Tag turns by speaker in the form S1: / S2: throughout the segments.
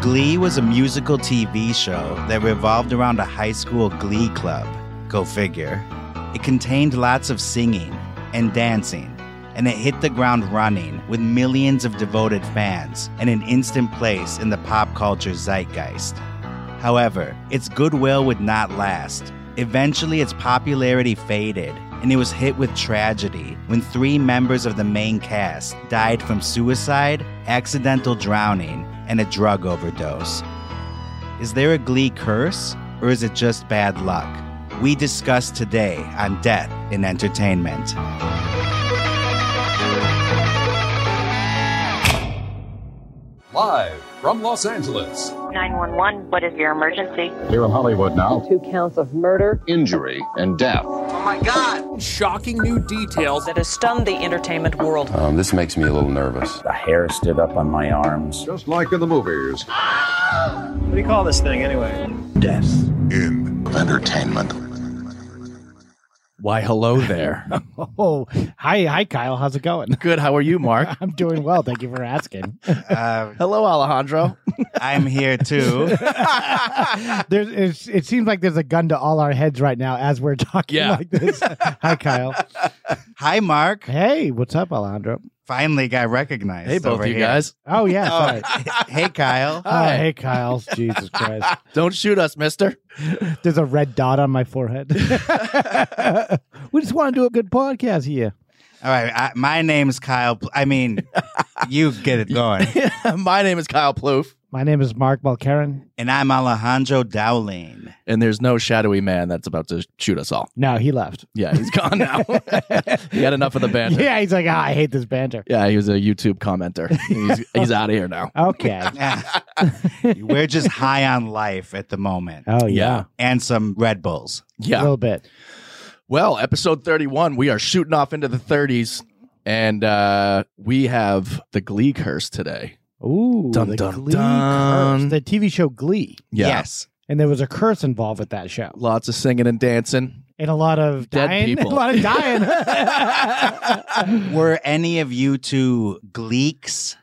S1: Glee was a musical TV show that revolved around a high school glee club. Go figure. It contained lots of singing and dancing, and it hit the ground running with millions of devoted fans and an instant place in the pop culture zeitgeist. However, its goodwill would not last. Eventually, its popularity faded, and it was hit with tragedy when three members of the main cast died from suicide, accidental drowning, and a drug overdose. Is there a glee curse, or is it just bad luck? We discuss today on Death in Entertainment.
S2: Live from Los Angeles,
S3: 911, what is your emergency?
S4: Here in Hollywood now,
S5: two counts of murder.
S4: injury and death.
S6: shocking new details
S7: that has stunned the entertainment world.
S8: Um, this makes me a little nervous.
S9: The hair stood up on my arms.
S2: just like in the movies.
S10: What do you call this thing anyway?
S2: In
S4: Entertainment.
S11: Why, hello there.
S10: Oh, hi, hi, Kyle. How's it going?
S11: Good. How are you, Mark?
S10: I'm doing well. Thank you for asking.
S1: Uh,
S11: hello, Alejandro.
S1: I'm here too.
S10: There's, it's, it seems like there's a gun to all our heads right now as we're talking
S11: Yeah.
S10: like this. hi, Kyle.
S1: Hi, Mark.
S10: Hey, what's up, Alejandro?
S1: Finally got recognized.
S11: Hey, both
S1: over
S11: you
S1: here.
S11: guys.
S10: Oh yeah, sorry.
S1: hey, Kyle.
S10: Oh,
S11: hi.
S10: hey, Kyle. Jesus Christ.
S11: Don't shoot us, mister.
S10: There's a red dot on my forehead. we just want to do a good podcast here.
S1: All right. I, my name's Kyle. Pl- I mean, you get it going.
S11: My name is Kyle Plouffe,
S10: My name is Mark Balcarin.
S1: And I'm Alejandro Dowling.
S11: and there's no shadowy man that's about to shoot us all.
S10: No, he left.
S11: Yeah, he's gone now. he had enough of the banter.
S10: Yeah, he's like, ah, I hate this banter.
S11: Yeah, he was a YouTube commenter. He's, he's out of here now.
S10: Okay.
S1: Yeah. We're just high on life at the moment
S10: Oh yeah,
S1: and some Red Bulls.
S10: a
S11: Yeah.
S10: little bit.
S11: Well, episode 31, we are shooting off into the 30s, and uh, we have the Glee curse today.
S10: Ooh,
S11: Dun,
S10: the
S11: dun,
S10: Glee
S11: dun.
S10: curse, the TV show Glee,
S11: Yeah.
S1: Yes.
S10: and there was a curse involved with that show,
S11: Lots of singing and dancing.
S10: and a lot of
S11: Dead
S10: dying, a
S11: people.
S10: lot of dying.
S1: Were any of you two Gleeks?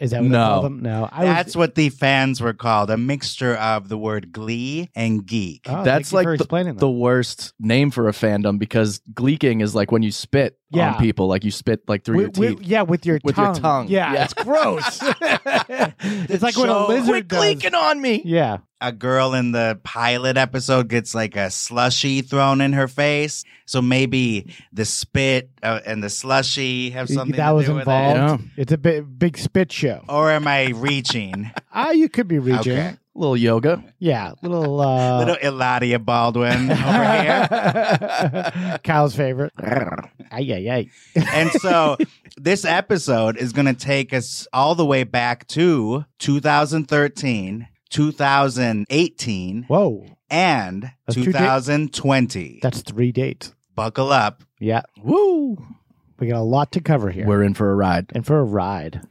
S10: Is that what they
S11: No.
S10: call them? No, I
S1: That's what the fans were called a mixture of the word glee and geek.
S10: Oh,
S11: That's
S10: thank you
S11: like
S10: for
S11: the-
S10: explaining
S11: the
S10: that.
S11: worst name for a fandom because gleeking is like when you spit
S10: Yeah.
S11: on people, like you spit like through
S10: With-
S11: your
S10: with-
S11: teeth.
S10: yeah, with your
S11: With your
S10: tongue.
S11: tongue.
S10: Yeah,
S11: Yeah.
S10: it's gross. it's like when a
S1: show-
S10: lizard
S11: Quit
S10: does.
S11: gleeking on me.
S10: Yeah,
S1: A girl in the pilot episode gets like a slushy thrown in her face. So maybe the spit uh, and the slushy have something
S10: that
S1: to
S10: was
S1: do
S10: involved.
S1: with it.
S11: Yeah.
S10: It's a big, big spit show.
S1: Or am I reaching?
S10: Ah, you could be reaching.
S1: Okay.
S11: Little yoga.
S10: Yeah, little. Uh,
S1: Little Eladia Baldwin over here.
S10: Kyle's favorite. Ay, ay, ay.
S1: And so this episode is going to take us all the way back to 2013, 2018,
S10: Whoa,
S1: and
S10: That's two da-
S1: 2020.
S10: that's three dates.
S1: Buckle up.
S10: Yeah.
S11: Woo.
S10: We got a lot to cover here.
S11: We're in for a ride.
S10: and for a ride.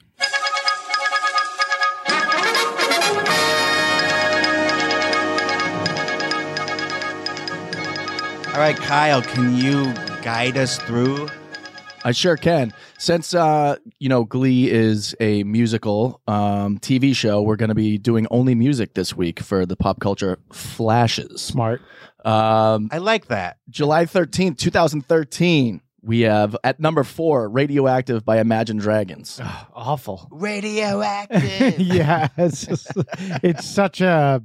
S1: All right, Kyle, can you guide us through?
S11: I sure can. Since uh, you know, Glee is a musical um, TV show, we're going to be doing only music this week for the pop culture flashes.
S10: Smart.
S11: Um,
S1: I like that.
S11: July thirteenth, two thousand thirteen. We have at number four, "Radioactive" by Imagine Dragons.
S10: Awful.
S1: Radioactive.
S10: yeah. It's, just- it's such a.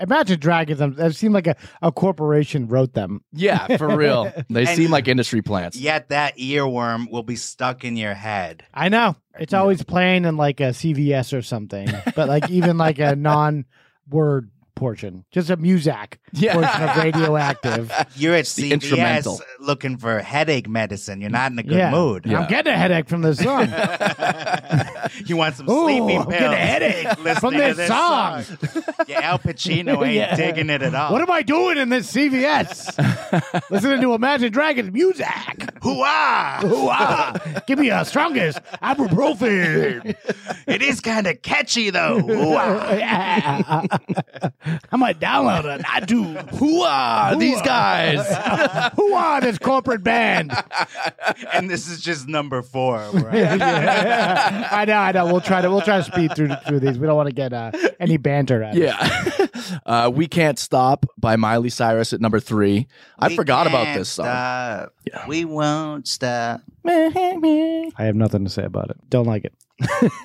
S10: Imagine Dragons. I'm- It seemed like a, a corporation wrote them.
S11: Yeah, for real. They
S1: And-
S11: seem like industry plants.
S1: Yet that earworm will be stuck in your head.
S10: I know. It's always playing in like a CVS or something, but like even like a non word portion, just a Muzak
S11: Yeah.
S10: portion of radioactive.
S1: You're at
S11: The
S1: CVS
S11: instrumental.
S1: looking for headache medicine. You're not in a good
S10: Yeah.
S1: mood.
S11: Yeah.
S10: I'm getting a headache from this song.
S1: you want some
S10: Ooh,
S1: sleeping
S10: I'm
S1: pills?
S10: getting a headache
S1: Listening
S10: from
S1: to
S10: this
S1: song.
S10: song.
S1: yeah, Al Pacino ain't
S10: Yeah.
S1: digging it at all.
S10: What am I doing in this CVS? Listening to Imagine Dragons music.
S1: Hoo-ah! Hoo-ah!
S10: Give me a strongest ibuprofen.
S1: it is kind of catchy, though. Hoo-ah!
S10: I might download it. I do.
S1: Hoo-ah! These guys.
S10: Who are this corporate band?
S1: and this is just number four. Right?
S10: Yeah. I know, I know. We'll try to we'll try to speed through through these. We don't want to get uh, any banter out. of it.
S11: Yeah. uh, we Can't Stop by Miley Cyrus at number three. I
S1: We
S11: forgot about
S1: can't
S11: this song.
S1: Stop.
S11: Yeah.
S1: We won't stop.
S10: I have nothing to say about it. Don't like it.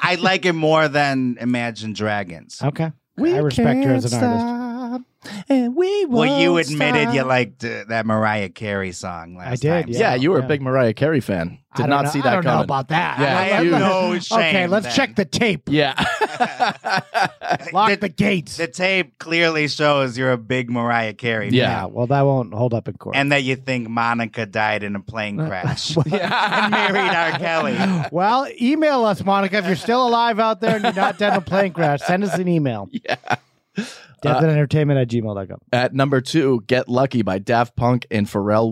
S1: I like it more than Imagine Dragons.
S10: Okay. I respect her as an artist.
S11: artist. And we
S1: Well, you
S11: won't
S1: admitted you
S11: stop.
S1: liked uh, that Mariah Carey song last
S10: did,
S1: time.
S11: Yeah,
S10: Yeah,
S11: you were
S10: yeah.
S11: a big Mariah Carey fan.
S10: I
S11: Did
S10: don't
S11: not
S10: know-
S11: see
S10: I
S11: that
S10: don't know
S11: coming.
S10: about that.
S11: Yeah,
S1: I
S10: I
S1: have
S10: don't-
S1: no shame.
S10: okay, let's
S1: then.
S10: check the tape.
S11: yeah.
S10: Lock
S1: The-
S10: the, gates.
S1: The tape clearly shows you're a big Mariah Carey. fan,
S11: Yeah.
S10: yeah. Well, that won't hold up in court.
S1: And that you think Monica died in a plane crash and married R. Kelly.
S10: well, email us, Monica, if you're still alive out there and you're not dead in a plane crash. Send us an email. Yeah.
S1: Uh,
S10: Deathandentertainment at gmail.com.
S11: At number two, Get Lucky by Daft Punk and Pharrell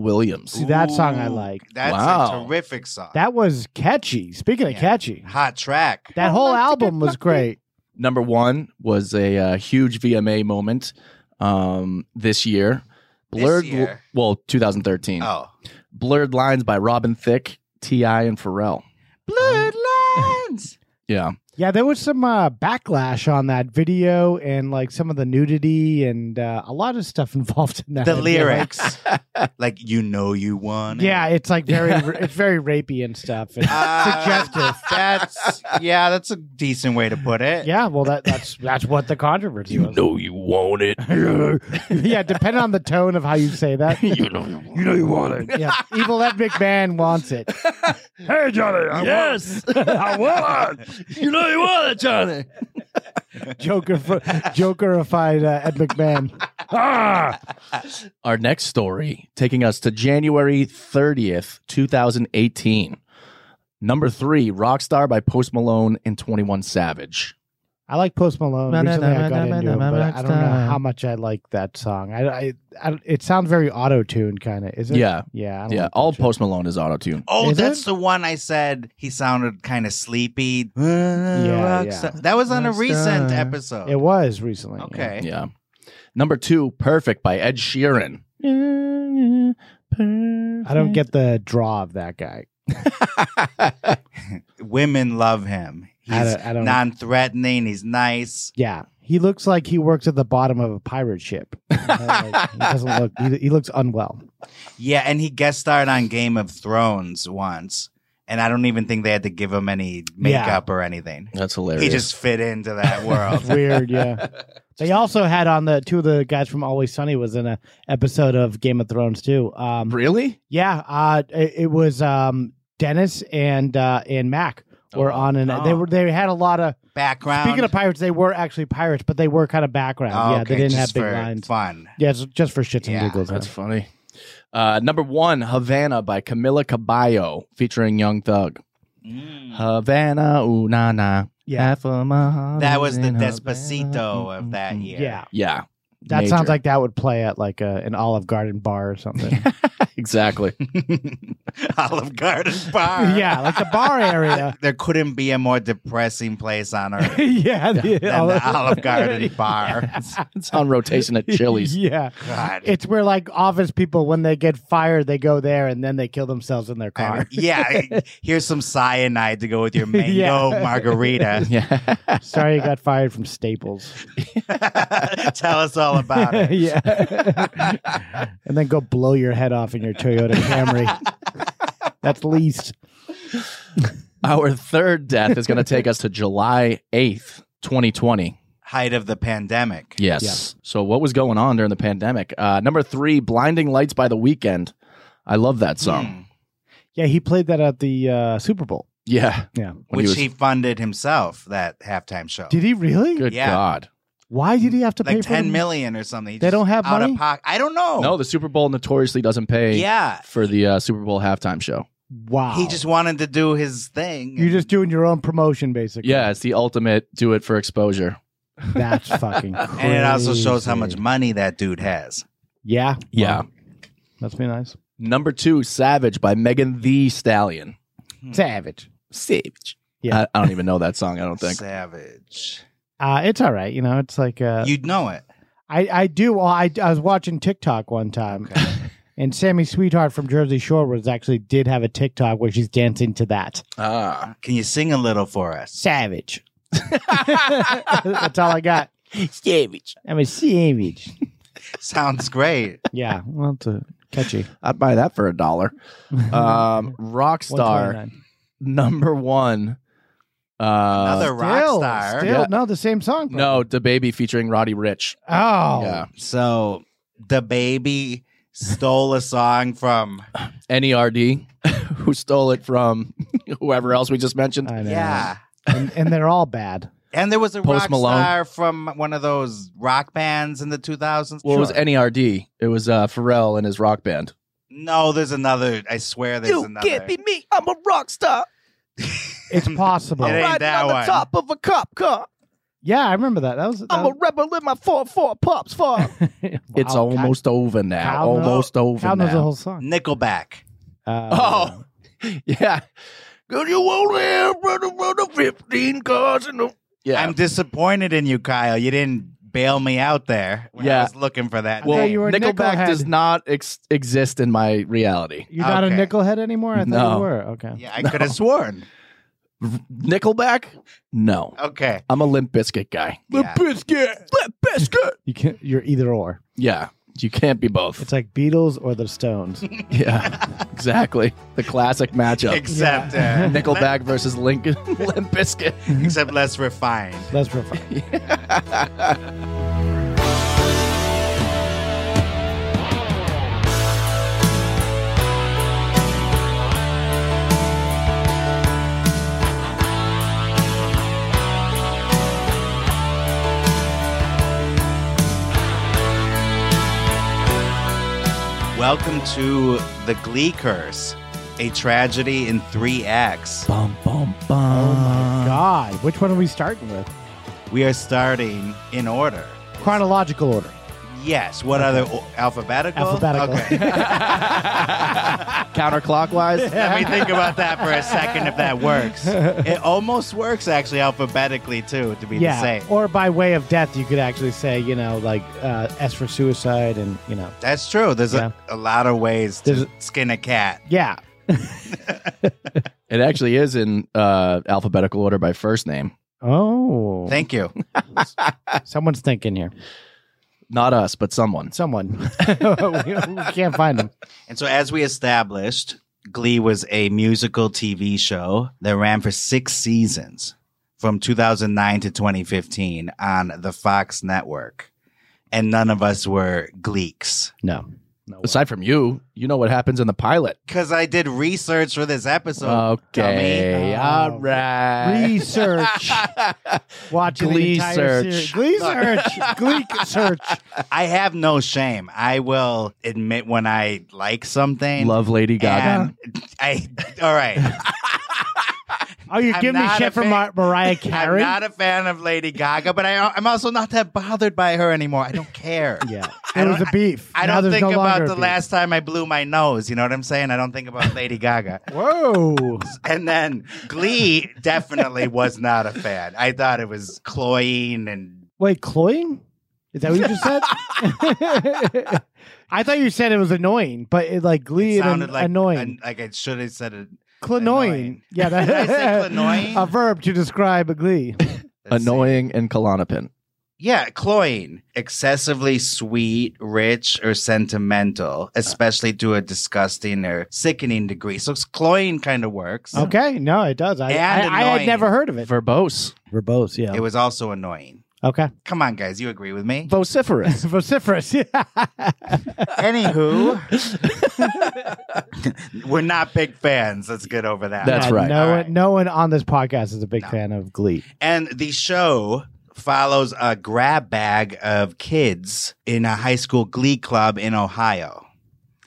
S11: Williams.
S10: See, that song I
S1: Ooh,
S10: like.
S1: That's
S11: Wow.
S1: a terrific song.
S10: That was catchy. Speaking of catchy,
S1: Hot track.
S10: that whole album was great.
S11: Number one was a uh, huge VMA moment um, this year.
S1: This
S11: Blurred,
S1: year?
S11: well, 2013.
S1: oh.
S11: Blurred Lines by Robin Thicke, T.I., and Pharrell.
S1: Bloodlines.
S11: Yeah.
S10: Yeah, there was some uh, backlash on that video and like some of the nudity and uh, a lot of stuff involved in that.
S1: the
S10: I feel
S1: lyrics. like, you know you won.
S10: like. Yeah, it's like very it's very rapey and stuff. And
S1: Uh, suggestive. Ah, That's yeah, that's a decent way to put it.
S10: yeah, well that that's that's what the controversy was.
S11: know you want it.
S10: yeah, depending on the tone of how you say that.
S11: you know you want, you know you want it.
S10: yeah, evil Ed McMahon wants it.
S11: Hey, Johnny. yes. I want it. You know you want it, Johnny.
S10: Joker, Jokerified uh, Ed McMahon.
S11: Ah! Our next story taking us to January 30th, 2018. Number three, Rockstar by Post Malone and 21 Savage.
S10: I like Post Malone.
S11: Ba- na-
S10: Recently,
S11: na-
S10: I got
S11: na-
S10: into him,
S11: na-
S10: but
S11: na-
S10: I don't know
S11: na-
S10: how much I like that song. I, I, I it sounds very auto tuned, kind of. Is it?
S11: Yeah.
S10: yeah, I don't
S11: Yeah,
S10: like that
S11: all
S10: shit.
S11: Post Malone is auto tune.
S1: Oh,
S10: Is
S1: that's
S10: it?
S1: the one I said he sounded kind of sleepy.
S10: yeah.
S1: Rockstar. That was on a recent episode.
S10: It was recently. yeah.
S1: okay.
S11: Yeah. Number two, Perfect by Ed Sheeran.
S10: I don't get the draw of that guy.
S1: Women love him. He's
S10: I don't- I don't-
S1: non-threatening. He's nice.
S10: Yeah, he looks like he works at the bottom of a pirate ship. Like, he doesn't look. He, he looks unwell.
S1: Yeah, and he guest starred on Game of Thrones once, and I don't even think they had to give him any makeup or anything.
S11: That's hilarious.
S1: He just fit into that
S10: It's
S1: world.
S10: weird. Yeah. They also had on the two of the guys from Always Sunny was in a episode of Game of Thrones too. Um,
S11: really?
S10: Yeah, uh, it, it was um, Dennis and uh, and Mac were
S11: Oh.
S10: on, and they
S1: Oh.
S10: were they had a lot of.
S1: Background.
S10: Speaking of pirates, they were actually pirates, but they were kind of background.
S1: Oh,
S10: yeah,
S1: okay,
S10: they didn't have
S1: just
S10: big
S1: for
S10: lines.
S1: Fun.
S10: Yeah, it's just for shits and
S1: Yeah,
S10: giggles.
S11: That's
S10: huh?
S11: funny. Uh, number one, Havana by Camila Caballo featuring Young Thug. Mm. Havana, ooh, na, na.
S10: Yeah.
S11: Half of my heart
S1: That
S11: is
S1: was the
S11: in Mm-hmm. Havana.
S1: Despacito of that year.
S10: yeah.
S11: Yeah.
S10: that
S11: Major.
S10: sounds like that would play at like a, an Olive Garden bar or something.
S11: exactly.
S1: Olive Garden bar.
S10: yeah, like the bar area.
S1: There couldn't be a more depressing place on earth
S10: yeah, the,
S1: than the Olive Garden bar.
S11: it's on rotation at Chili's.
S10: Yeah,
S1: God.
S10: it's where like office people when they get fired, they go there and then they kill themselves in their
S1: I mean,
S10: car.
S1: yeah, here's some cyanide to go with your mango
S10: Yeah.
S1: margarita.
S11: Yeah.
S10: Sorry, you got fired from Staples.
S1: Tell us all about it.
S10: yeah. and then go blow your head off in your Toyota Camry. That's least.
S11: Our third death is going to take us to July 8th, 2020.
S1: Height of the pandemic.
S11: Yes. So, what was going on during the pandemic? Uh, number three, Blinding Lights by The Weekend. I love that song.
S1: Hmm.
S10: Yeah, he played that at the uh, Super Bowl.
S11: Yeah.
S10: Yeah.
S11: When
S1: Which
S11: was-
S1: he, funded himself, that halftime show.
S10: Did he really?
S11: Good
S1: Yeah.
S11: God.
S10: Why did he have to pay
S1: like
S10: for
S1: ten
S10: the-
S1: million or something. He
S10: They
S1: just
S10: don't have
S1: out
S10: money?
S1: Of pocket. I don't know.
S11: No, the Super Bowl notoriously doesn't pay
S1: Oh. yeah.
S11: for the uh, Super Bowl halftime show.
S10: Wow.
S1: He just wanted to do his thing.
S10: You're just doing your own promotion, basically.
S11: Yeah, it's the ultimate do it for exposure.
S10: That's fucking crazy.
S1: and it also shows how much money that dude has.
S10: Yeah.
S11: Yeah.
S10: That's be nice.
S11: Number two, Savage by Megan the Stallion.
S1: Mm.
S10: Savage.
S11: Savage.
S10: Yeah.
S11: I, I don't even know that song, I don't think.
S1: Savage.
S10: Uh, it's all right. You know, it's like uh,
S1: You'd know it.
S10: I, I do. Well, I, I was watching TikTok one time, and Sammy Sweetheart from Jersey Shore was actually did have a TikTok where she's dancing to that.
S11: Ah.
S1: Can you sing a little for us?
S10: Savage. That's all I got. Savage. I'm a savage.
S1: Sounds great.
S10: Yeah. Well, it's uh, catchy.
S11: I'd buy that for a dollar. Um, Rockstar
S10: 129.
S11: number one. Uh,
S1: Another rock
S10: Still-
S1: star.
S10: Still,
S11: Yeah.
S10: no, the same song. bro.
S11: no, the baby featuring Roddy Rich.
S10: Oh.
S11: Yeah,
S1: So the baby stole a song from
S11: Nerd, E who stole it from whoever else we just mentioned.
S10: I know.
S1: yeah,
S10: And, and they're all bad.
S1: and there was a
S11: Post
S1: rock
S11: Malone.
S1: star from one of those rock bands in the 2000s.
S11: Well, it was
S1: Sure.
S11: Nerd. It was uh, Pharrell and his rock band.
S1: no, there's another. I swear, there's another.
S11: me. I'm a rock star.
S10: It's possible.
S1: It ain't that one.
S11: of a cop car.
S10: yeah, I remember that. That was. That was
S11: rebel in my four four pops four. It's
S10: Wow, Ky-
S11: almost over now.
S10: Kyle knows-
S11: almost over
S10: Kyle knows
S11: now.
S10: the whole song.
S1: Nickelback.
S10: Uh,
S11: Oh, yeah. Cause you only have run around the 15 cars in the. Yeah.
S1: I'm disappointed in you, Kyle. You didn't bail me out there. When
S11: Yeah.
S1: I was looking for that.
S11: well,
S10: thought you were a
S11: Nickelback
S10: Nickelhead.
S11: does not ex- exist in my reality.
S10: You're not
S1: Okay.
S10: a nickelhead anymore? I thought
S11: No.
S10: you were. Okay.
S1: yeah, I could have sworn.
S11: Nickelback? No.
S1: Okay.
S11: I'm a Limp Biscuit guy.
S1: Limp
S11: Biscuit! Limp Biscuit!
S10: You can you're either or.
S11: Yeah. You can't be both.
S10: It's like Beatles or the Stones.
S11: Yeah. exactly. The classic matchup.
S1: Except uh,
S11: Nickelback versus Lincoln Limp Biscuit.
S1: except less refined.
S10: That's real fun.
S1: Welcome to The Glee Curse, a tragedy in three acts.
S11: Bum, bum, bum. Uh.
S10: God. Which one are we starting with?
S1: We are starting in order.
S10: Chronological order.
S1: Yes. What other o- alphabetical?
S10: Alphabetical.
S1: Okay.
S11: Counterclockwise?
S1: Let me think about that for a second. If that works, it almost works actually alphabetically too. To be the
S10: yeah.
S1: same.
S10: Or by way of death, you could actually say, you know, like uh, S for suicide and, you know.
S1: That's true. There's
S10: Yeah.
S1: a, a lot of ways to
S10: There's-
S1: skin a cat.
S10: Yeah.
S11: It actually is in uh, alphabetical order by first name.
S10: Oh.
S1: Thank you.
S10: Someone's thinking here.
S11: Not us, but someone.
S10: Someone. we, we can't find them.
S1: And so, as we established, Glee was a musical TV show that ran for six seasons from 2009 to 2015 on the Fox network. And none of us were Gleeks.
S10: No. No.
S11: Aside from you, you know what happens in the pilot.
S1: Because I did research for this episode. dummy.
S11: okay.
S10: dummy.
S11: All right.
S10: Research. Watching
S11: Glee
S10: the entire series.
S11: search.
S10: Glee search. Glee search.
S1: I have no shame. I will admit when I like something.
S11: Love Lady Gaga.
S1: And I, all right.
S10: Oh, you're
S1: I'm
S10: giving me
S1: not a
S10: shit from
S1: fan-
S10: Mar- Mariah
S1: I'm
S10: Carey?
S1: not a fan of Lady Gaga, but I, I'm also not that bothered by her anymore. I don't care.
S10: yeah.
S1: I
S10: It was
S1: don't-
S10: a beef.
S1: I
S10: Now
S1: don't
S10: there's
S1: think
S10: no longer
S1: about
S10: a
S1: the
S10: beef.
S1: last time I blew my nose. You know what I'm saying? I don't think about Lady Gaga.
S10: Whoa.
S1: And then Glee definitely was not a fan. I thought it was cloying and
S10: Wait, cloying? Is that what you just said? I thought you said it was annoying, but it like glee
S1: it
S10: and
S1: sounded
S10: an-
S1: like
S10: annoying.
S1: an- like I should have said it.
S10: Clonoying.
S1: annoying.
S10: Yeah, that,
S1: Did I say clonoying?
S10: a verb to describe a glee.
S1: Let's see.
S11: Annoying and Klonopin.
S1: Yeah, cloying. Excessively sweet, rich, or sentimental, especially to a disgusting or sickening degree. So cloying kind of works.
S10: Okay, no, it does. I,
S1: And
S10: I, I had
S1: annoying.
S10: never heard of it.
S11: Verbose.
S10: Verbose, yeah.
S1: It was also annoying.
S10: okay.
S1: Come on, guys, you agree with me?
S11: Vociferous.
S10: Vociferous. Yeah.
S1: Anywho, we're not big fans. Let's get over that.
S11: That's right.
S10: No,
S1: All right.
S10: one, no one on this podcast is a big fan of glee.
S1: And the show follows a grab bag of kids in a high school glee club in Ohio.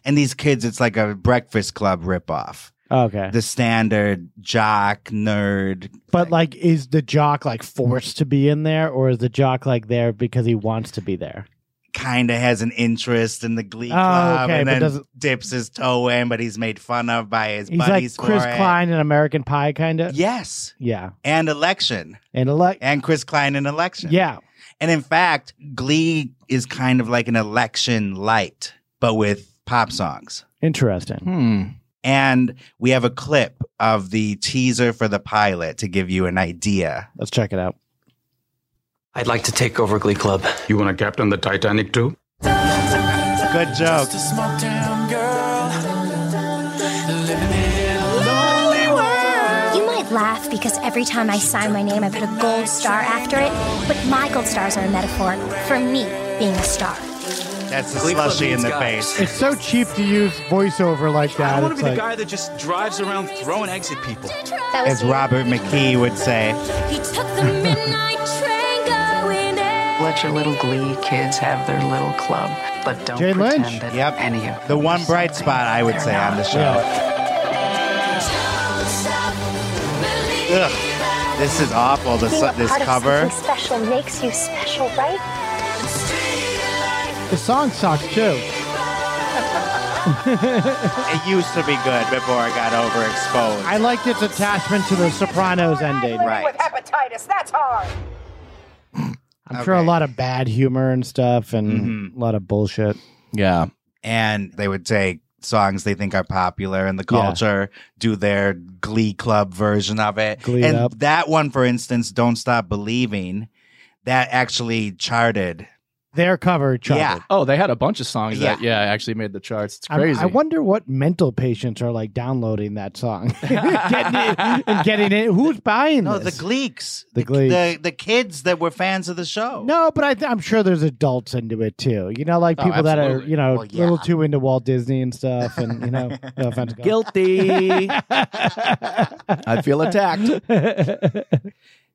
S1: And these kids, it's like a breakfast club ripoff.
S10: Okay.
S1: The standard jock, nerd.
S10: But like, is the jock like forced to be in there, or is the jock like there because he wants to be there?
S1: kind of has an interest in the Glee
S10: Oh,
S1: Club
S10: okay,
S1: and
S10: but
S1: then
S10: doesn't-
S1: dips his toe in, but he's made fun of by his
S10: He's like
S1: buddies.
S10: Chris
S1: for it.
S10: Klein in American Pie, kind of.
S1: Yes.
S10: Yeah.
S1: And election.
S10: And elect.
S1: And Chris Klein in election.
S10: Yeah.
S1: And in fact, Glee is kind of like an election light, but with pop songs.
S10: Interesting.
S11: Hmm.
S1: And we have a clip of the teaser for the pilot to give you an idea.
S10: Let's check it out.
S5: I'd like to take over Glee Club.
S2: You want to captain the Titanic too?
S1: Good joke.
S12: You might laugh because every time I sign my name, I put a gold star after it, but my gold stars are a metaphor for me being a star.
S1: That's the
S5: Glee Club
S1: slushy in
S5: means
S1: the
S5: guys.
S1: face.
S10: It's so cheap to use voiceover like that.
S5: I want
S10: It's
S5: to be
S10: like-
S5: the guy that just drives around throwing eggs at people.
S12: That
S1: As Robert McKee would say,
S12: He took the midnight train going in.
S7: Let your little glee kids have their little club, but don't
S10: Jay
S7: pretend
S10: Lynch.
S7: that
S1: yep,
S7: any of them
S1: the
S7: are
S1: one bright
S7: something
S1: spot I would
S7: they're
S1: say on
S7: not.
S1: the show. Ugh, this is awful. This,
S12: Being a
S1: this
S12: part of
S1: cover.
S12: something special makes you special, right?
S10: The song sucks too.
S1: It used to be good before it got overexposed.
S10: I liked its attachment to the Sopranos ending.
S1: right.
S10: I'm sure a
S1: Okay.
S10: lot of bad humor and stuff and
S1: Mm-hmm.
S10: a lot of bullshit.
S11: Yeah.
S1: And they would take songs they think are popular in the
S10: Yeah.
S1: culture, do their glee club version of it.
S10: Glee
S1: and
S10: up.
S1: that one, for instance, Don't Stop Believing, that actually charted.
S10: Their cover chart.
S1: Yeah.
S11: Oh, they had a bunch of songs that yeah actually made the charts. It's
S10: I'm-
S11: crazy.
S10: I wonder what mental patients are like downloading that song, getting it, and getting it. Who's buying
S1: No, the
S10: this?
S1: Gleeks.
S10: The
S1: Glee,
S10: Gleeks.
S1: The, the kids that were fans of the show.
S10: no, but I th- I'm sure there's adults into it too. You know, like
S11: Oh,
S10: people that are
S11: absolutely.
S10: you know a
S1: Well, yeah.
S10: little too into Walt Disney and stuff, and you know, no offense, guys.
S11: guilty. I feel attacked.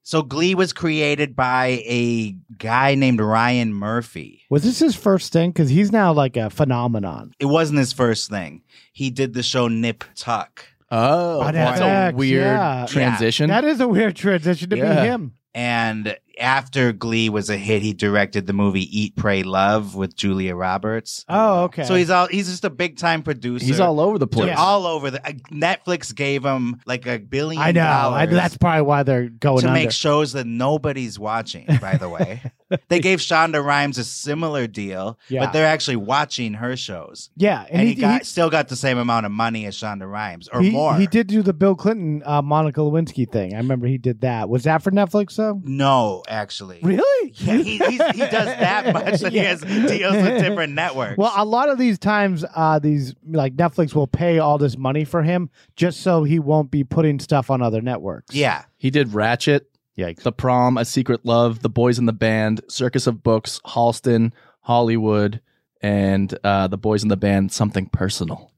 S1: So Glee was created by a guy named Ryan Murphy.
S10: Was this his first thing? Because he's now like a phenomenon.
S1: It wasn't his first thing. He did the show Nip Tuck.
S11: Oh,
S10: On
S11: that's
S10: FX,
S11: a weird
S10: yeah.
S11: transition.
S10: That is a weird transition to
S11: Yeah.
S10: be him.
S1: And after Glee was a hit, he directed the movie Eat, Pray, Love with Julia Roberts.
S10: Oh, okay.
S1: So he's all he's just a big time producer.
S11: He's all over the
S1: Dude,
S11: place.
S1: all over the uh, Netflix gave him like a billion.
S10: I know. I,
S1: dollars
S10: that's probably why they're going
S1: to
S10: under.
S1: make shows that nobody's watching. By the way, they gave Shonda Rhimes a similar deal,
S10: Yeah.
S1: but they're actually watching her shows,
S10: yeah,
S1: and, he, got still got the same amount of money as Shonda Rhimes or
S10: he,
S1: more.
S10: he did do the Bill Clinton uh, Monica Lewinsky thing. I remember he did that. Was that for Netflix though?
S1: No, actually,
S10: Really?
S1: Yeah, he, he's, he does that much that
S10: Yeah.
S1: he has deals with different networks.
S10: Well, a lot of these times, uh, these like Netflix will pay all this money for him just so he won't be putting stuff on other networks.
S1: yeah,
S11: he did Ratchet,
S10: Yikes.
S11: The Prom, A Secret Love, The Boys in the Band, Circus of Books, Halston, Hollywood, and uh, The Boys in the Band, Something Personal.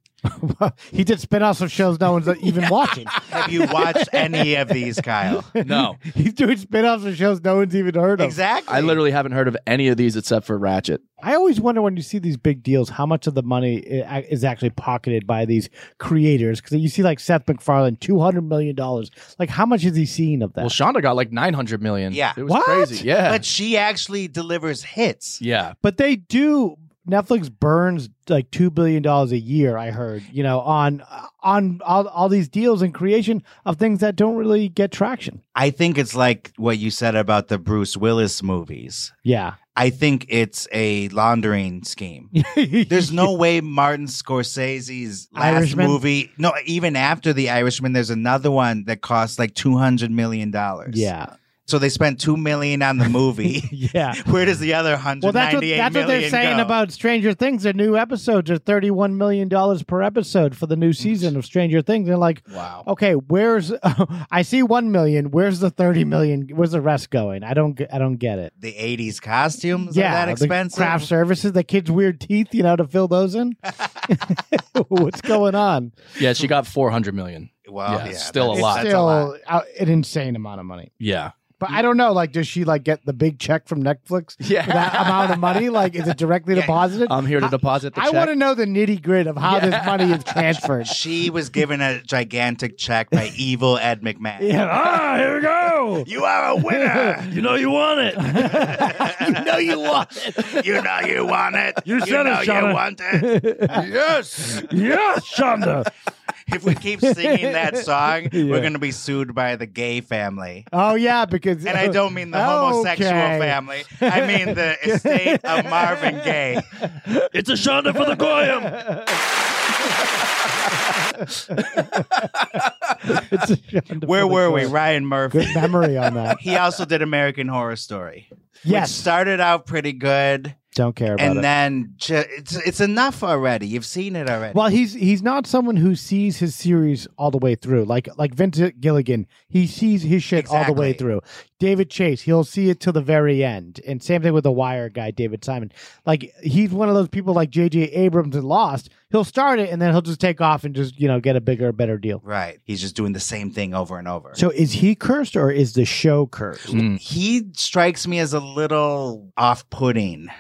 S10: he did spin-offs of shows no one's even watching.
S1: have you watched any of these, Kyle?
S11: No.
S10: He's doing spin-offs of shows no one's even heard of.
S1: Exactly.
S11: I literally haven't heard of any of these except for Ratchet.
S10: I always wonder when you see these big deals, how much of the money i- is actually pocketed by these creators? Because you see, like Seth MacFarlane, two hundred million dollars. Like, how much is he seeing of that?
S11: Well, Shonda got like 900 million.
S1: Yeah.
S11: It was
S10: What?
S11: crazy. Yeah.
S1: But she actually delivers hits.
S11: yeah.
S10: but they do. Netflix burns like two billion dollars a year. I heard, you know, on on all, all these deals and creation of things that don't really get traction.
S1: I think it's like what you said about the Bruce Willis movies.
S10: Yeah,
S1: I think it's a laundering scheme. There's no way Martin Scorsese's last
S10: Irishman?
S1: movie, no, even after The Irishman, there's another one that costs like $200 million.
S10: yeah,
S1: So they spent $2 million on the movie.
S10: yeah.
S1: Where does the other hundred?
S10: Well, that's what that's what they're saying about Stranger Things. Their new episodes are thirty-one million dollars per episode for the new season of Stranger Things. They're like,
S1: Wow.
S10: okay, where's I see one million? Where's the thirty million? Where's the rest going? I don't, g- I don't get it.
S1: the 80s costumes
S10: yeah,
S1: are that
S10: the
S1: expensive.
S10: craft services, the kids' weird teeth, you know, to fill those in. What's going on?
S11: Yeah, she got 400 million.
S1: well,
S11: Yeah,
S1: yeah,
S11: it's still a
S1: that's-
S11: lot.
S10: It's
S1: that's a
S10: still
S1: lot. Mm.
S10: uh, an insane amount of money.
S11: Yeah.
S10: But I don't know. Like, does she like get the big check from Netflix?
S11: Yeah.
S10: for that amount of money. Like, is it directly deposited?
S11: I'm here to deposit the
S10: I
S11: check.
S10: want to know the nitty grit of how this
S1: Yeah.
S10: money is transferred.
S1: She was given a gigantic check by evil Ed McMahon.
S10: Yeah. Ah, here we go.
S1: You are a winner.
S13: You know you want it.
S1: you know you want it. You know you want it.
S13: You said it,
S1: know
S13: Shana.
S1: you want it. yes.
S13: Yes, Shonda.
S1: If we keep singing that song,
S10: Yeah.
S1: we're going to be sued by the gay family.
S10: Oh yeah, because
S1: And I don't mean the homosexual
S10: Okay.
S1: family. I mean the estate of Marvin Gaye.
S13: It's a Shonda for the Goyim.
S10: It's a Shonda
S1: Where
S10: for the
S1: were we?
S10: girl.
S1: Ryan Murphy.
S10: Good memory on that.
S1: He also did American Horror Story.
S10: Yes.
S1: Which started out pretty good.
S10: Don't care about
S1: and
S10: it.
S1: then ju- it's it's enough already. You've seen it already.
S10: Well, he's he's not someone who sees his series all the way through. Like like Vince Gilligan, he sees his shit all the way through. David Chase, he'll see it till the very end. And same thing with the Wire guy, David Simon. Like he's one of those people like J.J. Abrams in Lost. He'll start it and then he'll just take off and just you know get a bigger, better deal.
S1: right. He's just doing the same thing over and over.
S10: So is he cursed or is the show cursed?
S1: he strikes me as a little off-putting.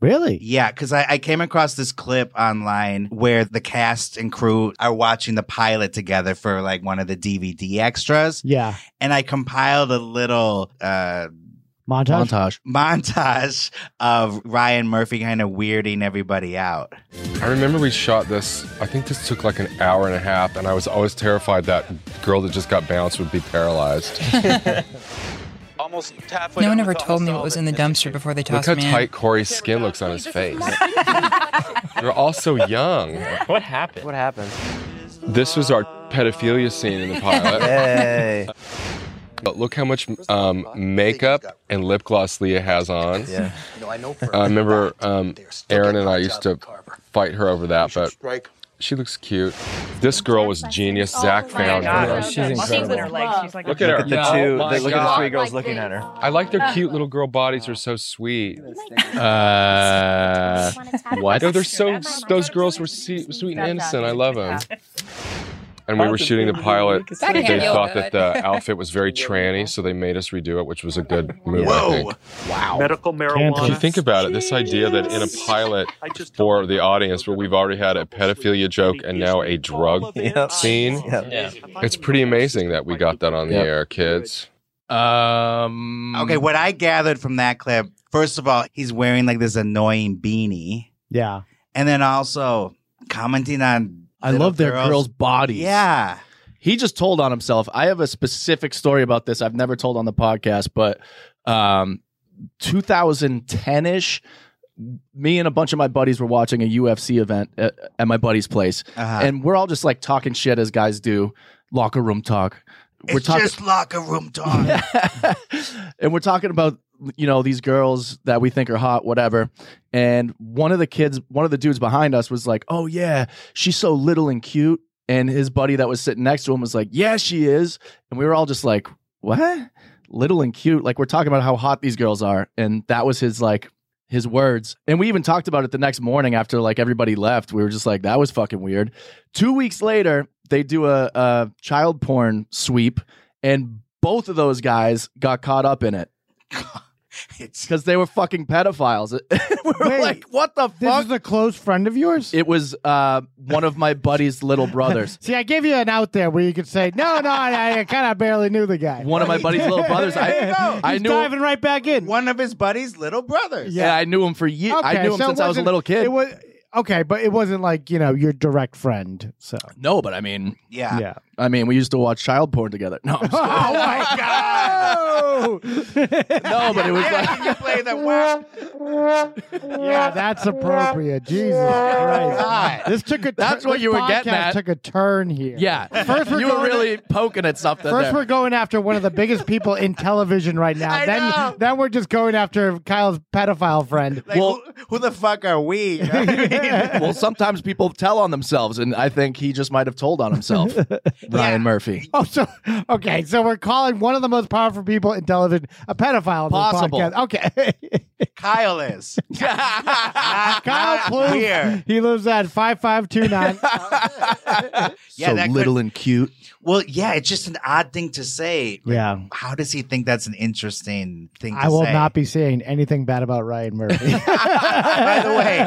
S10: Really?
S1: Yeah, because I, I came across this clip online where the cast and crew are watching the pilot together for like one of the DVD extras.
S10: Yeah.
S1: And I compiled a little uh,
S10: Montage.
S11: Montage.
S1: montage of Ryan Murphy kind of weirding everybody out.
S8: I remember we shot this, I think this took like an hour and a half, and I was always terrified that girl that just got bounced would be paralyzed.
S5: Almost halfway.
S14: No one ever told me what was in the dumpster before they
S8: Look
S14: tossed
S8: how
S14: me.
S8: tight Corey's skin looks on his face. They're all so young.
S15: What happened? What happened?
S8: This was our pedophilia scene in the pilot.
S15: Yay.
S8: But look how much um, makeup and lip gloss Leah has on.
S15: Yeah.
S16: I know
S8: I remember um, Aaron and I used to fight her over that, but she looks cute. This girl was genius. Zach found her. Look at her. Oh
S15: the two. the- look at the three girls looking at her.
S8: I like their cute little girl bodies. They're so sweet.
S11: Uh,
S8: what? No, they're so. Those girls were sweet, sweet and innocent. I love them. And we were shooting the pilot.
S14: That can't
S8: They
S14: feel
S8: thought that
S14: good.
S8: the outfit was very tranny, so they made us redo it, which was a good move. I think.
S15: Wow. Medical
S8: If you
S15: marijuana.
S8: think about it, this idea that in a pilot for the audience where we've already had a pedophilia joke and now a drug scene, it's pretty amazing that we got that on the
S11: Yep.
S8: air, kids.
S11: Um.
S1: Okay, what I gathered from that clip, first of all, he's wearing like this annoying beanie.
S10: Yeah.
S1: And then also commenting on
S11: I
S1: little
S11: love their girls' bodies.
S1: Yeah.
S11: He just told on himself. I have a specific story about this I've never told on the podcast, but um 2010 ish, me and a bunch of my buddies were watching a UFC event at, at my buddy's place.
S1: Uh-huh.
S11: And we're all just like talking shit as guys do, locker room talk. We're
S1: it's
S11: talking
S1: just locker room talk.
S11: and we're talking about you know these girls that we think are hot whatever and one of the kids one of the dudes behind us was like oh yeah she's so little and cute and his buddy that was sitting next to him was like yeah she is and we were all just like what little and cute like we're talking about how hot these girls are and that was his like his words and we even talked about it the next morning after like everybody left we were just like that was fucking weird two weeks later they do a, a child porn sweep and both of those guys got caught up in it because they were fucking pedophiles.
S10: Wait,
S11: like, what the fuck?
S10: This is a close friend of yours.
S11: It was uh, one of my buddy's little brothers.
S10: See, I gave you an out there where you could say, "No, no, I, I kind of barely knew the guy."
S11: One of my buddy's little brothers.
S10: There you
S11: I,
S10: go.
S11: I
S10: He's
S11: knew.
S10: diving right back in.
S1: One of his buddies, little brothers.
S11: Yeah, I knew him for years. I knew him
S10: so it
S11: since I was a
S10: wasn't-
S11: little kid.
S10: It was okay, but it wasn't like you know your direct friend. So
S11: no, but I mean,
S1: yeah,
S10: Yeah.
S11: I mean, we used to watch child porn together. No, I'm just kidding.
S1: Oh my god.
S10: Oh!
S11: no, but it was
S1: Yeah,
S11: like.
S1: can you play the wow?
S10: yeah, that's appropriate. Jesus Christ,
S1: God.
S10: this took a.
S11: That's
S10: turn,
S11: what
S10: this
S11: you were getting
S10: podcast
S11: at.
S10: Took a turn here.
S11: Yeah,
S10: First we're
S11: you were
S10: going-
S11: really poking at something.
S10: First,
S11: there.
S10: we're going after one of the biggest people in television right now.
S1: I
S10: then,
S1: know.
S10: then we're just going after Kyle's pedophile friend.
S1: Like, who, who the fuck are we? You know what I mean?
S11: well, sometimes people tell on themselves, and I think he just might have told on himself. Ryan Murphy.
S10: Oh, so okay, so we're calling one of the most powerful people in television a pedophile. on this
S11: Possible.
S10: podcast. Okay.
S1: Kyle is.
S10: Kyle Plume. He lives at 5529.
S1: Yeah,
S11: so
S1: that could-
S11: little and cute.
S1: Well, yeah, it's just an odd thing to say. Like,
S10: Yeah.
S1: How does he think that's an interesting thing to
S10: I will
S1: say?
S10: not be saying anything bad about Ryan Murphy.
S1: By the way,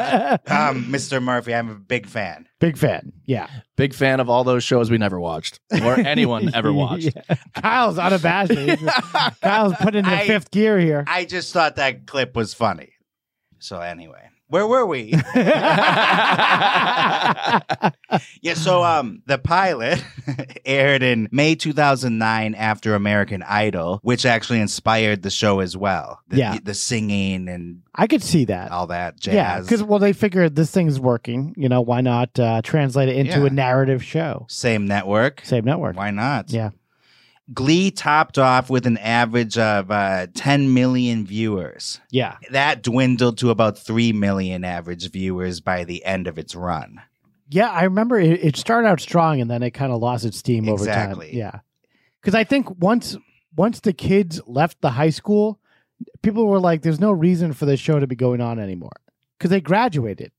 S1: um, Mr. Murphy, I'm a big fan.
S10: Big fan. Yeah.
S11: Big fan of all those shows we never watched or anyone ever watched.
S10: Kyle's unabashed. He's- Kyle's putting in the fifth gear here.
S1: I just thought that clip was funny. So anyway, where were we? yeah, so um the pilot aired in May 2009 after American Idol, which actually inspired the show as well. The,
S10: Yeah.
S1: the singing and
S10: I could see that.
S1: all that jazz.
S10: Yeah, because well, they figured this thing's working. You know, why not uh, translate it into
S1: Yeah.
S10: a narrative show?
S1: Same network.
S10: Same network.
S1: Why not?
S10: Yeah.
S1: Glee topped off with an average of uh, 10 million viewers.
S10: Yeah.
S1: That dwindled to about 3 million average viewers by the end of its run.
S10: Yeah, I remember it, it started out strong and then it kind of lost its steam over
S1: Exactly.
S10: time. Yeah, because I think once once the kids left the high school, people were like, "There's no reason for this show to be going on anymore," because they graduated,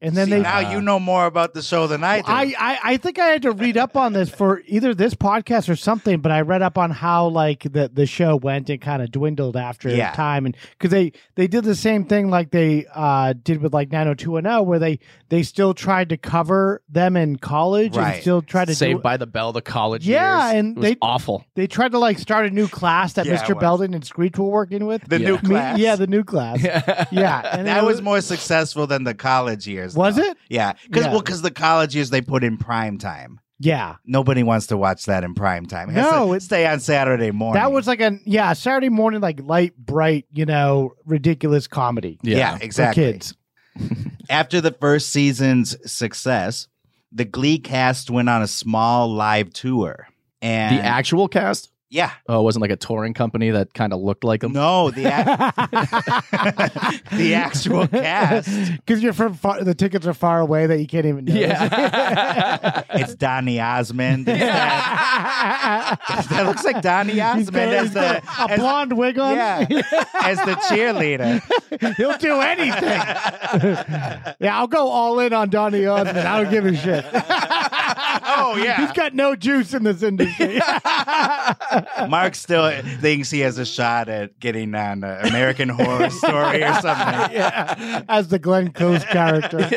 S10: and then
S1: See,
S10: they
S1: now you know more about the show than I do.
S10: I, I, I think I had to read up on this for either this podcast or something, but I read up on how like the, the show went and kind of dwindled after
S1: Yeah.
S10: time, and because they they did the same thing like they uh, did with like 90210, oh, where they they still tried to cover them in college and
S11: Right.
S10: still tried to
S11: Saved
S10: do,
S11: by the Bell, the college
S10: Yeah,
S11: years.
S10: and
S11: It was
S10: they-
S11: awful.
S10: They tried to like start a new class that
S1: Yeah, it
S10: Mr.
S1: was.
S10: Belden and Screech were working with.
S1: The new
S10: Me-
S1: class.
S10: yeah, the new class. yeah, and
S1: that
S10: it
S1: was more successful than the college years.
S10: Was it?
S1: Yeah, because
S10: Yeah.
S1: the college years they put in prime time.
S10: Yeah.
S1: Nobody wants to watch that in prime time. It has
S10: No,
S1: to stay on Saturday morning.
S10: That was like a yeah Saturday morning like light bright you know ridiculous comedy
S1: Yeah,
S10: for
S1: exactly.
S10: kids
S1: After the first season's success, the Glee cast went on a small live tour. And
S11: the actual cast?
S1: yeah,
S11: Oh, it wasn't like a touring company that kind of looked like them.
S1: no, the ac- the actual cast.
S10: because you're from far, the tickets are far away that you can't even notice.
S1: It's Donny Osmond. that looks like Donny
S10: He's
S1: Osmond
S10: got,
S1: as
S10: he's
S1: the
S10: got a
S1: as-
S10: blonde wig on.
S1: yeah, as the cheerleader.
S10: He'll do anything. yeah, I'll go all in on Donny Osmond. I don't give a shit.
S1: Oh
S10: He's got no juice in this industry.
S1: Mark still thinks he has a shot at getting on uh, American Horror Story or something.
S10: yeah. As the Glenn Close character.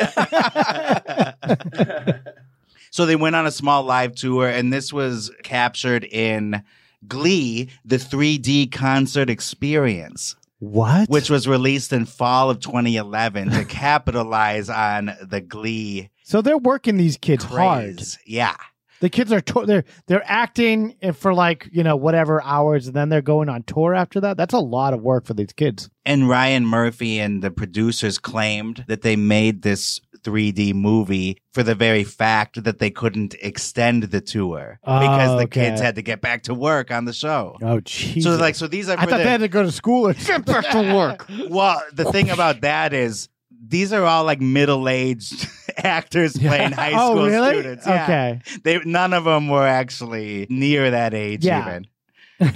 S1: So they went on a small live tour, and this was captured in Glee, the 3D concert experience,
S10: What?
S1: which was released in fall of 2011 to capitalize on the Glee
S10: So they're working these kids hard.
S1: craze. Yeah.
S10: The kids are tour they're they're acting for like you know whatever hours, and then they're going on tour after that. That's a lot of work for these kids.
S1: And Ryan Murphy and the producers claimed that they made this 3D movie for the very fact that they couldn't extend the tour
S10: Oh,
S1: because the
S10: okay.
S1: kids had to get back to work on the show.
S10: Oh, jeez.
S1: So like so these are
S10: I
S1: for
S10: thought
S1: the-
S10: they had to go to school and get back to work.
S1: Well, the thing about that is these are all like middle-aged actors playing high
S10: Oh,
S1: school
S10: really?
S1: students. Yeah.
S10: Okay.
S1: They none of them were actually near that age
S10: Yeah.
S1: even.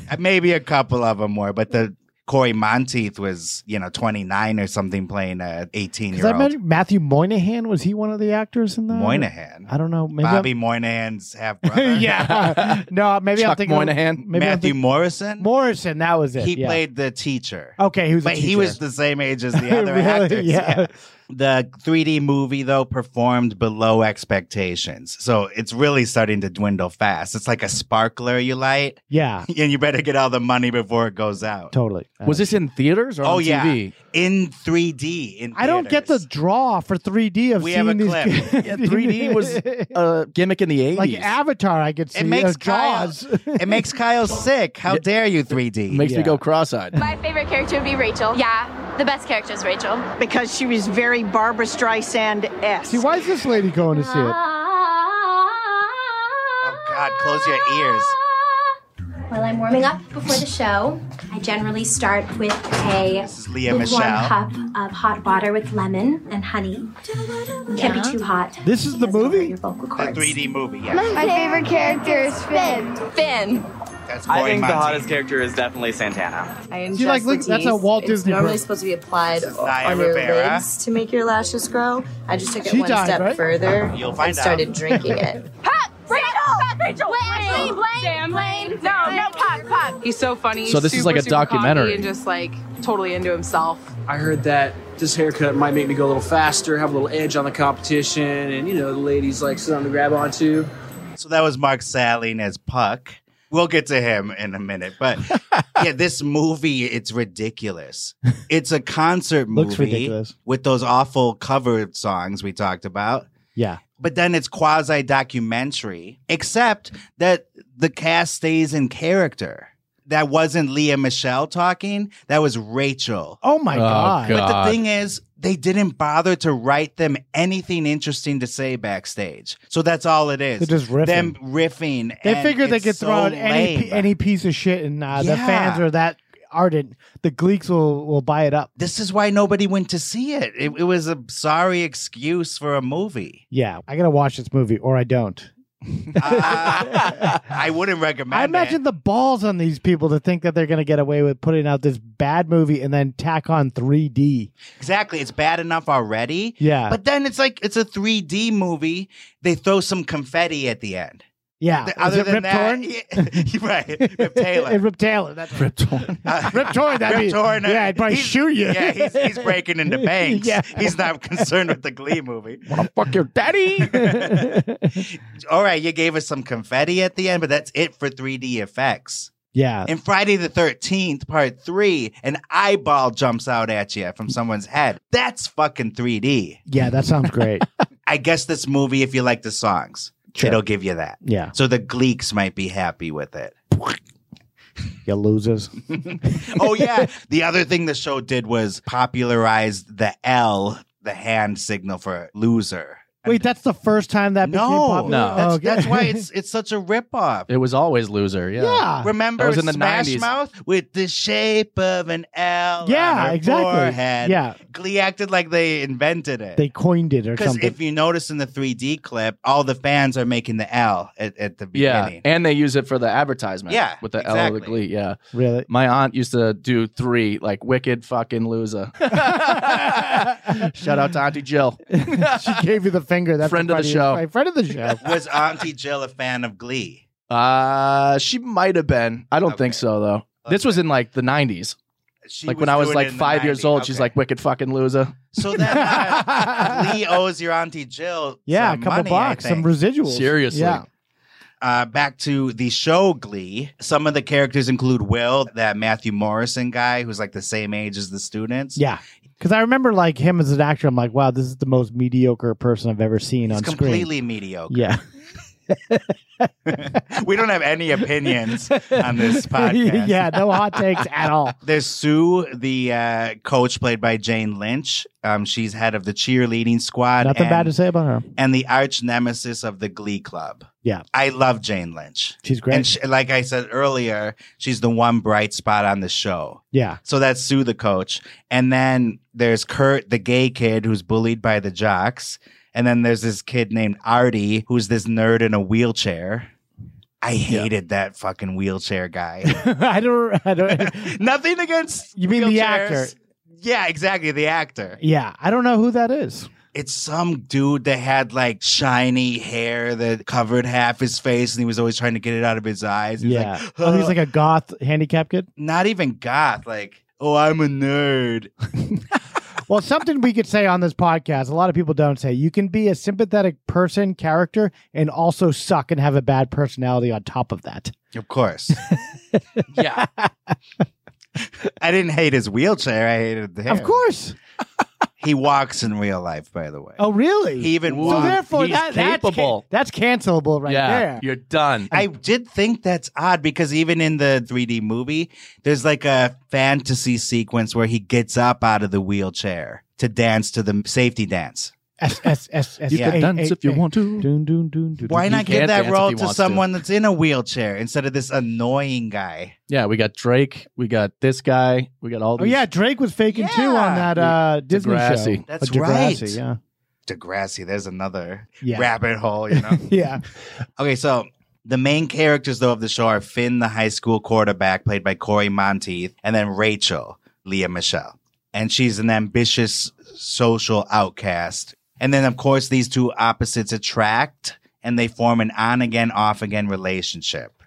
S1: Uh, Maybe a couple of them were, but the Corey Monteith was, you know, 29 or something playing a 18-year-old.
S10: Because I met Matthew Moynihan. Was he one of the actors in that?
S1: Moynihan.
S10: I don't know. Maybe I'm-
S1: Bobby Moynihan's half brother.
S10: yeah. No, maybe I'm
S11: Chuck
S10: thinking
S11: Moynihan.
S10: Maybe I'm
S1: Matthew
S10: thinking-
S1: Morrison.
S10: Morrison. That was it.
S1: He
S10: yeah.
S1: played the teacher.
S10: Okay, he was. a
S1: but he
S10: teacher.
S1: was the same age as the other
S10: Really?
S1: actors.
S10: Yeah.
S1: The 3D movie though performed below expectations. So it's really starting to dwindle fast. It's like a sparkler you light
S10: Yeah.
S1: and you better get all the money before it goes out.
S10: Totally. Uh,
S11: Was this in theaters or
S1: Oh
S11: on
S1: yeah.
S11: TV?
S1: In 3D in
S10: I don't get the
S1: theaters.
S10: draw for 3D of
S1: We have
S10: seeing
S1: a
S10: these
S1: clip.
S10: kids.
S11: Yeah, 3D was a Uh, gimmick in the 80s.
S10: like Avatar. I could see
S1: It makes
S10: uh, Jaws.
S1: Kyle It makes Kyle sick. How dare you 3D?
S11: makes me
S10: yeah.
S11: go cross-eyed.
S16: My favorite character would be Rachel. Yeah, the best character is Rachel.
S17: because she was very Barbara Streisand esque.
S10: See, why is this lady going to see it?
S18: Ah.
S12: Ah,
S1: oh god, close your ears.
S12: While I'm warming up before the show, I generally start with a
S1: This is Leah
S12: lukewarm
S1: Michelle.
S12: cup of hot water with lemon and honey. Can't be too hot.
S10: This is the movie.
S12: Vocal
S1: The
S12: cords.
S1: 3D movie, yeah.
S16: favorite character is Finn. Finn.
S19: That's
S15: I
S19: Roy
S15: think the
S19: Monteith.
S15: hottest character is definitely Santana.
S18: I am
S10: See, like,
S18: Jess
S10: look, that's
S18: Latisse.
S10: a Walt
S18: it's
S10: Disney
S18: normally
S10: pro-
S18: supposed to be applied
S19: Naya
S18: on your
S19: Rivera.
S18: lids to make your lashes grow. I just took it
S19: She
S18: one
S19: died,
S18: step
S19: right?
S18: further
S19: You'll
S18: and
S19: find out.
S18: started drinking it.
S16: Rachel! Fuck, Rachel! Blaine! Blaine! Blaine! No, no, Pop, Pop!
S20: He's so funny.
S11: So this is
S20: super,
S11: like a
S20: super
S11: documentary.
S20: cocky and just like totally into himself.
S21: I heard that this haircut might make me go a little faster, have a little edge on the competition, and you know the ladies like something to grab onto.
S1: So that was Mark Salling as Puck. We'll get to him in a minute, but yeah, this movie it's ridiculous. It's a concert movie
S10: Looks ridiculous.
S1: with those awful cover songs we talked about.
S10: Yeah.
S1: But then it's quasi documentary, except that the cast stays in character. That wasn't Leah Michelle talking, that was Rachel.
S10: Oh my God.
S1: But the thing is, they didn't bother to write them anything interesting to say backstage. So that's all it is.
S10: They're just riffing.
S1: Them riffing.
S10: They
S1: and
S10: figured they
S1: it's
S10: could
S1: so
S10: throw out any,
S1: lame.
S10: p- any piece of shit, and uh, the
S1: Yeah.
S10: fans are that ardent. The Gleeks will, will buy it up.
S1: This is why nobody went to see it. it. It was a sorry excuse for a movie.
S10: Yeah, I gotta watch this movie, or I don't.
S1: I wouldn't recommend
S10: I imagine the balls on these people to think that they're gonna get away with putting out this bad movie and then tack on 3D.
S1: it. Exactly. It's bad enough already.
S10: Yeah.
S1: But then it's like it's a 3D movie. They throw some confetti at the end.
S10: Yeah,
S1: The-
S10: Uh, Is
S1: other
S10: it
S1: than
S10: Rip
S1: that,
S10: Torn?
S1: yeah, right. Rip Taylor.
S10: Rip Taylor. That's
S11: Rip
S10: Torn. Rip Torn. That'd
S1: Rip
S10: be,
S1: Torn, uh,
S10: yeah, I'd probably
S1: he's-
S10: shoot you.
S1: Yeah, he's, he's breaking into banks.
S10: Yeah.
S1: He's not concerned with the Glee movie.
S11: Wanna fuck your daddy?
S1: All right, you gave us some confetti at the end, but that's it for 3D effects.
S10: yeah.
S1: And Friday the 13th, part three, an eyeball jumps out at you from someone's head. That's fucking 3D.
S10: Yeah, that sounds great.
S1: I guess this movie, if you like the songs,
S10: Sure.
S1: it'll give you that.
S10: Yeah.
S1: So the Gleeks might be happy with it.
S10: you losers.
S1: oh yeah. The other thing the show did was popularize the L, the hand signal for loser.
S10: Wait, that's the first time that became
S1: No,
S10: popular.
S1: That's,
S10: Oh, okay.
S1: that's why it's it's such a ripoff.
S11: It was always loser. Yeah.
S10: Yeah.
S1: Remember
S11: That was in the
S1: Smash
S11: 90s.
S1: Mouth with the shape of an L.
S10: Yeah,
S1: on her
S10: exactly.
S1: Forehead.
S10: Yeah.
S1: Glee acted like they invented it.
S10: they coined it or
S1: because
S10: something.
S1: if you notice in the 3D clip, all the fans are making the L at, at the
S11: Yeah,
S1: beginning.
S11: and they use it for the advertisement.
S1: Yeah,
S11: with the L of the
S1: exactly.
S11: Glee. Yeah,
S10: really.
S11: My aunt used to do three, like wicked fucking loser. Shout out to Auntie Jill.
S10: she gave you the finger. That's
S11: Friend of the
S10: funny.
S11: show.
S10: Right, friend of the show.
S1: Was Auntie Jill a fan of Glee?
S11: Uh, she might have been. I don't think so though. This was in like the '90s.
S1: She
S11: like when I was
S1: doing it
S11: like
S1: in the
S11: five years
S1: 90s.
S11: old, she's
S1: Okay.
S11: like wicked fucking loser.
S1: So then uh, Glee owes your Auntie Jill
S10: Yeah,
S1: some
S10: a couple
S1: money, I
S10: bucks, some
S1: think.
S10: residuals.
S11: Seriously.
S10: Yeah.
S1: Uh, back to the show Glee. Some of the characters include Will, that Matthew Morrison guy who's like the same age as the students.
S10: Yeah. Because I remember like him as an actor, I'm like, wow, this is the most mediocre person I've ever seen
S1: He's
S10: on
S1: completely
S10: screen.
S1: mediocre.
S10: Yeah.
S1: We don't have any opinions on this podcast.
S10: yeah, no hot takes at all.
S1: There's Sue, the uh, coach played by Jane Lynch. Um, she's head of the cheerleading squad.
S10: Nothing
S1: and,
S10: bad to say about her.
S1: And the arch nemesis of the Glee Club.
S10: Yeah.
S1: I love Jane Lynch.
S10: She's great.
S1: And she, like I said earlier, she's the one bright spot on the show.
S10: Yeah.
S1: So that's Sue, the coach. And then there's Kurt, the gay kid who's bullied by the jocks. And then there's this kid named Artie, who's this nerd in a wheelchair. I hated that fucking wheelchair guy.
S10: I don't I don't
S1: Nothing against
S10: You mean the actor.
S1: wheelchairs. Yeah, exactly. The actor.
S10: Yeah. I don't know who that is.
S1: It's some dude that had like shiny hair that covered half his face and he was always trying to get it out of his eyes. He was
S10: yeah.
S1: like,
S10: oh, he's like a goth handicap kid.
S1: not even goth, like, oh, I'm a nerd.
S10: Well, something we could say on this podcast, a lot of people don't say, you can be a sympathetic person character and also suck and have a bad personality on top of that.
S1: Of course. yeah. I didn't hate his wheelchair. I hated the hair.
S10: Of course.
S1: He walks in real life, by the way.
S10: Oh, really?
S1: He even
S10: so
S1: walked.
S10: therefore,
S11: he's
S10: that, that's,
S11: capable.
S10: ca- that's cancelable right
S11: yeah,
S10: there.
S11: you're done.
S1: I did think that's odd because even in the 3D movie, there's like a fantasy sequence where he gets up out of the wheelchair to dance to the safety dance.
S10: S S S S.
S11: You can dance if you want to.
S10: Doon, doon, doon, doon,
S1: Why
S10: doon.
S1: not
S11: can't
S1: give that
S11: dance if
S1: role
S11: he
S1: to
S11: wants to.
S1: someone that's in a wheelchair instead of this annoying guy?
S11: Yeah, we got Drake. We got this guy. We got all
S10: Oh
S11: these.
S10: yeah, Drake was faking too on that uh, Disney show.
S11: Degrassi.
S1: That's
S10: Oh, Degrassi,
S1: right.
S10: Yeah.
S1: Degrassi, there's another
S10: Yeah.
S1: rabbit hole, you know?
S10: Yeah.
S1: Okay, so The main characters, though, of the show are Finn, the high school quarterback, played by Corey Monteith, and then Rachel, Leah Michelle. And she's an ambitious social outcast. And then, of course, these two opposites attract and they form an on again, off again relationship.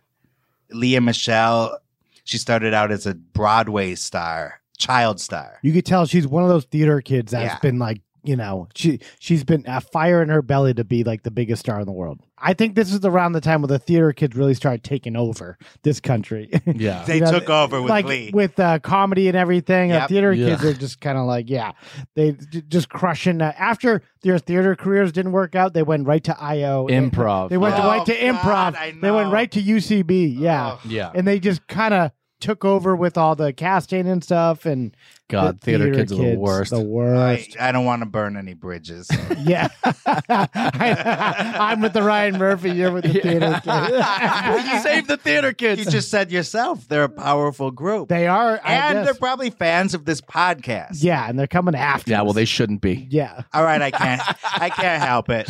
S1: Leah Michelle, she started out as a Broadway star, child star.
S10: You could tell she's one of those theater kids that's
S1: Yeah.
S10: been like, you know, she she's been a fire in her belly to be like the biggest star in the world. I think this is around the time where the theater kids really started taking over this country.
S11: Yeah.
S1: They took over with
S10: like,
S1: Glee.
S10: with uh, comedy and everything. Uh,
S1: Yep.
S10: theater
S1: Yeah.
S10: kids are just kind of like, yeah, they j- just crushing. Uh, after their theater careers didn't work out, they went right to IO and-
S11: Improv.
S10: They went
S1: Oh,
S11: Yeah.
S10: right to improv. they went right to UCB. Yeah,
S11: Yeah.
S10: and they just kind of took over with all the casting and stuff. And
S11: God,
S10: the
S11: theater kids are the worst.
S10: The worst.
S1: I don't want to burn any bridges.
S10: yeah, I, am with the Ryan Murphy. You're with the theater kids.
S1: you
S11: saved the theater kids.
S1: You just said yourself they're a powerful group.
S10: They are, I
S1: and
S10: guess.
S1: they're probably fans of this podcast.
S10: yeah, and they're coming after.
S11: Yeah, well, they shouldn't be.
S10: Yeah.
S1: All right, I can't. I can't help it.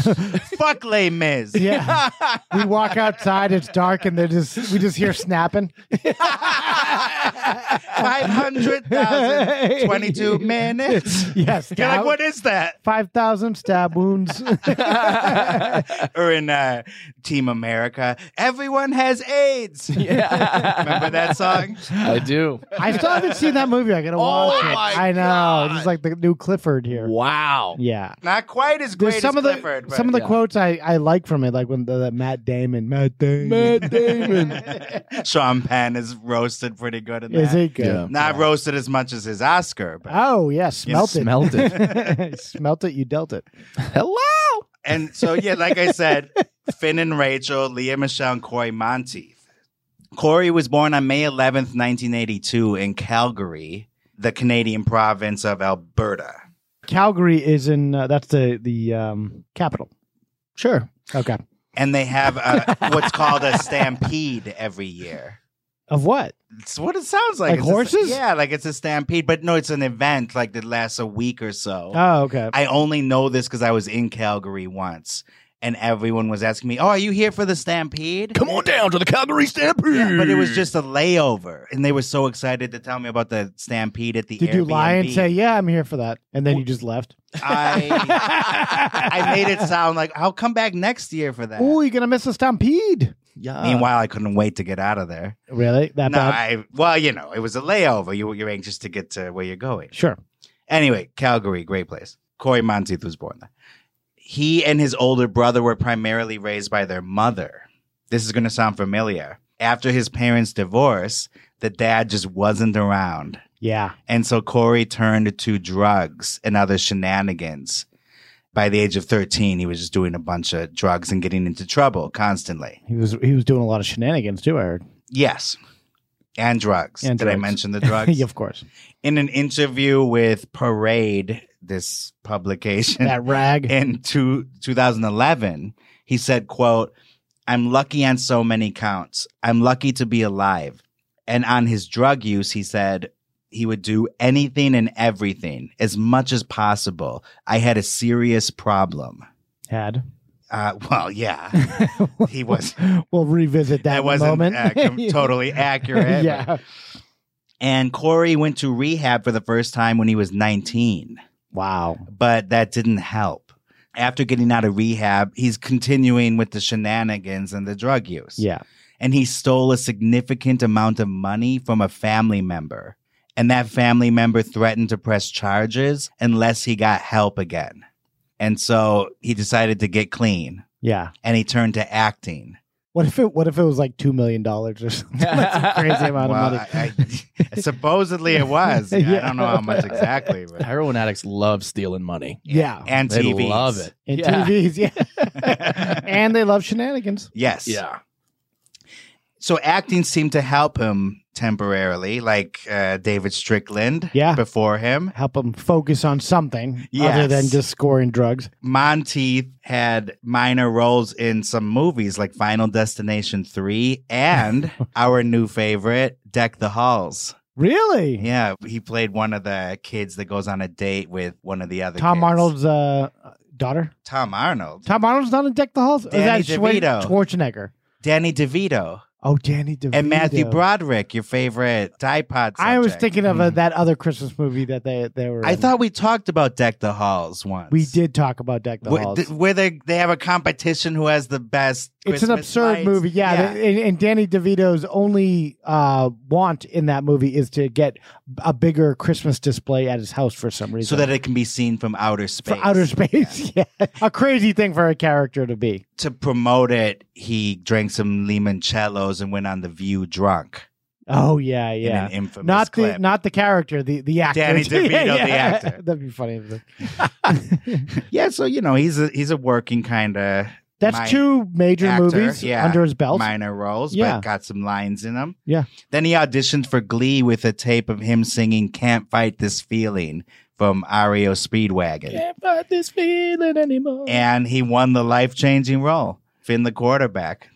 S1: Fuck Les Mis.
S10: Yeah. we walk outside, it's dark, and they just we just hear snapping.
S1: Five hundred thousand twenty-two minutes.
S10: Yes.
S1: You're like, what is that?
S10: Five thousand stab wounds.
S1: or in uh, Team America, everyone has AIDS. Yeah. Remember that song?
S11: I do.
S10: I still haven't seen that movie. I gotta
S1: Oh
S10: watch it. I know. It's like the new Clifford here.
S11: Wow.
S10: Yeah.
S1: Not quite as
S10: There's
S1: great
S10: some
S1: as
S10: of the
S1: Clifford. but-
S10: some of the quotes I, I like from it, like when the, the Matt Damon, Matt Damon, Matt Damon.
S1: Sean Penn is roasted pretty good in that.
S10: Is he good? Yeah.
S1: Not roasted as much as his Oscar, but
S10: oh yeah, smelt it,
S1: smelt
S10: it, smelt it. You dealt it.
S11: Hello.
S1: And so, yeah, like I said, Finn and Rachel, Leah Michelle, and Corey Monteith. Corey was born on May 11th, 1982, in Calgary, the Canadian province of Alberta.
S10: Calgary is in. Uh, that's the the um, capital. Sure. Okay.
S1: And they have a, what's called a stampede every year.
S10: Of what?
S1: It's what it sounds like.
S10: Like
S1: It's a-
S10: horses?
S1: yeah, like it's a stampede, but no, it's an event like that lasts a week or so.
S10: Oh, okay.
S1: I only know this because I was in Calgary once, and everyone was asking me, "Oh, are you here for the Stampede?"
S11: Come on down to the Calgary Stampede.
S1: Yeah, but it
S11: Hmm.
S1: was just a layover, and they were so excited to tell me about the Stampede at the
S10: Did
S1: Airbnb.
S10: you lie and say, "Yeah, I'm here for that," and then you just left?
S1: I, I made it sound like I'll come back next year for that.
S10: Oh, you're gonna miss a stampede.
S11: Yeah.
S1: Meanwhile, I couldn't wait to get out of there.
S10: Really? That
S1: no,
S10: bad?
S1: I well, you know, it was a layover. You you're anxious to get to where you're going.
S10: Sure.
S1: Anyway, Calgary, great place. Corey Monteith was born there. He and his older brother were primarily raised by their mother. This is going to sound familiar. After his parents' divorce, the dad just wasn't around.
S10: Yeah.
S1: And so Corey turned to drugs and other shenanigans. By the age of 13, he was just doing a bunch of drugs and getting into trouble constantly.
S10: He was he was doing a lot of shenanigans too. I heard.
S1: Yes. And drugs.
S10: And
S1: Did I
S10: drugs.
S1: mention the drugs?
S10: Yeah, of course.
S1: In an interview with Parade, this publication
S10: That rag.
S1: in two, 2011, he said, quote, I'm lucky on so many counts. I'm lucky to be alive. And on his drug use, he said he would do anything and everything as much as possible. I had a serious problem.
S10: Had.
S1: Uh, well, yeah, he was.
S10: We'll revisit that,
S1: That
S10: in a
S1: wasn't
S10: moment.
S1: uh, com- totally accurate.
S10: yeah.
S1: but- And Corey went to rehab for the first time when he was 19.
S10: Wow.
S1: But that didn't help. After getting out of rehab, he's continuing with the shenanigans and the drug use.
S10: Yeah.
S1: And he stole a significant amount of money from a family member. And that family member threatened to press charges unless he got help again. And so he decided to get clean
S10: Yeah.
S1: and he turned to acting.
S10: What if it What if it was like two million dollars or something? That's a crazy amount
S1: Well,
S10: of money.
S1: I- I- supposedly it was.
S10: Yeah.
S1: I don't know how much exactly, but
S11: Heroin addicts love stealing money.
S10: yeah.
S1: and
S11: They
S1: TVs.
S11: love it.
S10: And
S11: Yeah.
S10: TVs. Yeah. and they love shenanigans.
S1: Yes. So acting seemed to help him temporarily, like uh, David Strickland
S10: Yeah.
S1: before him.
S10: Help them focus on something other
S1: Yes.
S10: than just scoring drugs.
S1: Monteith had minor roles in some movies like Final Destination 3 and our new favorite, Deck the Halls.
S10: Really?
S1: Yeah, he played one of the kids that goes on a date with one of the other
S10: Tom
S1: kids.
S10: Arnold's uh, daughter.
S1: Tom Arnold.
S10: Tom Arnold's not in Deck the Halls. Or
S1: Danny
S10: is that Schwar-
S1: DeVito.
S10: Schwarzenegger?
S1: Danny DeVito.
S10: Oh, Danny DeVito.
S1: And Matthew Broderick, your favorite dipod.
S10: I was thinking of uh, that other Christmas movie that they they were.
S1: Mm-hmm. I
S10: in.
S1: thought we talked about Deck the Halls once.
S10: we did talk about Deck the
S1: where,
S10: Halls.
S1: th- where they they have a competition who has the best.
S10: it's an
S1: Christmas
S10: absurd
S1: lights.
S10: movie, yeah. th- And, and Danny DeVito's only uh, want in that movie is to get a bigger Christmas display at his house for some reason,
S1: so that it can be seen from outer space.
S10: for outer space. Yeah. a crazy thing for a character to be.
S1: to promote it, he drank some limoncellos and went on the View drunk.
S10: Oh yeah,
S1: In
S10: yeah.
S1: an infamous
S10: not
S1: clip.
S10: the not the character, the the actor,
S1: Danny DeVito, the actor.
S10: That'd be funny. if it-
S1: Yeah, so you know he's a he's a working kind of.
S10: That's two major movies under his belt.
S1: Minor roles,
S10: Yeah.
S1: but got some lines in them.
S10: Yeah.
S1: Then he auditioned for Glee with a tape of him singing "Can't Fight This Feeling" from Ario Speedwagon,
S10: Can't fight this feeling anymore.
S1: and he won the life changing role, Finn the quarterback,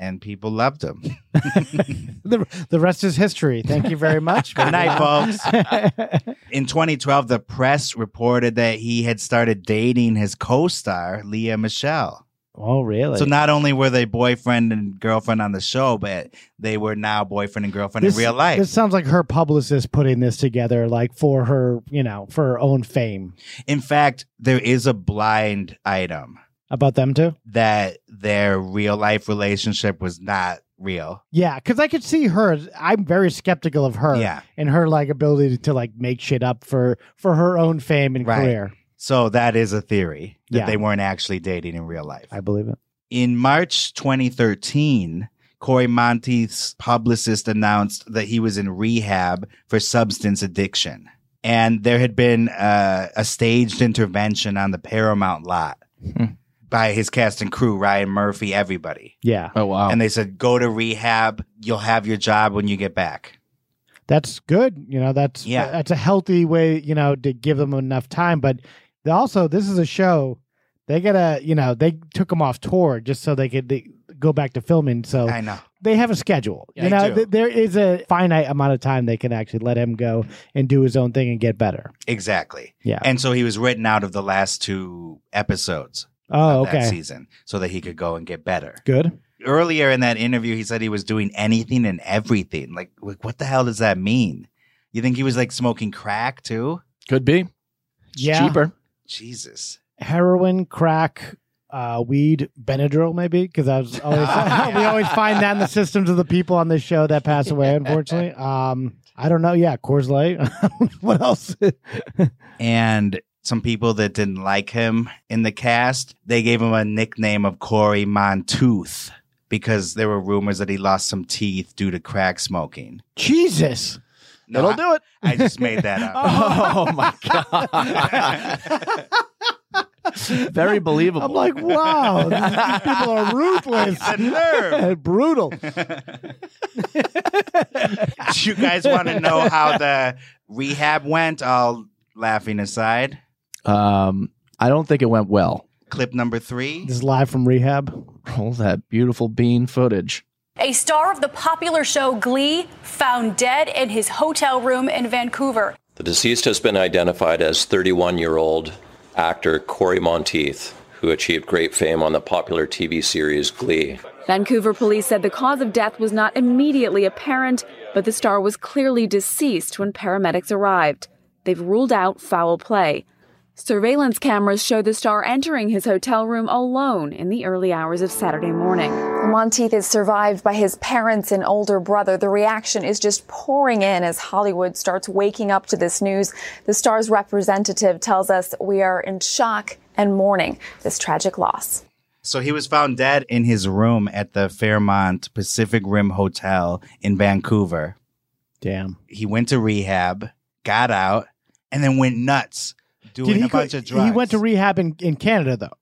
S1: and people loved him.
S10: The, the rest is history. Thank you very much.
S1: Good night, folks. In 2012, the press reported that he had started dating his co-star Leah Michelle.
S10: Oh, really?
S1: So not only were they boyfriend and girlfriend on the show, but they were now boyfriend and girlfriend in real life.
S10: This sounds like her publicist putting this together, like for her, you know, for her own fame
S1: in fact, there is a blind item
S10: about them too.
S1: that their real life relationship was not real.
S10: Yeah, because I could see her. I'm very skeptical of her.
S1: Yeah.
S10: and her like ability to like make shit up for for her own fame and
S1: Right.
S10: career.
S1: So that is a theory that
S10: Yeah.
S1: they weren't actually dating in real life.
S10: I believe it.
S1: In March 2013, Corey Monteith's publicist announced that he was in rehab for substance addiction. And there had been uh, a staged intervention on the Paramount lot
S10: Hmm.
S1: by his cast and crew, Ryan Murphy, everybody.
S10: Yeah.
S11: Oh wow.
S1: And they said, go to rehab. You'll have your job when you get back.
S10: that's good. You know, that's
S1: Yeah.
S10: that's a healthy way. You know, to give them enough time. But they also, this is a show. They gotta, you know, they took them off tour just so they could they, go back to filming. So
S1: I know.
S10: they have a schedule.
S1: They
S10: you know,
S1: do.
S10: th- there is a finite amount of time they can actually let him go and do his own thing and get better.
S1: Exactly.
S10: Yeah.
S1: And so he was written out of the last two episodes
S10: Oh,
S1: of that
S10: okay.
S1: season so that he could go and get better.
S10: Good.
S1: earlier in that interview, he said he was doing anything and everything. Like, like, what the hell does that mean? You think he was like smoking crack too?
S11: Could be.
S10: Yeah.
S11: Cheaper.
S1: Jesus.
S10: Heroin, crack. Uh, weed, Benadryl, maybe because I was always we always find that in the systems of the people on this show that pass away. Unfortunately, um, I don't know. Yeah, Coors Light. what else?
S1: And some people that didn't like him in the cast, they gave him a nickname of Corey Montooth because there were rumors that he lost some teeth due to crack smoking.
S10: Jesus.
S1: No,
S11: That'll
S1: I-
S11: do it.
S1: I just made that up.
S11: Oh my god.
S1: Oh.
S11: Very believable.
S10: I'm like, wow, these people are ruthless.
S1: The nerve.
S10: Brutal.
S1: you guys want to know how the rehab went? All laughing aside.
S11: Um, I don't think it went well.
S1: Clip number three.
S10: This is live from rehab.
S11: Roll that beautiful bean footage.
S19: A star of the popular show Glee found dead in his hotel room in Vancouver.
S22: The deceased has been identified as 31 year old actor Corey Monteith, who achieved great fame on the popular TV series Glee.
S23: Vancouver police said the cause of death was not immediately apparent, but the star was clearly deceased when paramedics arrived. They've ruled out foul play. Surveillance cameras show the star entering his hotel room alone in the early hours of Saturday morning.
S24: Monteith is survived by his parents and older brother. The reaction is just pouring in as Hollywood starts waking up to this news. The star's representative tells us we are in shock and mourning this tragic loss.
S1: So he was found dead in his room at the Fairmont Pacific Rim Hotel in Vancouver.
S10: Damn.
S1: He went to rehab, got out, and then went nuts doing a
S10: go-
S1: bunch of drugs.
S10: He went to rehab in, in Canada though.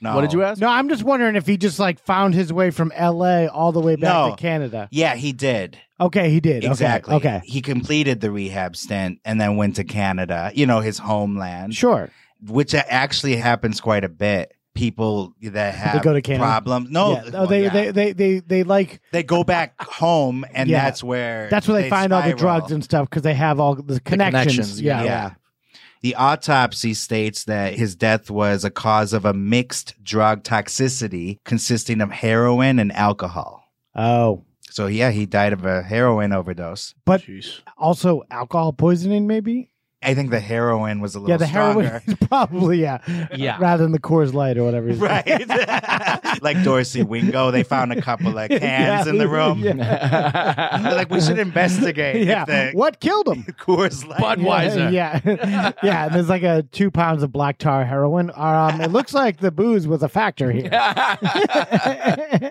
S1: No. What did you ask?
S10: No, I'm just wondering if he just like found his way from LA all the way back
S1: No.
S10: to Canada.
S1: Yeah, he did.
S10: Okay, he did. Okay,
S1: Exactly.
S10: Okay.
S1: He completed the rehab stint and then went to Canada, you know, his homeland.
S10: Sure.
S1: Which a- actually happens quite a bit. People that have
S10: go to Canada?
S1: problems. No,
S10: Yeah. Oh,
S1: well,
S10: they,
S1: yeah.
S10: they they they they like
S1: They go back home and
S10: Yeah.
S1: that's where
S10: that's where they, find all the
S1: spiral.
S10: drugs and stuff because they have all the connections.
S11: connections,
S10: Yeah,
S11: yeah.
S10: yeah.
S1: The autopsy states that his death was a cause of a mixed drug toxicity consisting of heroin and alcohol.
S10: Oh.
S1: So, yeah, he died of a heroin overdose.
S10: But also alcohol poisoning, maybe?
S1: I think the heroin was a little
S10: yeah, the
S1: stronger.
S10: heroin is probably, yeah.
S1: Yeah.
S10: Rather than the Coors Light or whatever. he's-
S1: right? like Dorsey Wingo, they found a couple of cans in the room. They're like, we should investigate.
S10: Yeah.
S1: If the
S10: what killed him?
S1: Coors Light.
S10: Yeah, yeah. yeah. and There's like a two pounds of black tar heroin. Um, it looks like the booze was a factor here.
S1: yeah.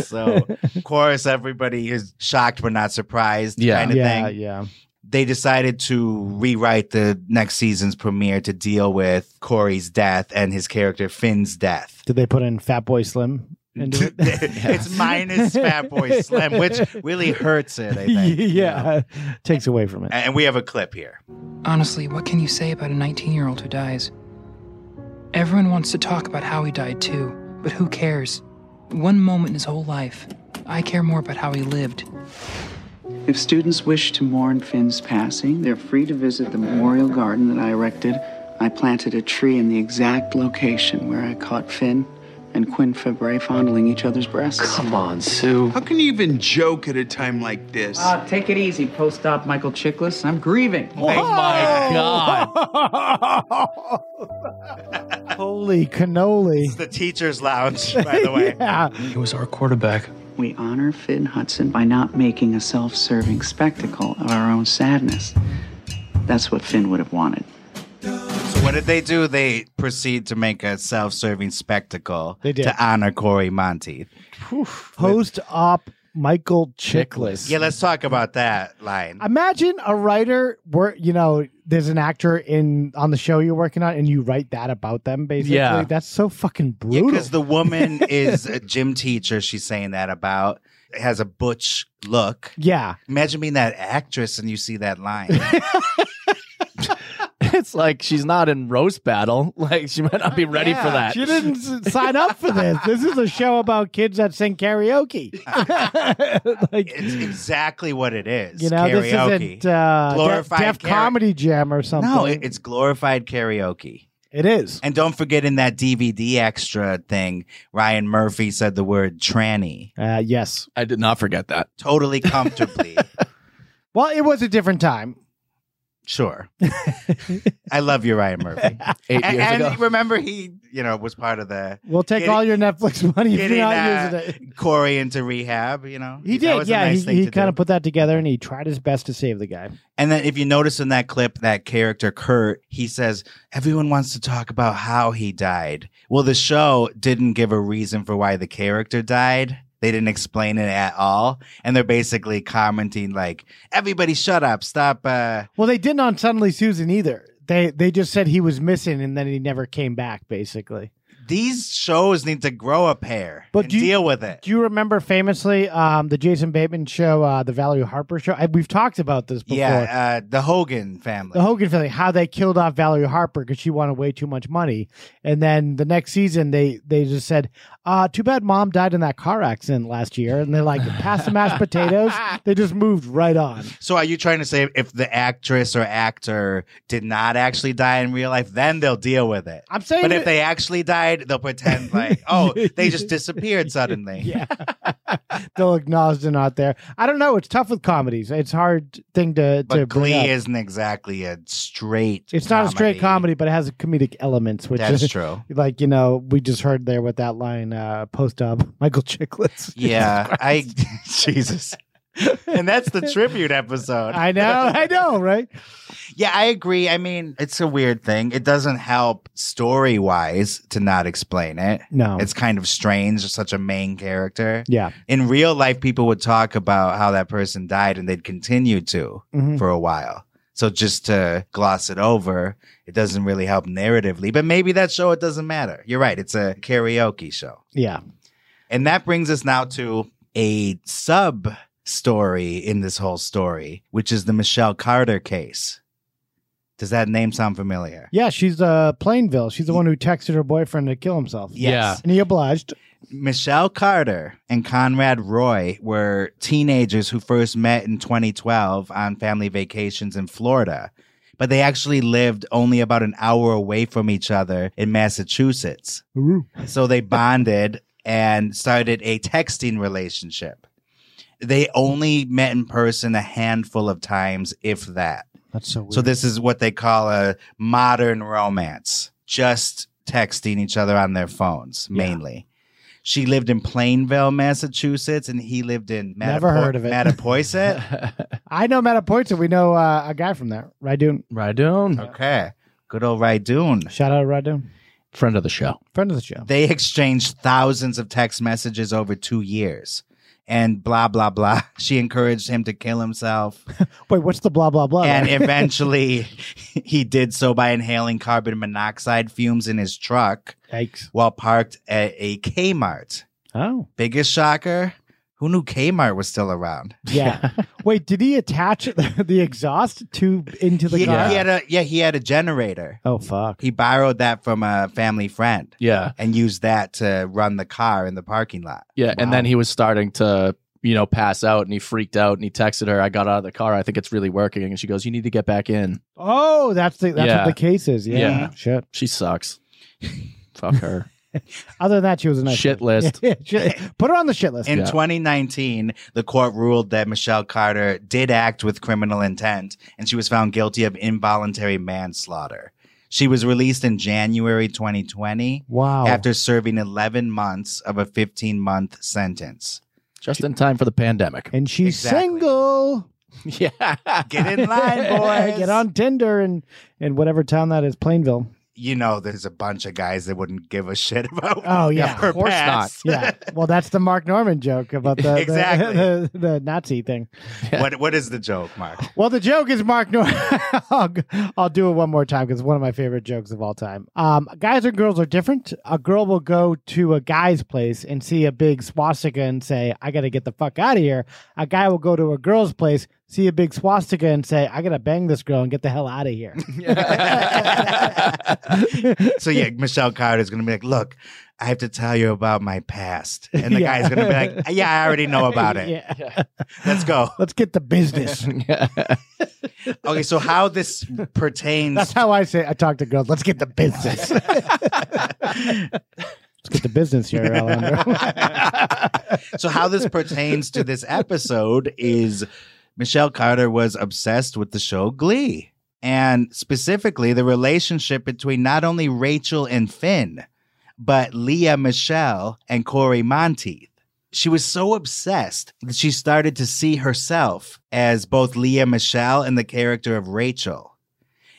S1: So, of course, everybody is shocked but not surprised.
S10: Yeah.
S1: kind of
S10: Yeah,
S1: thing.
S10: yeah.
S1: They decided to rewrite the next season's premiere to deal with Corey's death and his character Finn's death.
S10: Did they put in Fat Boy Slim? Into it?
S1: It's minus Fatboy Slim, which really hurts it. I think.
S10: yeah, takes away from it.
S1: And we have a clip here.
S14: Honestly, what can you say about a 19 year old who dies? Everyone wants to talk about how he died, too, but who cares? One moment in his whole life. I care more about how he lived.
S3: If students wish to mourn Finn's passing, they're free to visit the memorial garden that I erected. I planted a tree in the exact location where I caught Finn and Quinn Fabray fondling each other's breasts. Come on, Sue.
S4: How can you even joke at a time like this?
S3: Ah, take it easy, post-op Michael Chiklis. I'm grieving.
S4: Oh my
S3: God.
S10: Holy cannoli!
S1: It's the teacher's lounge, by the way.
S3: He was our quarterback. We honor Finn Hudson by not making a self serving spectacle of our own sadness. That's what Finn would have wanted.
S1: So what did they do? They proceed to make a self-serving spectacle
S10: They did.
S1: to honor Corey Monteith.
S10: Post op Michael Chiklis.
S1: Yeah, let's talk about that line.
S10: Imagine a writer where you know there's an actor in on the show you're working on, and you write that about them. Basically,
S1: Yeah.
S10: that's so fucking brutal.
S1: Because the woman is a gym teacher. She's saying that about has a butch look.
S10: yeah,
S1: Imagine being that actress and you see that line.
S11: it's like she's not in roast battle. Like she might not be ready for that.
S10: She didn't s- sign up for this. This is a show about kids that sing karaoke.
S1: it's exactly what it is.
S10: You know, this
S1: karaoke.
S10: isn't uh, Def,
S1: Glorified
S10: Def
S1: karaoke.
S10: Comedy Jam or something.
S1: No, it, it's glorified karaoke.
S10: It is.
S1: And don't forget in that DVD extra thing, Ryan Murphy said the word tranny.
S10: Uh, yes.
S11: I did not forget that.
S1: Totally comfortably.
S10: well, it was a different time.
S1: sure. I love you, Ryan Murphy.
S10: Eight
S1: and,
S10: years
S1: and
S10: ago.
S1: remember he, you know, was part of the
S10: We'll take
S1: Getting-
S10: all your Netflix money if
S1: getting
S10: you're not
S1: uh,
S10: using it.
S1: Corey into rehab, you know.
S10: He
S1: That
S10: did,
S1: was a
S10: yeah.
S1: nice
S10: he
S1: thing
S10: he
S1: to
S10: kind
S1: do.
S10: of put that together and he tried his best to save the guy.
S1: And then if you notice in that clip, that character, Kurt, he says, everyone wants to talk about how he died. Well, the show didn't give a reason for why the character died. They didn't explain it at all. And they're basically commenting like, everybody shut up, stop. Uh,
S10: Well, they didn't on Suddenly Susan either. They they just said he was missing and then he never came back. Basically,
S1: these shows need to grow a pair
S10: But
S1: and
S10: do you-
S1: deal with it.
S10: do you remember famously um, the Jason Bateman show, uh, the Valerie Harper show? I, we've talked about this before.
S1: Yeah, uh, the Hogan family.
S10: the Hogan family, how they killed off Valerie Harper because she wanted way too much money, and then the next season they they just said, uh, "Too bad mom died in that car accident last year," and they're like, "Pass the mashed potatoes." They just moved right on.
S1: So are you trying to say if the actress or actor did not actually die in real life, then they'll deal with it?
S10: I'm saying
S1: But
S10: that-
S1: if they actually died, they'll pretend like, oh, they just disappeared suddenly.
S10: Yeah. They'll acknowledge they're not there. I don't know. It's tough with comedies. It's hard thing to
S1: But
S10: to bring up.
S1: Glee isn't exactly a straight.
S10: It's not a straight comedy, but it has comedic elements, which
S1: That's
S10: is
S1: true.
S10: Like you know, we just heard there with that line, uh, post up Michael Chiklis.
S1: Yeah, I Jesus. and that's the tribute episode.
S10: I know, I know, right?
S1: Yeah, I agree. I mean, it's a weird thing. It doesn't help story wise to not explain it.
S10: No.
S1: It's kind of strange, such a main character.
S10: Yeah.
S1: In real life, people would talk about how that person died and they'd continue to
S10: Mhm.
S1: for a while. So just to gloss it over, it doesn't really help narratively. But maybe that show, it doesn't matter. You're right. It's a karaoke show.
S10: Yeah.
S1: And that brings us now to a sub story in this whole story, which is the Michelle Carter case. Does that name sound familiar?
S10: Yeah, she's uh Plainville. She's the one who texted her boyfriend to kill himself.
S1: Yes.
S10: And he obliged.
S1: Michelle Carter and Conrad Roy were teenagers who first met in 2012 on family vacations in Florida. but they actually lived only about an hour away from each other in Massachusetts. So they bonded and started a texting relationship. They only met in person a handful of times, if that.
S10: That's so weird.
S1: So this is what they call a modern romance, just texting each other on their phones mainly. She lived in Plainville, Massachusetts, and he lived in Mattapo-
S10: Never heard of it.
S1: Mattapoisett.
S10: I know Metapoint, we know uh, a guy from there, Rydoon.
S11: Rydoon.
S1: Okay. Good old Rydoon.
S10: Shout out Rydoon.
S11: Friend of the show.
S10: Friend of the show.
S1: They exchanged thousands of text messages over two years. And blah, blah, blah. She encouraged him to kill himself.
S10: Wait, what's the blah blah blah?
S1: and eventually he did so by inhaling carbon monoxide fumes in his truck while parked at a Kmart.
S10: Oh.
S1: Biggest shocker. Who knew Kmart was still around?
S10: yeah. Wait, did he attach the, the exhaust tube into the
S1: He,
S10: car?
S1: he had a yeah, he had a generator.
S10: Oh fuck.
S1: He borrowed that from a family friend.
S11: Yeah.
S1: And used that to run the car in the parking lot.
S11: Yeah, and then he was starting to, you know, pass out and he freaked out and he texted her, I got out of the car. I think it's really working. And she goes, You need to get back in.
S10: oh, that's the that's
S11: Yeah.
S10: what the case is. Yeah. Shit.
S11: She sucks. Fuck her.
S10: Other than that, she was a nice
S11: Shit
S10: lady.
S11: list.
S10: Yeah, shit- Put her on the shit list.
S1: In 2019, the court ruled that Michelle Carter did act with criminal intent and she was found guilty of involuntary manslaughter. She was released in January 2020
S10: Wow.
S1: after serving 11 months of a 15 month sentence.
S11: Just in time for the pandemic.
S10: And she's single.
S11: Yeah.
S1: Get in line, boys.
S10: Get on Tinder and in whatever town that is, Plainville.
S1: You know, there's a bunch of guys that wouldn't give a shit about
S10: Oh yeah,
S1: her past.
S10: yeah. Well, that's the Mark Norman joke about the the-
S1: Exactly.
S10: the, the Nazi thing.
S1: What, what is the joke, Mark?
S10: Well, the joke is Mark Norman. I'll, I'll do it one more time because it's one of my favorite jokes of all time. Um, guys and girls are different. A girl will go to a guy's place and see a big swastika and say, "I got to get the fuck out of here." A guy will go to a girl's place, see a big swastika, and say, "I got to bang this girl and get the hell out of here."
S1: so yeah, Michelle Carter is gonna be like, "Look, I have to tell you about my past," and the
S10: Yeah.
S1: guy's gonna be like, "Yeah, I already know about it.
S10: Yeah.
S1: Let's go."
S10: Let's get the business.
S1: Okay, so how this pertains?
S10: That's how I say. I talk to girls. Let's get the business. Let's get the business here, Alejandro.
S1: so how this pertains to this episode is Michelle Carter was obsessed with the show Glee and specifically the relationship between not only Rachel and Finn but Leah Michelle and Corey Monteith. She was so obsessed that she started to see herself as both Leah Michelle and the character of Rachel.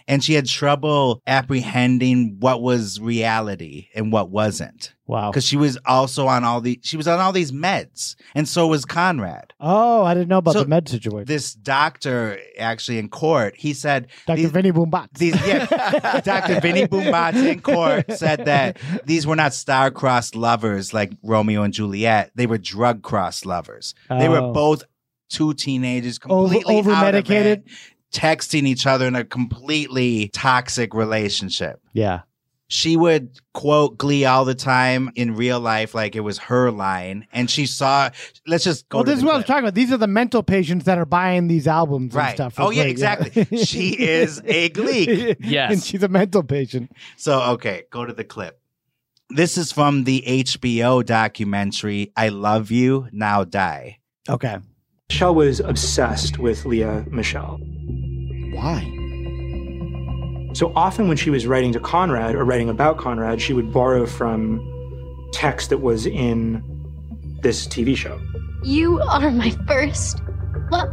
S1: And she had trouble apprehending what was reality and what wasn't.
S10: Wow.
S1: Because she was also on all the she was on all these meds. And so was Conrad.
S10: oh, I didn't know about
S1: So-
S10: the med situation.
S1: This doctor actually in court, he said
S10: Dr. Vinny Boombat.
S1: these yeah, Dr. Vinny Boombats in court said that these were not star-crossed lovers like Romeo and Juliet. They were drug-crossed lovers. They were
S10: Oh.
S1: both two teenagers
S10: Over-
S1: completely out of it,
S10: over-medicated?
S1: texting each other in a completely toxic relationship.
S10: Yeah.
S1: She would quote Glee all the time in real life, like it was her line. And she saw. Let's just go.
S10: Well,
S1: to
S10: this is
S1: the
S10: what I'm
S1: clip.
S10: talking about. These are the mental patients that are buying these albums
S1: Right.
S10: and stuff. for
S1: Oh yeah,
S10: Glee,
S1: exactly. she is a Glee.
S11: Yes.
S10: and she's a mental patient.
S1: So, okay, go to the clip. This is from the HBO documentary I Love You, Now Die.
S10: Okay.
S2: Michelle was obsessed with Leah Michelle.
S10: Why?
S2: So often when she was writing to Conrad or writing about Conrad, she would borrow from text that was in this TV show.
S6: You are my first love.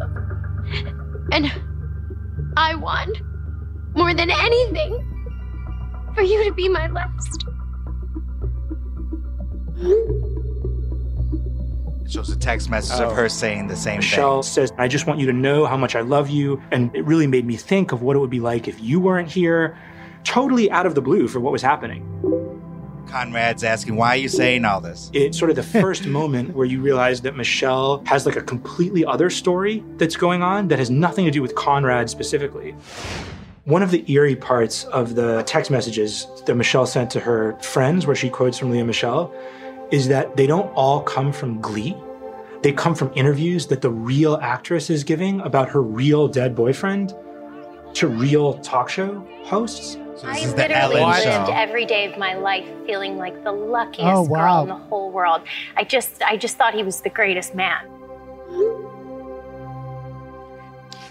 S6: And I want, more than anything, for you to be my last.
S1: It shows a text message
S2: Oh.
S1: of her saying the same
S2: Michelle says, I just want you to know how much I love you. And it really made me think of what it would be like if you weren't here, totally out of the blue for what was happening.
S1: thing. Conrad's asking, Why are you saying all this?
S2: It's sort of the first moment where you realize that Michelle has like a completely other story that's going on that has nothing to do with Conrad specifically. One of the eerie parts of the text messages that Michelle sent to her friends, where she quotes from Leah Michelle, is that they don't all come from Glee. They come from interviews that the real actress is giving about her real dead boyfriend to real talk show hosts.
S1: So this is
S2: the
S5: literally lived every day of my life feeling like the luckiest
S2: Oh, wow.
S5: girl in the whole world. I just I just thought he was the greatest man.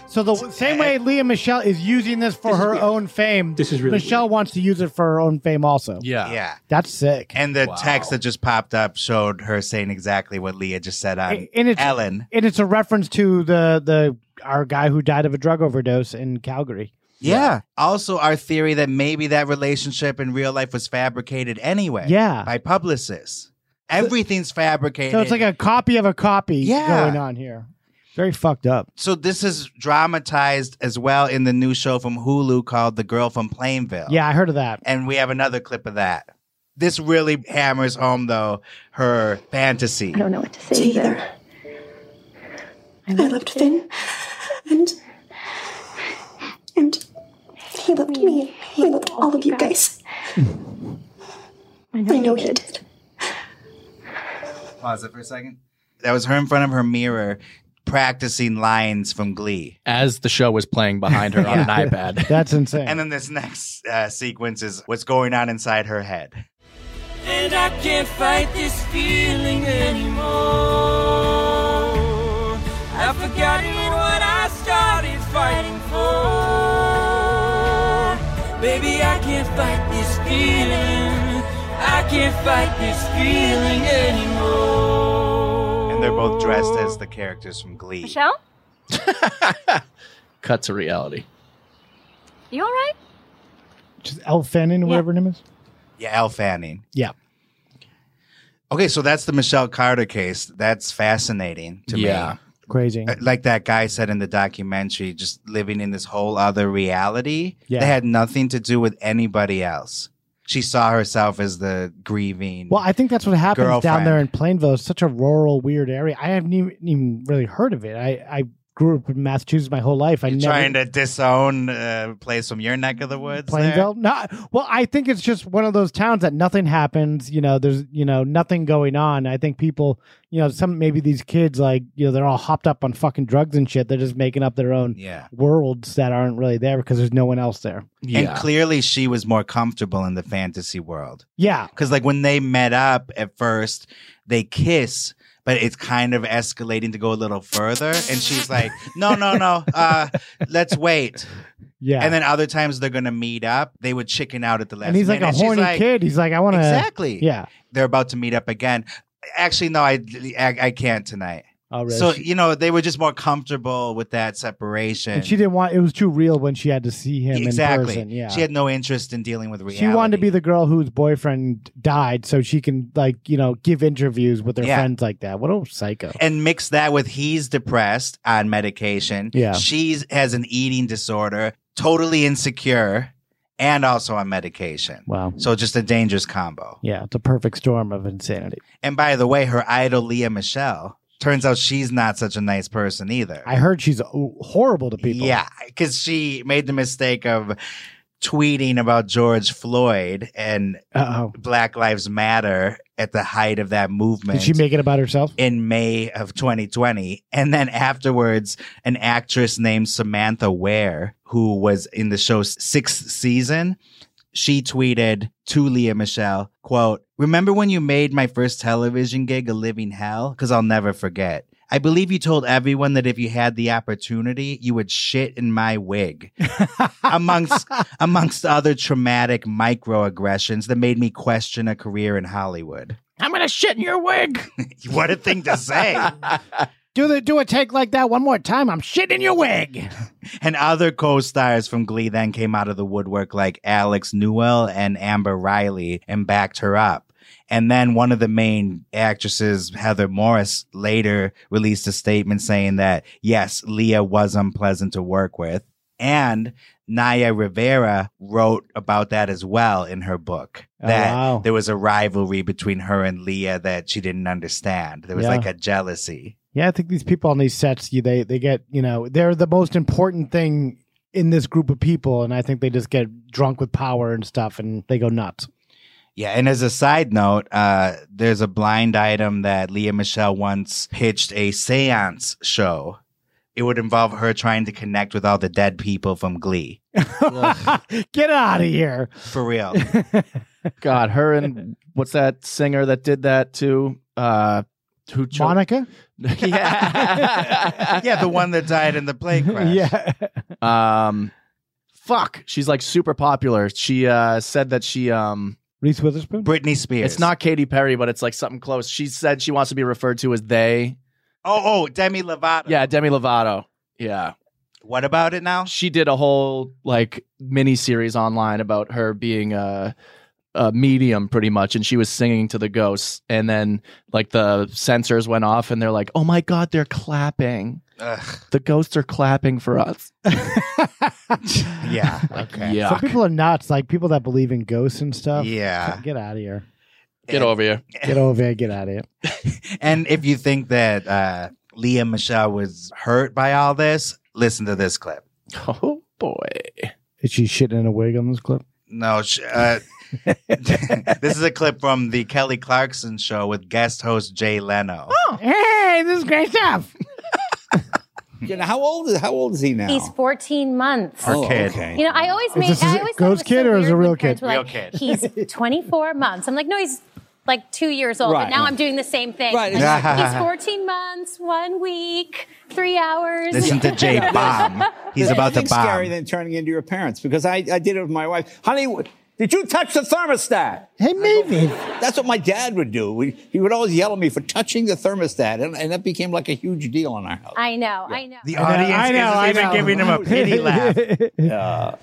S10: So the same way Leah Michelle is using this for her own fame,
S1: This is really
S10: Michelle wants to use it for her own fame also.
S1: Yeah. Yeah.
S10: That's sick.
S1: And the text that just popped up showed her saying exactly what Leah just said on
S10: And it's
S1: Ellen.
S10: and it's a reference to the the our guy who died of a drug overdose in Calgary.
S1: Yeah. Also, our theory that maybe that relationship in real life was fabricated anyway.
S10: Yeah.
S1: By publicists. Everything's fabricated.
S10: So it's like a copy of a copy
S1: Yeah.
S10: going on here. Very fucked up.
S1: So this is dramatized as well in the new show from Hulu called The Girl from Plainville.
S10: Yeah, I heard of that.
S1: And we have another clip of that. This really hammers home though her fantasy. I
S6: don't know what to say either.
S7: I loved Finn, and and he loved me. He loved all of you guys. I know, he did.
S1: Pause it for a second. That was her in front of her mirror practicing lines from Glee.
S11: As the show was playing behind her on an
S1: Yeah.
S11: iPad.
S10: That's insane.
S1: And then this next uh, sequence is what's going on inside her head.
S16: And I can't fight this feeling anymore. I've forgotten what I started fighting for. Baby, I can't fight this feeling. I can't fight this feeling anymore.
S1: And they're both dressed as the characters from Glee.
S9: Michelle,
S11: Cut to reality.
S9: you all right?
S10: Just Elle Fanning, or whatever her name is.
S1: Yeah, Elle Fanning.
S10: Yeah.
S1: Okay, so that's the Michelle Carter case. That's fascinating to
S10: Yeah.
S1: me.
S10: Crazy.
S1: Uh, Like that guy said in the documentary, just living in this whole other reality
S10: Yeah.
S1: that had nothing to do with anybody else. She saw herself as the grieving.
S10: Well, I think that's what happens down
S1: Girlfriend.
S10: there in Plainville. It's such a rural, weird area. I haven't even, even really heard of it. I, I grew up in Massachusetts my whole life. I never
S1: trying to disown a place from your neck of the woods. there?
S10: Plainville. No, well, I think it's just one of those towns that nothing happens. You know, there's you know nothing going on. I think people, you know, some maybe these kids like you know they're all hopped up on fucking drugs and shit. They're just making up their own
S1: Yeah.
S10: worlds that aren't really there because there's no one else there.
S1: And clearly she was more comfortable in the fantasy world.
S10: Yeah.
S1: Because, like, when they met up at first, they kiss, but it's kind of escalating to go a little further. And she's like, no, no, no, uh, let's wait.
S10: Yeah.
S1: And then other times they're going to meet up, they would chicken out at the last
S10: and he's like
S1: minute.
S10: a
S1: She's
S10: horny
S1: like,
S10: kid. He's like, I want to
S1: Exactly.
S10: Yeah.
S1: They're about to meet up again. Actually, no, I, I, I can't tonight.
S10: Oh, really?
S1: So,
S10: She-
S1: you know, they were just more comfortable with that separation.
S10: And she didn't want. It was too real when she had to see him
S1: exactly.
S10: in person. Yeah.
S1: She had no interest in dealing with reality.
S10: She wanted to be the girl whose boyfriend died, so she can like you know give interviews with her
S1: Yeah.
S10: friends like that. What a psycho!
S1: and mix that with he's depressed on medication.
S10: Yeah.
S1: She's has an eating disorder, totally insecure, and also on medication.
S10: Wow.
S1: So just a dangerous combo.
S10: Yeah, it's a perfect storm of insanity.
S1: And by the way, her idol Leah Michelle turns out she's not such a nice person either.
S10: I heard she's oh, horrible to people.
S1: Yeah, because she made the mistake of tweeting about George Floyd and
S10: Uh-oh.
S1: Black Lives Matter at the height of that movement.
S10: Did she make it about herself?
S1: in May of 2020. And then afterwards, an actress named Samantha Ware, who was in the show's sixth season, she tweeted to Leah Michelle, quote, Remember when you made my first television gig a living hell? Because I'll never forget. I believe you told everyone that if you had the opportunity, you would shit in my wig. amongst amongst other traumatic microaggressions that made me question a career in Hollywood.
S11: I'm gonna shit in your wig.
S1: What a thing to say.
S10: Do the do a take like that one more time. I'm shitting in your wig.
S1: And other co-stars from Glee then came out of the woodwork like Alex Newell and Amber Riley and backed her up. And then one of the main actresses, Heather Morris, later released a statement saying that, yes, Leah was unpleasant to work with. And Naya Rivera wrote about that as well in her book.
S10: Oh,
S1: That
S10: wow.
S1: there was a rivalry between her and Leah that she didn't understand. There was
S10: Yeah.
S1: like a jealousy.
S10: Yeah, I think these people on these sets, you they they get you know they're the most important thing in this group of people, and I think they just get drunk with power and stuff, and they go nuts.
S1: Yeah, and as a side note, uh, there's a blind item that Leah Michelle once pitched a seance show it would involve her trying to connect with all the dead people from Glee.
S10: Get out of here.
S1: For real.
S11: God, her and what's that singer that did that too? Uh, who cho-
S10: Monica?
S1: yeah. yeah, the one that died in the plane crash.
S10: Yeah.
S11: Um, fuck, she's like super popular. She uh said that she um.
S10: Reese Witherspoon?
S1: Britney Spears.
S11: It's not Katy Perry, but it's like something close. She said she wants to be referred to as they.
S1: Oh, oh, Demi Lovato.
S11: Yeah, Demi Lovato. Yeah.
S1: What about it now?
S11: She did a whole like mini series online about her being a, a medium pretty much and she was singing to the ghosts and then like the sensors went off and they're like, "Oh my god, they're clapping.
S1: Ugh.
S11: The ghosts are clapping for us."
S1: Yeah. Okay.
S11: yeah.
S10: Some people are nuts, like people that believe in ghosts and stuff.
S1: Yeah.
S10: Get out of here.
S11: Get over here.
S10: Get over here. Get out of here.
S1: And if you think that uh, Leah Michelle was hurt by all this, listen to this clip.
S11: Oh boy.
S10: Is she shitting in a wig on this clip?
S1: No, sh- uh, this is a clip from the Kelly Clarkson show with guest host Jay Leno.
S10: Oh, hey, this is great stuff.
S25: You know, how old is how old is he now?
S5: He's 14 months.
S1: Her
S25: Oh,
S1: kid.
S25: okay.
S5: You know, I always
S10: Is
S5: made.
S10: this
S5: I
S10: a
S5: always
S10: ghost
S5: thought it was so
S10: kid or is it a
S5: weird when
S10: real
S5: parents
S10: kid?
S5: were
S1: Real
S5: like,
S1: kid.
S5: He's 24 months. I'm like, no, he's like two years old.
S1: Right.
S5: But now I'm doing the same thing.
S25: Right,
S5: Like,
S1: exactly.
S5: he's 14 months, one week, three hours.
S1: Listen to Jay bomb. He's
S25: There's
S1: about to
S25: nothing scarier
S1: bomb.
S25: than turning into your parents because I, I did it with my wife. Honey, w- did you touch the thermostat?
S10: Hey, maybe.
S25: That's what my dad would do. We, he would always yell at me for touching the thermostat, and, and that became like a huge deal in our house.
S5: I know. I know.
S1: The
S10: know,
S1: audience
S10: I know,
S1: isn't
S10: I
S1: even
S10: know.
S1: giving him a pity laugh.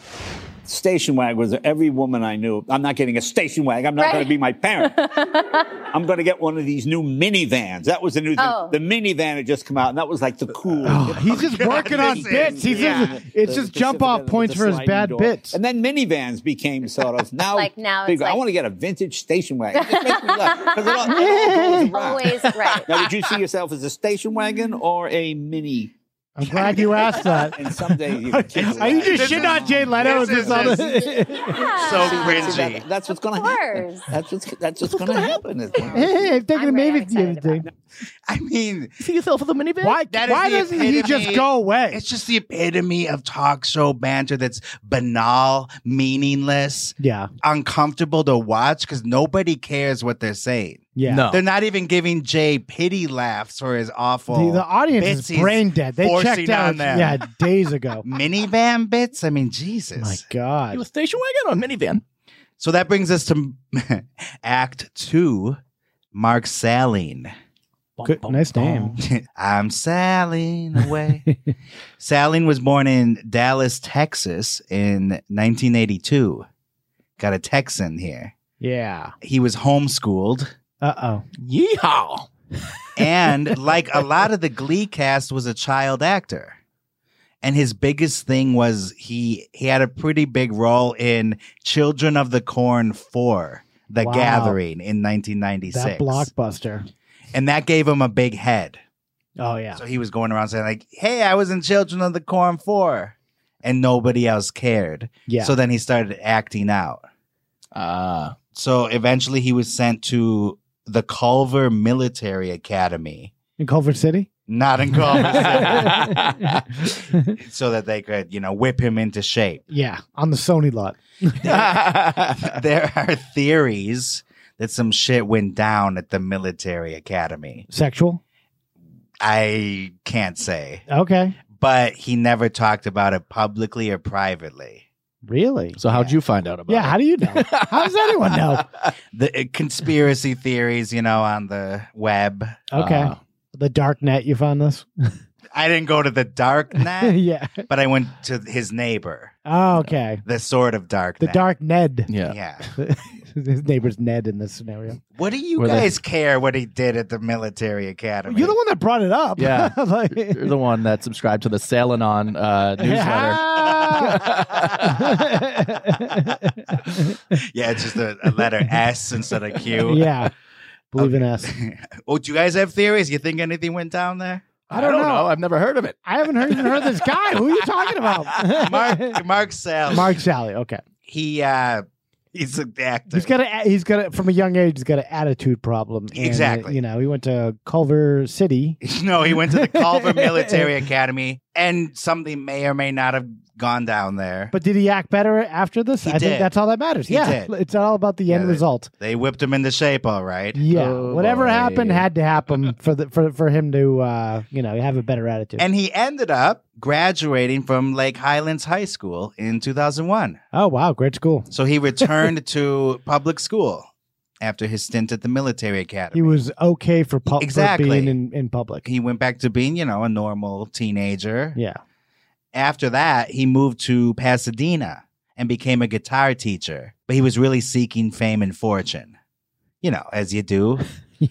S25: Station wagon was every woman I knew. I'm not getting a station wagon. I'm not
S5: Right.
S25: going to be my parent. I'm going to get one of these new minivans. That was the new thing.
S5: Oh.
S25: The minivan had just come out, and that was like the cool.
S10: He's just working on
S25: This
S10: bits.
S25: is-
S10: He's
S25: yeah.
S10: just, it's
S25: The-
S10: just
S25: the
S10: jump off
S25: Pacific
S10: points
S25: with
S10: for
S25: the
S10: his
S25: sliding
S10: bad
S25: door.
S10: bits.
S25: And then minivans became sort of now.
S5: Like, now it's
S25: big- I
S5: like-
S25: want to get a vintage station wagon. It makes me laugh, 'cause it all- it all goes around.
S5: Always right.
S25: Now, did you see yourself as a station wagon or a mini?
S10: I'm glad you asked that.
S25: And someday you can take it
S10: Are you
S25: away.
S10: just shitting on Jay Leno?
S1: This
S10: Is
S1: is-
S10: this all
S1: this So
S25: See, that-
S1: cringy.
S25: that's what's going to
S5: Of
S25: happen.
S5: course.
S25: That's what's that's what's going to happen. It's gonna-
S10: Hey, I'm taking a
S5: I'm really
S10: maybe the
S5: excited
S10: other day.
S1: I mean,
S11: See yourself with a minivan?
S10: Why,
S1: That is
S10: why
S1: the
S10: doesn't he just
S1: epitome-
S10: go away?
S1: It's just the epitome of talk show banter that's banal, meaningless,
S10: Yeah.
S1: uncomfortable to watch because nobody cares what they're saying.
S10: Yeah.
S11: No.
S1: They're not even giving Jay pity laughs for his awful.
S10: The, the audience
S1: bits
S10: is
S1: he's
S10: brain dead. They
S1: forcing
S10: checked out
S1: on them.
S10: yeah, days ago.
S1: Minivan bits? I mean, Jesus.
S10: My God.
S11: You a station wagon or a minivan?
S1: So that brings us to Act Two Mark Saline.
S10: Good, nice name.
S1: I'm sailing away. Saline was born in Dallas, Texas in 1982. Got a Texan here.
S10: Yeah.
S1: He was homeschooled
S10: Uh oh.
S11: Yeehaw.
S1: and, like a lot of the Glee cast, was a child actor. And his biggest thing was he he had a pretty big role in Children of the Corn 4, The
S10: Wow.
S1: Gathering in 1996.
S10: That blockbuster.
S1: And that gave him a big head.
S10: Oh, yeah.
S1: So he was going around saying like, "Hey, I was in Children of the Corn 4." And nobody else cared.
S10: Yeah.
S1: So then he started acting out.
S11: Ah.
S1: So eventually he was sent to the Culver Military Academy,
S10: In Culver City?
S1: not in Culver
S10: yeah,
S1: City, so that they could, you know, whip him into shape.
S10: on the Sony lot.
S1: There are theories that some shit went down at the military academy.
S10: Sexual?
S1: I can't say,
S10: Okay.
S1: but he never talked about it publicly or privately.
S10: Really?
S11: so how'd you find out about
S10: Yeah, how
S11: it?
S10: do you know? How does anyone know?
S1: the uh, conspiracy theories, you know, on the web.
S10: Okay.
S11: Uh,
S10: the dark net, you found this?
S1: I didn't go to the dark net,
S10: yeah.
S1: but I went to his neighbor,
S10: Oh, okay.
S1: the sort of dark
S10: The
S1: net.
S10: dark Ned.
S11: yeah.
S1: Yeah.
S10: His neighbor's Ned in this scenario.
S1: What do you
S11: Were they-
S1: guys care what he did at the military academy?
S10: You're the one that brought it up.
S11: Yeah.
S10: Like-
S11: You're the one that subscribed to the Sailing On uh, newsletter.
S1: yeah, it's just a, a letter S instead of Q.
S10: yeah. Believe in us.
S1: Oh, do you guys have theories? You think anything went down there?
S11: I don't, know. I've never heard of it.
S10: I haven't heard, even heard this guy. Who are you talking about?
S1: Mark Mark Sell.
S10: Mark Sally. Okay.
S1: he uh He's an actor.
S10: He's got a he's got a, from a young age he's got an attitude problem. And, uh,
S1: Exactly.
S10: you know, he went to Culver City.
S1: No, he went to the Culver Military Academy, and something may or may not have gone down there.
S10: But did he act better after this? I think
S1: did.
S10: that's all that matters.
S1: He
S10: yeah,
S1: did.
S10: it's all about the end result.
S1: They whipped him into shape, all right.
S10: Yeah,
S1: Oh,
S10: whatever happened had to happen for the for for him to uh, you know have a better attitude.
S1: And he ended up graduating from Lake Highlands High School in 2001.
S10: oh wow, great school.
S1: So he returned to public school after his stint at the military academy.
S10: He was okay for, pu- for
S1: Exactly.
S10: being in, in public.
S1: He went back to being, you know, a normal teenager.
S10: Yeah.
S1: After that, he moved to Pasadena and became a guitar teacher, but he was really seeking fame and fortune. You know, as you do,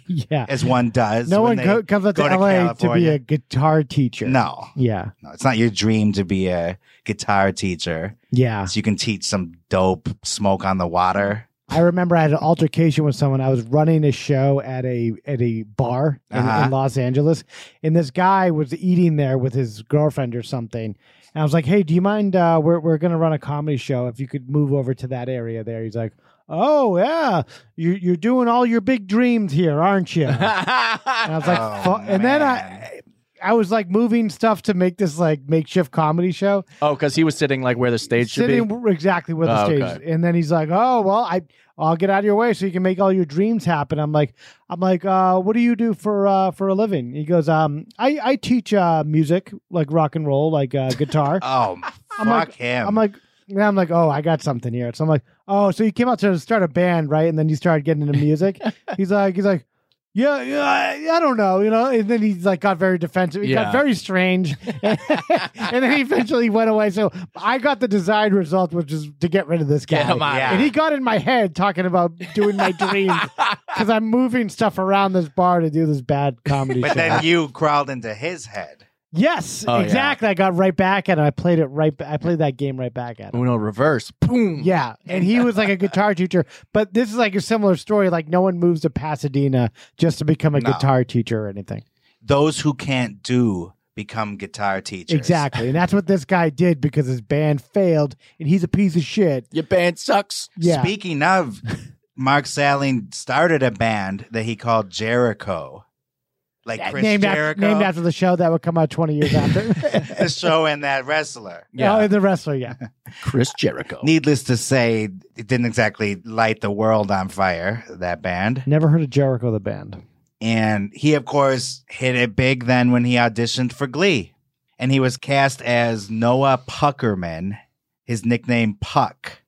S10: yeah,
S1: as one does.
S10: No
S1: when
S10: one
S1: they
S10: co- comes up
S1: go
S10: to, LA to be
S1: California.
S10: a guitar teacher.
S1: No.
S10: Yeah.
S1: No, it's not your dream to be a guitar teacher.
S10: Yeah.
S1: So you can teach some dope smoke on the water.
S10: I remember I had an altercation with someone. I was running a show at a at a bar in, in
S1: Uh-huh.
S10: Los Angeles, and this guy was eating there with his girlfriend or something. And I was like, "Hey, do you mind? Uh, we're we're gonna run a comedy show. If you could move over to that area there." He's like, "Oh yeah, you you're doing all your big dreams here, aren't you?" and I was like,
S1: Oh,
S10: "Fu-" and then I. I was like moving stuff to make this like makeshift comedy show,
S11: Oh, because he was sitting like where the stage should
S10: sitting
S11: be.
S10: w- exactly where the
S11: Oh,
S10: stage
S11: okay.
S10: is. and then he's like oh well i i'll get out of your way so you can make all your dreams happen i'm like i'm like uh what do you do for uh for a living he goes um i i teach uh music like rock and roll like uh guitar
S1: Oh,
S10: I'm
S1: fuck
S10: like,
S1: him.
S10: i'm like and I'm like, oh, I got something here. So I'm like, oh, so you came out to start a band, right? And then you started getting into music. he's like, he's like, yeah, yeah, I, I don't know, you know. And then he's like, got very defensive. He
S16: Yeah.
S10: got very strange, and then he eventually went away. So I got the desired result, which is to get rid of this guy.
S16: Get him out of
S10: And
S16: here.
S10: he got in my head talking about doing my dreams because I'm moving stuff around this bar to do this bad comedy.
S1: But
S10: show.
S1: then you crawled into his head.
S10: Yes,
S1: Oh, yeah.
S10: exactly. I got right back at him. I played it right. ba- I played that game right back at him.
S11: Uno reverse. Boom.
S10: Yeah, and he was like a guitar teacher. But this is like a similar story. Like no one moves to Pasadena just to become a
S1: No.
S10: guitar teacher or anything.
S1: Those who can't do become guitar teachers.
S10: Exactly, and that's what this guy did because his band failed, and he's a piece of shit.
S11: Your band sucks.
S10: Yeah.
S1: Speaking of, Mark Salling started a band that he called Jericho. Like Chris
S10: named, after,
S1: Jericho.
S10: named after the show that would come out twenty years after.
S1: the show and that wrestler.
S10: yeah, oh, the wrestler. Yeah,
S11: Chris Jericho.
S1: Needless to say, it didn't exactly light the world on fire, that band.
S10: never heard of Jericho the band.
S1: And he, of course, hit it big then when he auditioned for Glee. And he was cast as Noah Puckerman, his nickname Puck,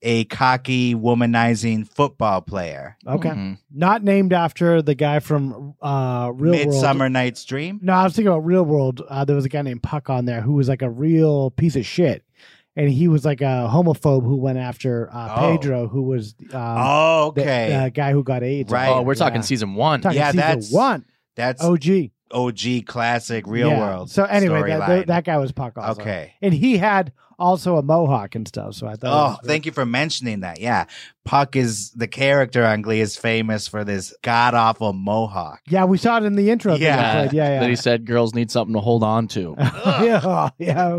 S1: a cocky, womanizing football player.
S10: Okay,
S11: Mm-hmm.
S10: not named after the guy from uh, Real World.
S1: Midsummer Night's Dream.
S10: No, I was thinking about Real World. Uh, there was a guy named Puck on there who was like a real piece of shit, and he was like a homophobe who went after uh,
S1: Oh.
S10: Pedro, who was um,
S1: Oh, okay.
S10: the uh, guy who got AIDS.
S1: Right.
S11: Oh, we're talking
S10: Yeah.
S11: season one.
S10: Talking
S1: yeah,
S10: season
S1: that's
S10: one.
S1: That's
S10: OG
S1: OG classic real
S10: oh, Yeah.
S1: world.
S10: So anyway, that,
S1: storyline.
S10: that, that guy was Puck. Also.
S1: Okay.
S10: and he had also a mohawk and stuff. So I thought,
S1: Oh,
S10: it was-
S1: thank you for mentioning that. Yeah. Puck is the character on Glee is famous for this god awful mohawk.
S10: yeah, we saw it in the intro. that you played. yeah,
S11: That
S10: yeah,
S11: he said girls need something to hold on to.
S10: yeah, yeah.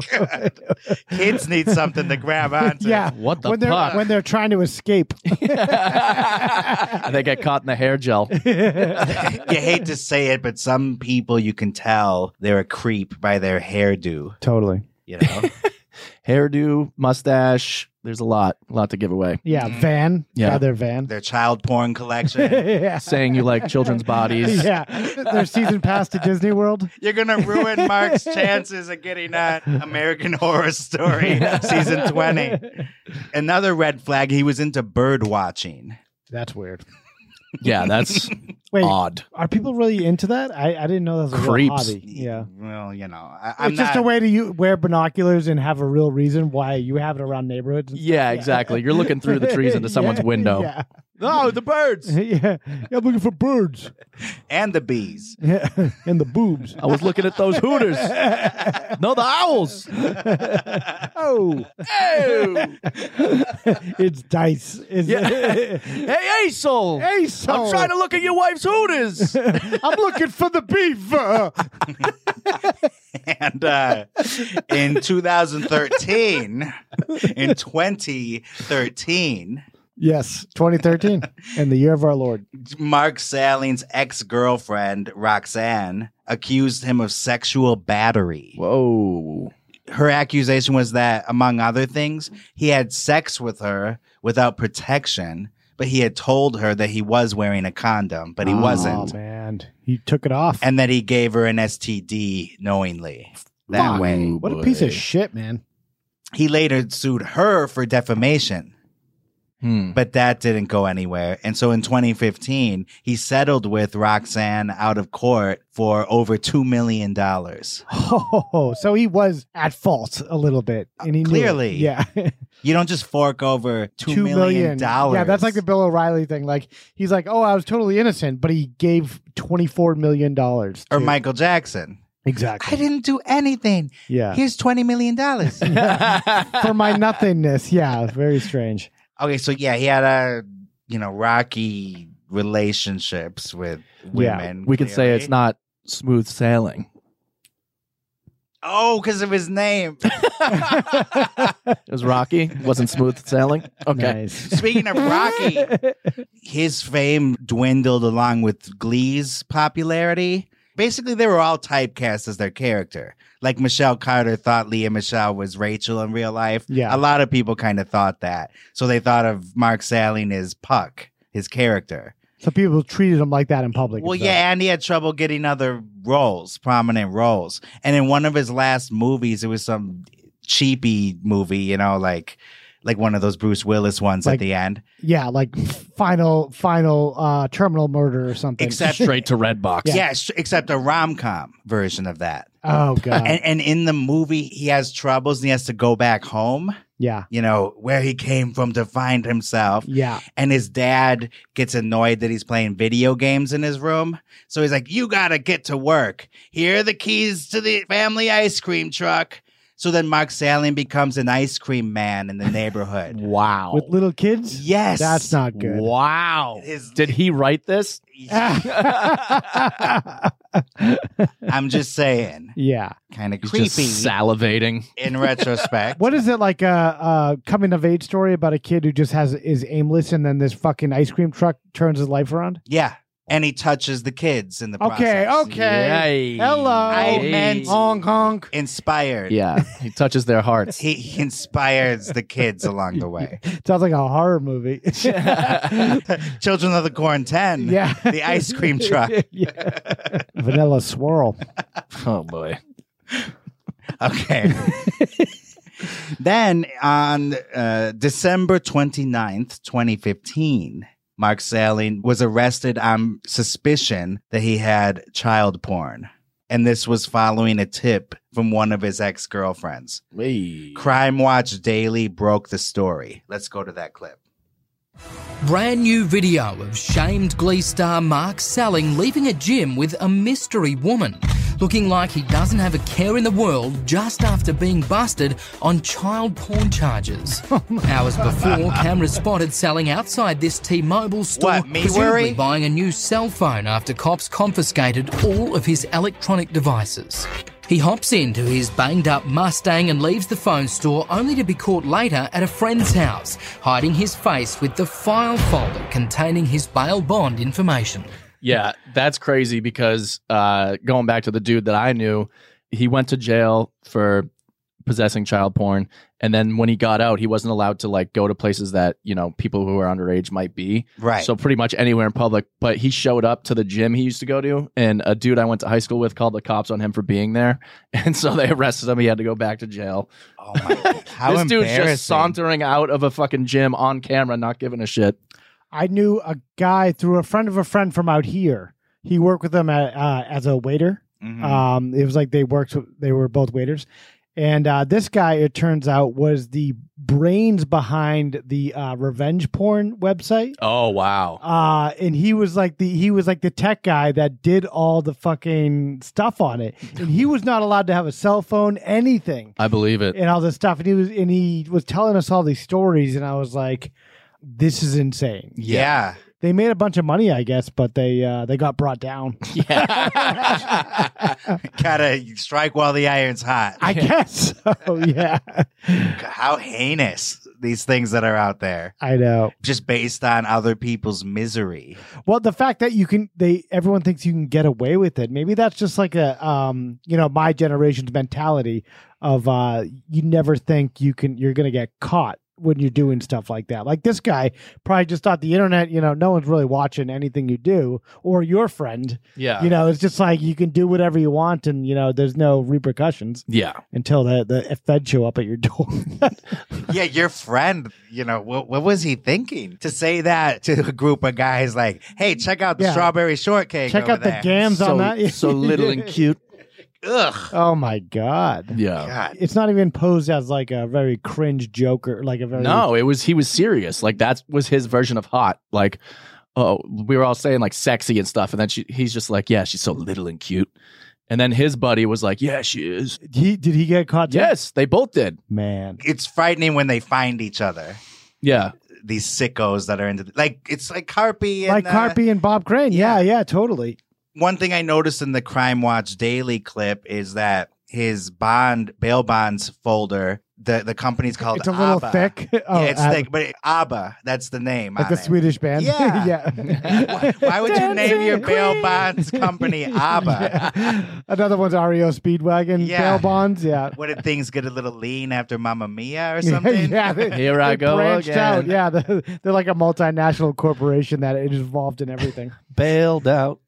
S1: Kids need something to grab onto.
S10: Yeah.
S11: What the
S10: when they're
S11: fuck?
S10: when they're trying to escape.
S11: And they get caught in the hair gel.
S1: you hate to say it, but some people you can tell they're a creep by their hairdo.
S10: Totally.
S1: You know?
S11: Hairdo, mustache. There's a lot, a lot to give away.
S10: Yeah, van.
S11: Mm. Yeah.
S10: Yeah, their van.
S1: Their child porn collection.
S10: Yeah.
S11: Saying you like children's bodies.
S10: yeah, their season pass to Disney World.
S1: You're gonna ruin Mark's chances of getting that American Horror Story season 20. Another red flag, he was into bird watching.
S10: That's weird.
S11: Yeah, that's
S10: Wait,
S11: odd.
S10: Are people really into that? I, I didn't know that was a real
S11: Creeps.
S10: hobby. Yeah,
S1: Well, you know, I, I'm
S10: it's just
S1: not-
S10: a way to you wear binoculars and have a real reason why you have it around neighborhoods. and
S11: Yeah, exactly. You're looking through the trees into someone's
S10: Yeah,
S11: window.
S10: yeah.
S11: No, the birds.
S10: yeah, I'm looking for birds.
S1: and the bees.
S10: Yeah, and the boobs.
S11: I was looking at those hooters. No, the owls.
S10: Oh,
S11: Oh.
S10: it's dice. It's-
S11: Yeah. Hey, Aesol.
S10: Aesol.
S11: I'm trying to look at your wife's hooters.
S10: I'm looking for the beef. uh.
S1: And uh, in 2013, in 2013,
S10: Yes, 2013 and the year of our Lord.
S1: Mark Saling's ex girlfriend, Roxanne, accused him of sexual battery.
S11: Whoa.
S1: Her accusation was that, among other things, he had sex with her without protection, but he had told her that he was wearing a condom, but he wasn't.
S10: Oh man, he took it off.
S1: And that he gave her an STD knowingly that
S10: Fuck.
S1: way.
S10: What a piece of shit, man.
S1: He later sued her for defamation.
S11: Hmm.
S1: But that didn't go anywhere. And so in 2015, he settled with Roxanne out of court for over $2 million.
S10: Oh, so he was at fault a little bit, and he knew it.
S1: Uh, Clearly.
S10: yeah,
S1: you don't just fork over $2
S10: two
S1: million.
S10: million Yeah, that's like the Bill O'Reilly thing. Like he's like, oh, I was totally innocent, but he gave twenty four million dollars.
S1: Or Michael Jackson.
S10: Exactly.
S1: I didn't do anything.
S10: Yeah.
S1: Here's $20 million.
S10: for my nothingness. Yeah, very strange.
S1: okay, so yeah, he had a, you know, rocky relationships with women.
S11: we could say it's
S1: clearly.
S11: not smooth sailing.
S1: Oh, because of his name.
S11: It was rocky. wasn't smooth sailing. Okay.
S1: Speaking of Rocky, his fame dwindled along with Glee's popularity. Basically, they were all typecast as their character. Like Michelle Carter thought Leah Michelle was Rachel in real life.
S10: Yeah.
S1: A lot of people kind of thought that. So they thought of Mark Salling as Puck, his character.
S10: So people treated him like that in public.
S1: Well,
S10: It's
S1: yeah, and he had trouble getting other roles, prominent roles. And in one of his last movies, it was some cheapy movie, you know, like like one of those Bruce Willis ones
S10: Like-
S1: at the end.
S10: like- yeah, like final, final, uh, terminal murder or something.
S1: Except
S11: to Redbox.
S1: Yeah, s- except a rom com version of that.
S10: Oh god.
S1: And, and in the movie, he has troubles and he has to go back home,
S10: yeah.
S1: you know, where he came from to find himself.
S10: Yeah.
S1: And his dad gets annoyed that he's playing video games in his room. So he's like, You got to get to work. Here are the keys to the family ice cream truck. So then Mark Salling becomes an ice cream man in the neighborhood.
S11: Wow.
S10: With little kids?
S1: Yes.
S10: That's not good.
S11: Wow. Did he write this?
S1: I'm just saying,
S10: Yeah.
S1: kind of
S11: He's
S1: creepy
S11: just salivating.
S1: in retrospect.
S10: What is it like a, a coming of age story about a kid who just has is aimless and then this fucking ice cream truck turns his life around?
S1: Yeah. And he touches the kids in the
S10: Okay,
S1: process.
S10: okay. Hello.
S1: I meant
S10: Hong Kong.
S1: Inspired.
S11: Yeah. He touches their hearts.
S1: He, he inspires the kids along the way.
S10: Sounds like a horror movie.
S1: Children of the Corn 10.
S10: Yeah.
S1: The ice cream truck.
S10: Vanilla swirl.
S11: Oh boy.
S1: Okay. then on uh, December 29th, 2015, Mark Salling was arrested on suspicion that he had child porn. And this was following a tip from one of his ex girlfriends. Crime Watch Daily broke the story. Let's go to that clip.
S12: Brand new video of shamed Glee star Mark Salling leaving a gym with a mystery woman, looking like he doesn't have a care in the world just after being busted on child porn charges. Hours before, cameras spotted Salling outside this T-Mobile store,
S1: me
S12: presumably
S1: worry?
S12: buying a new cell phone after cops confiscated all of his electronic devices. He hops into his banged up Mustang and leaves the phone store only to be caught later at a friend's house, hiding his face with the file folder containing his bail bond information.
S11: Yeah, that's crazy because uh, going back to the dude that I knew, he went to jail for possessing child porn, and then when he got out, he wasn't allowed to like go to places that you know people who are underage might be.
S1: Right.
S11: So pretty much anywhere in public. But he showed up to the gym he used to go to, and a dude I went to high school with called the cops on him for being there, and so they arrested him. He had to go back to jail.
S1: Oh my! How
S11: this dude's
S1: embarrassing.
S11: just sauntering out of a fucking gym on camera, not giving a shit.
S10: I knew a guy through a friend of a friend from out here. He worked with them at, uh, as a waiter.
S1: Mhm.
S10: Um, it was like they worked. They were both waiters, and uh, this guy, it turns out, was the brains behind the uh, revenge porn website.
S11: Oh wow.
S10: Uh, and he was like the he was like the tech guy that did all the fucking stuff on it, and he was not allowed to have a cell phone, anything
S11: I believe it.
S10: and all this stuff. And he was and he was telling us all these stories, and I was like, "This is insane."
S1: Yeah.
S10: They made a bunch of money, I guess, but they uh, they got brought down.
S1: Gotta strike while the iron's hot.
S10: I guess. So, yeah.
S1: How heinous these things that are out there.
S10: I know.
S1: Just based on other people's misery.
S10: Well, the fact that you can, they everyone thinks you can get away with it. Maybe that's just like a, um, you know, my generation's mentality of uh, you never think you can, you're gonna get caught when you're doing stuff like that. Like this guy probably just thought the internet, you know, no one's really watching anything you do or your friend.
S11: Yeah.
S10: you know, it's just like you can do whatever you want, and you know, there's no repercussions.
S11: Yeah.
S10: until the the fed show up at your door.
S1: yeah, your friend, you know, what, what was he thinking to say that to a group of guys like, hey, check out the
S10: Yeah.
S1: strawberry shortcake.
S10: Check
S1: over
S10: out the
S1: there."
S10: gams on that.
S11: cute.
S1: Ugh.
S10: Oh my god.
S11: Yeah.
S10: It's not even posed as like a very cringe joke or like a very
S11: No, it was he was serious. Like that was his version of hot. Like, oh, we were all saying like sexy and stuff, and then she, he's just like, yeah, she's so little and cute. And then his buddy was like, yeah, she is.
S10: He did he get caught?
S11: Yes, they both did.
S10: Man,
S1: It's frightening when they find each other.
S11: Yeah.
S1: These sickos that are into like it's like Carpy and
S10: like
S1: uh,
S10: Carpy and Bob Crane. Yeah, yeah, totally.
S1: one thing I noticed in the Crime Watch Daily clip is that his bond bail bonds folder, the the company's called
S10: It's a little
S1: ABBA.
S10: thick. Oh,
S1: yeah, it's
S10: Ab-
S1: thick, but it, ABBA, that's the name.
S10: Like
S1: on
S10: the
S1: it.
S10: Swedish band.
S1: Yeah.
S10: yeah.
S1: Why, why would you name your bail bonds company ABBA?
S10: Another one's REO Speedwagon.
S1: Yeah.
S10: Bail bonds. Yeah.
S1: What did things get a little lean after Mamma Mia or
S10: Yeah,
S1: something?
S10: yeah, they- they branched Out. Yeah, the- they're like a multinational corporation that is involved in everything.
S11: Bailed out.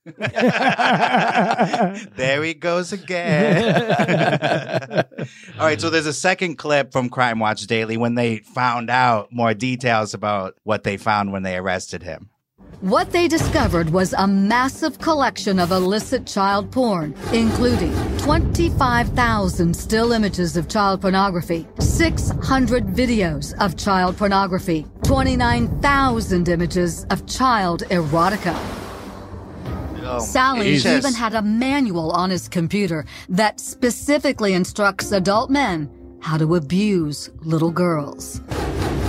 S1: There he goes again. All right, so there's a second clip from Crime Watch Daily when they found out more details about what they found when they arrested him.
S13: What they discovered was a massive collection of illicit child porn, including 25,000 still images of child pornography, 600 videos of child pornography, 29,000 images of child erotica. Oh,
S17: Oh
S13: Sally
S15: Jesus.
S13: even had a manual on his computer that specifically instructs adult men how to abuse little girls.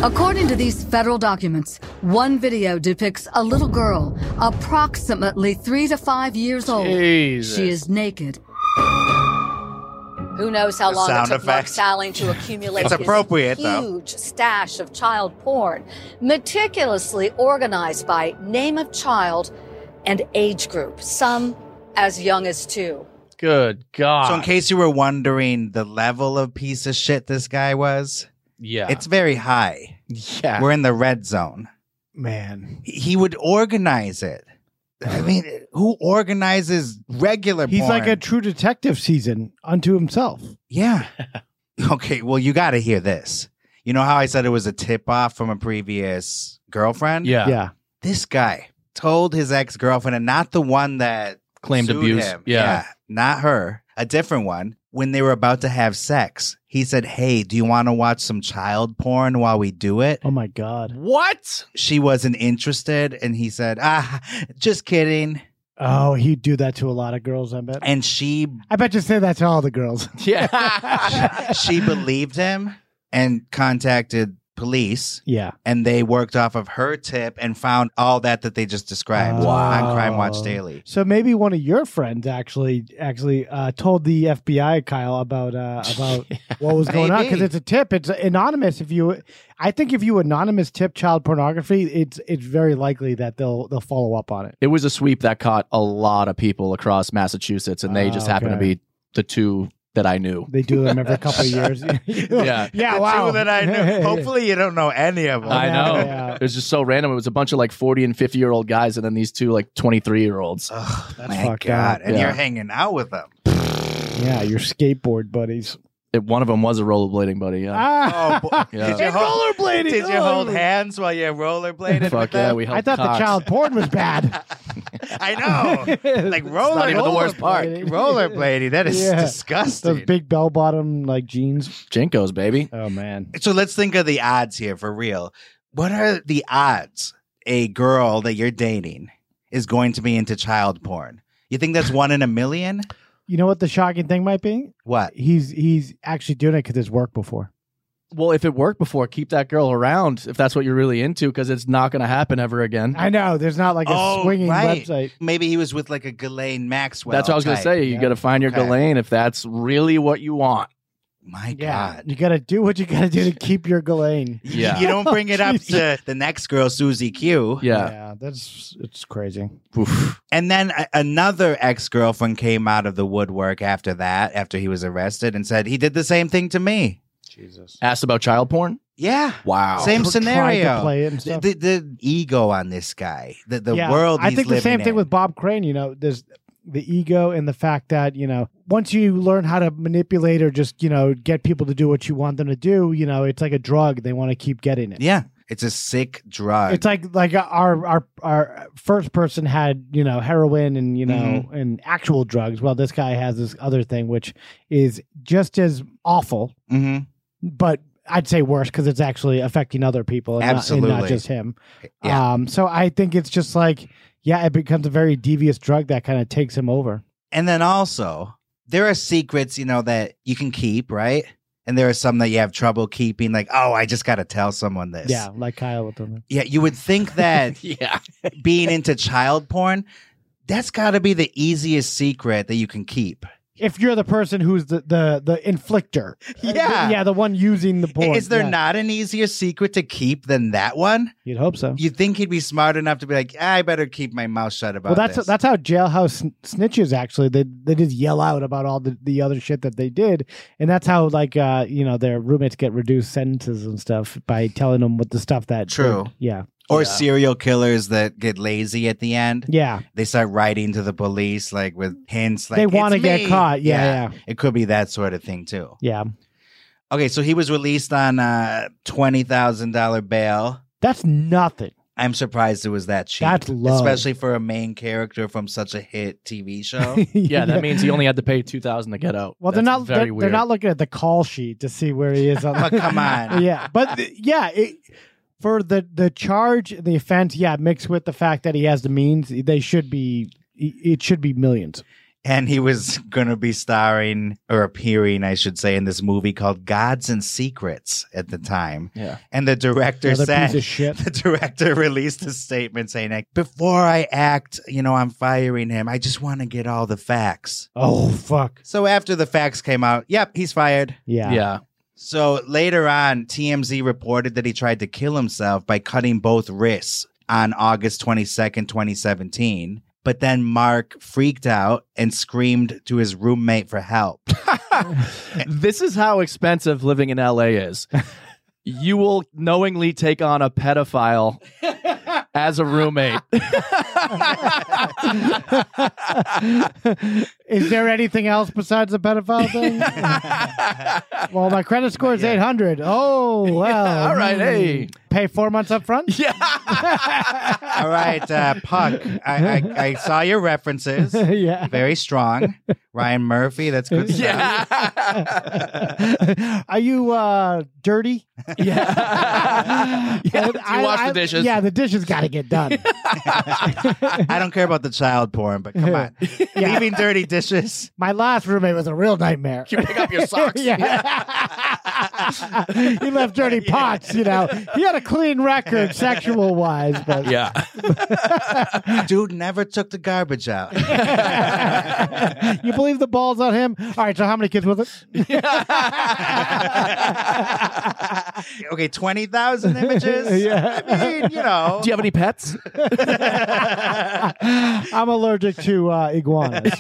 S13: According to these federal documents, one video depicts a little girl, approximately three to five years old.
S17: Jesus.
S13: She is naked. Who knows how
S17: The
S13: long it
S17: sound
S13: took Mark
S17: effect.
S13: Salling to accumulate
S17: It's
S13: his
S17: appropriate, though.
S13: huge stash of child porn, meticulously organized by name of child and age group, some as young as two.
S11: Good God.
S1: So, in case you were wondering the level of piece of shit this guy was,
S11: Yeah.
S1: it's very high.
S11: Yeah.
S1: We're in the red zone.
S10: Man.
S1: He would organize it. I mean, who organizes regular
S10: He's
S1: porn?
S10: like a true detective season unto himself.
S1: Yeah. Okay, well, you got to hear this. You know how I said it was a tip off from a previous girlfriend?
S11: Yeah.
S10: Yeah.
S1: This guy told his ex girlfriend, and not the one that
S11: Claimed
S1: sued
S11: abuse.
S1: him.
S11: Yeah.
S1: Not her, a different one. When they were about to have sex, he said, Hey, do you want to watch some child porn while we do it?
S10: Oh my God.
S11: What?
S1: She wasn't interested. And he said, Ah, just kidding.
S10: Oh, he'd do that to a lot of girls, I bet.
S1: And she
S10: I bet you say that to all the girls.
S11: Yeah.
S1: she believed him and contacted police.
S10: Yeah.
S1: And they worked off of her tip and found all that that they just described on Crime Watch
S10: Oh.
S1: Daily.
S10: So maybe one of your friends actually actually uh, told the FBI Kyle about uh, about what was going on because
S1: Maybe.
S10: it's a tip. It's anonymous. If you, I think if you anonymous tip child pornography, it's it's very likely that they'll they'll follow up on it.
S11: It was a sweep that caught a lot of people across Massachusetts, and they just happened
S10: Okay.
S11: to be the two that I knew.
S10: They do them every couple of years.
S11: Yeah.
S10: yeah.
S1: The
S10: wow.
S1: Two that I knew. Hopefully, you don't know any of them.
S11: I know. It was just so random. It was a bunch of like 40 and 50 year old guys and then these two like 23 year olds.
S1: My God. And
S11: Yeah.
S1: you're hanging out with them.
S10: yeah, your skateboard buddies.
S11: It, one of them was a rollerblading buddy. Yeah.
S1: Oh, boy.
S11: Yeah.
S1: Did you
S11: And
S1: hold,
S10: rollerblading.
S1: Did you
S10: Oh.
S1: hold hands while you rollerbladed?
S11: Fuck
S1: with
S11: yeah,
S1: them?
S11: we held
S10: I thought
S11: cocks.
S10: the child porn was bad.
S1: I know. Like roller.
S11: not even the worst part.
S1: Rollerblading. That is
S10: Yeah.
S1: disgusting.
S10: Those big bell bottom like jeans.
S11: Jinkos, baby.
S10: Oh man.
S1: So let's think of the odds here for real. What are the odds a girl that you're dating is going to be into child porn? You think that's one in a million?
S10: You know what the shocking thing might be?
S1: What?
S10: He's he's actually doing it because it's worked before.
S11: Well, if it worked before, keep that girl around if that's what you're really into because it's not going to happen ever again.
S10: I know. There's not like a swinging website.
S1: Maybe he was with like a Ghislaine Maxwell.
S11: that's what I was going to
S1: type.
S11: say. You got to find your
S1: Okay.
S11: Ghislaine if that's really what you want.
S1: my God.
S10: You got to do what you got to do to keep your Ghislaine.
S1: Yeah. You don't bring it up to the next girl, Susie Q.
S10: Yeah. Yeah, that's it's crazy.
S1: And then a- another ex girlfriend came out of the woodwork after that, after he was arrested, and said he did the same thing to me. Jesus.
S11: Asked about child porn?
S1: Yeah.
S11: Wow.
S1: Same scenario.
S10: play it and
S1: The, the, the ego on this guy, the, the
S10: Yeah,
S1: world.
S10: I
S1: he's
S10: think the
S1: living
S10: same
S1: in.
S10: thing with Bob Crane. You know, there's the ego and the fact that you know once you learn how to manipulate or just you know get people to do what you want them to do, you know, it's like a drug. They want to keep getting it.
S1: Yeah, it's a sick drug.
S10: It's like like our our our first person had you know heroin and you know
S1: Mm-hmm.
S10: and actual drugs. Well, this guy has this other thing which is just as awful,
S1: Mm-hmm.
S10: but I'd say worse because it's actually affecting other people and, not- and not,
S1: Absolutely.
S10: just him.
S1: Yeah.
S10: Um, so I think it's just like yeah, it becomes a very devious drug that kind of takes him over.
S1: And then also, there are secrets, you know, that you can keep, right? And there are some that you have trouble keeping, like, oh, I just got to tell someone this.
S10: Yeah, like Kyle with them.
S1: Yeah, you would think that
S11: yeah.
S1: being into child porn, that's got to be the easiest secret that you can keep.
S10: If you're the person who's the the the inflictor,
S1: Yeah.
S10: yeah, the one using the porn.
S1: Is there
S10: yeah.
S1: not an easier secret to keep than that one?
S10: You'd hope so.
S1: You'd think he'd be smart enough to be like, I better keep my mouth shut about
S10: Well, that's
S1: this.
S10: that's how jailhouse sn- snitches actually they they just yell out about all the, the other shit that they did, and that's how like uh you know their roommates get reduced sentences and stuff by telling them what the stuff that
S1: True.
S10: yeah
S1: Or serial killers that get lazy at the end.
S10: Yeah.
S1: They start writing to the police like with hints like
S10: They wanna
S1: "It's
S10: get
S1: me."
S10: caught. Yeah, yeah.
S1: It could be that sort of thing too.
S10: yeah
S1: Okay, so he was released on uh twenty thousand dollar bail.
S10: that's nothing.
S1: I'm surprised it was that cheap.
S10: That's low.
S1: Especially for a main character from such a hit TV show.
S11: yeah, that means he only had to pay 2000 to get out.
S10: Well, they're
S11: That's
S10: not
S11: very
S10: they're,
S11: weird.
S10: they're not looking at the call sheet to see where he is. On,
S1: But come on.
S10: yeah, but th- yeah, it, for the the charge, the offense, yeah, mixed with the fact that he has the means, they should be it should be millions.
S1: and he was going to be starring or appearing, I should say, in this movie called Gods and Secrets at the time.
S11: Yeah.
S1: And the director
S10: Another
S1: said,
S10: piece of shit.
S1: the director released a statement saying, like, before I act, you know, I'm firing him. I just want to get all the facts.
S10: Oh fuck.
S1: So after the facts came out, yep, he's fired.
S10: Yeah.
S11: Yeah.
S1: So later on, TMZ reported that he tried to kill himself by cutting both wrists on August 22nd, 2017. But then Mark freaked out and screamed to his roommate for help.
S11: this is how expensive living in LA is. you will knowingly take on a pedophile as a roommate.
S10: Is there anything else besides the pedophile thing? well, my credit score is 800. Oh, well. hmm.
S11: all right, hey.
S10: Pay four months up front?
S11: Yeah.
S1: All right, uh, Puck, I, I, I saw your references.
S10: Yeah.
S1: Very strong. Ryan Murphy, that's good stuff.
S11: Yeah.
S10: Are you uh, dirty?
S11: yeah. Do you wash the dishes?
S10: Yeah, the dishes got to get done.
S1: I don't care about the child porn, but come on. Leaving dirty dishes.
S10: My last roommate was a real nightmare.
S11: Can you pick up your socks?
S10: Yeah. he left dirty pots, you know. He had a clean record sexual wise, but
S11: Yeah.
S1: Dude never took the garbage out.
S10: you believe the ball's on him? All right, so how many kids with it?
S1: Okay, 20,000 images?
S10: Yeah.
S1: I mean, you know.
S11: Do you have any pets?
S10: I'm allergic to uh, iguanas.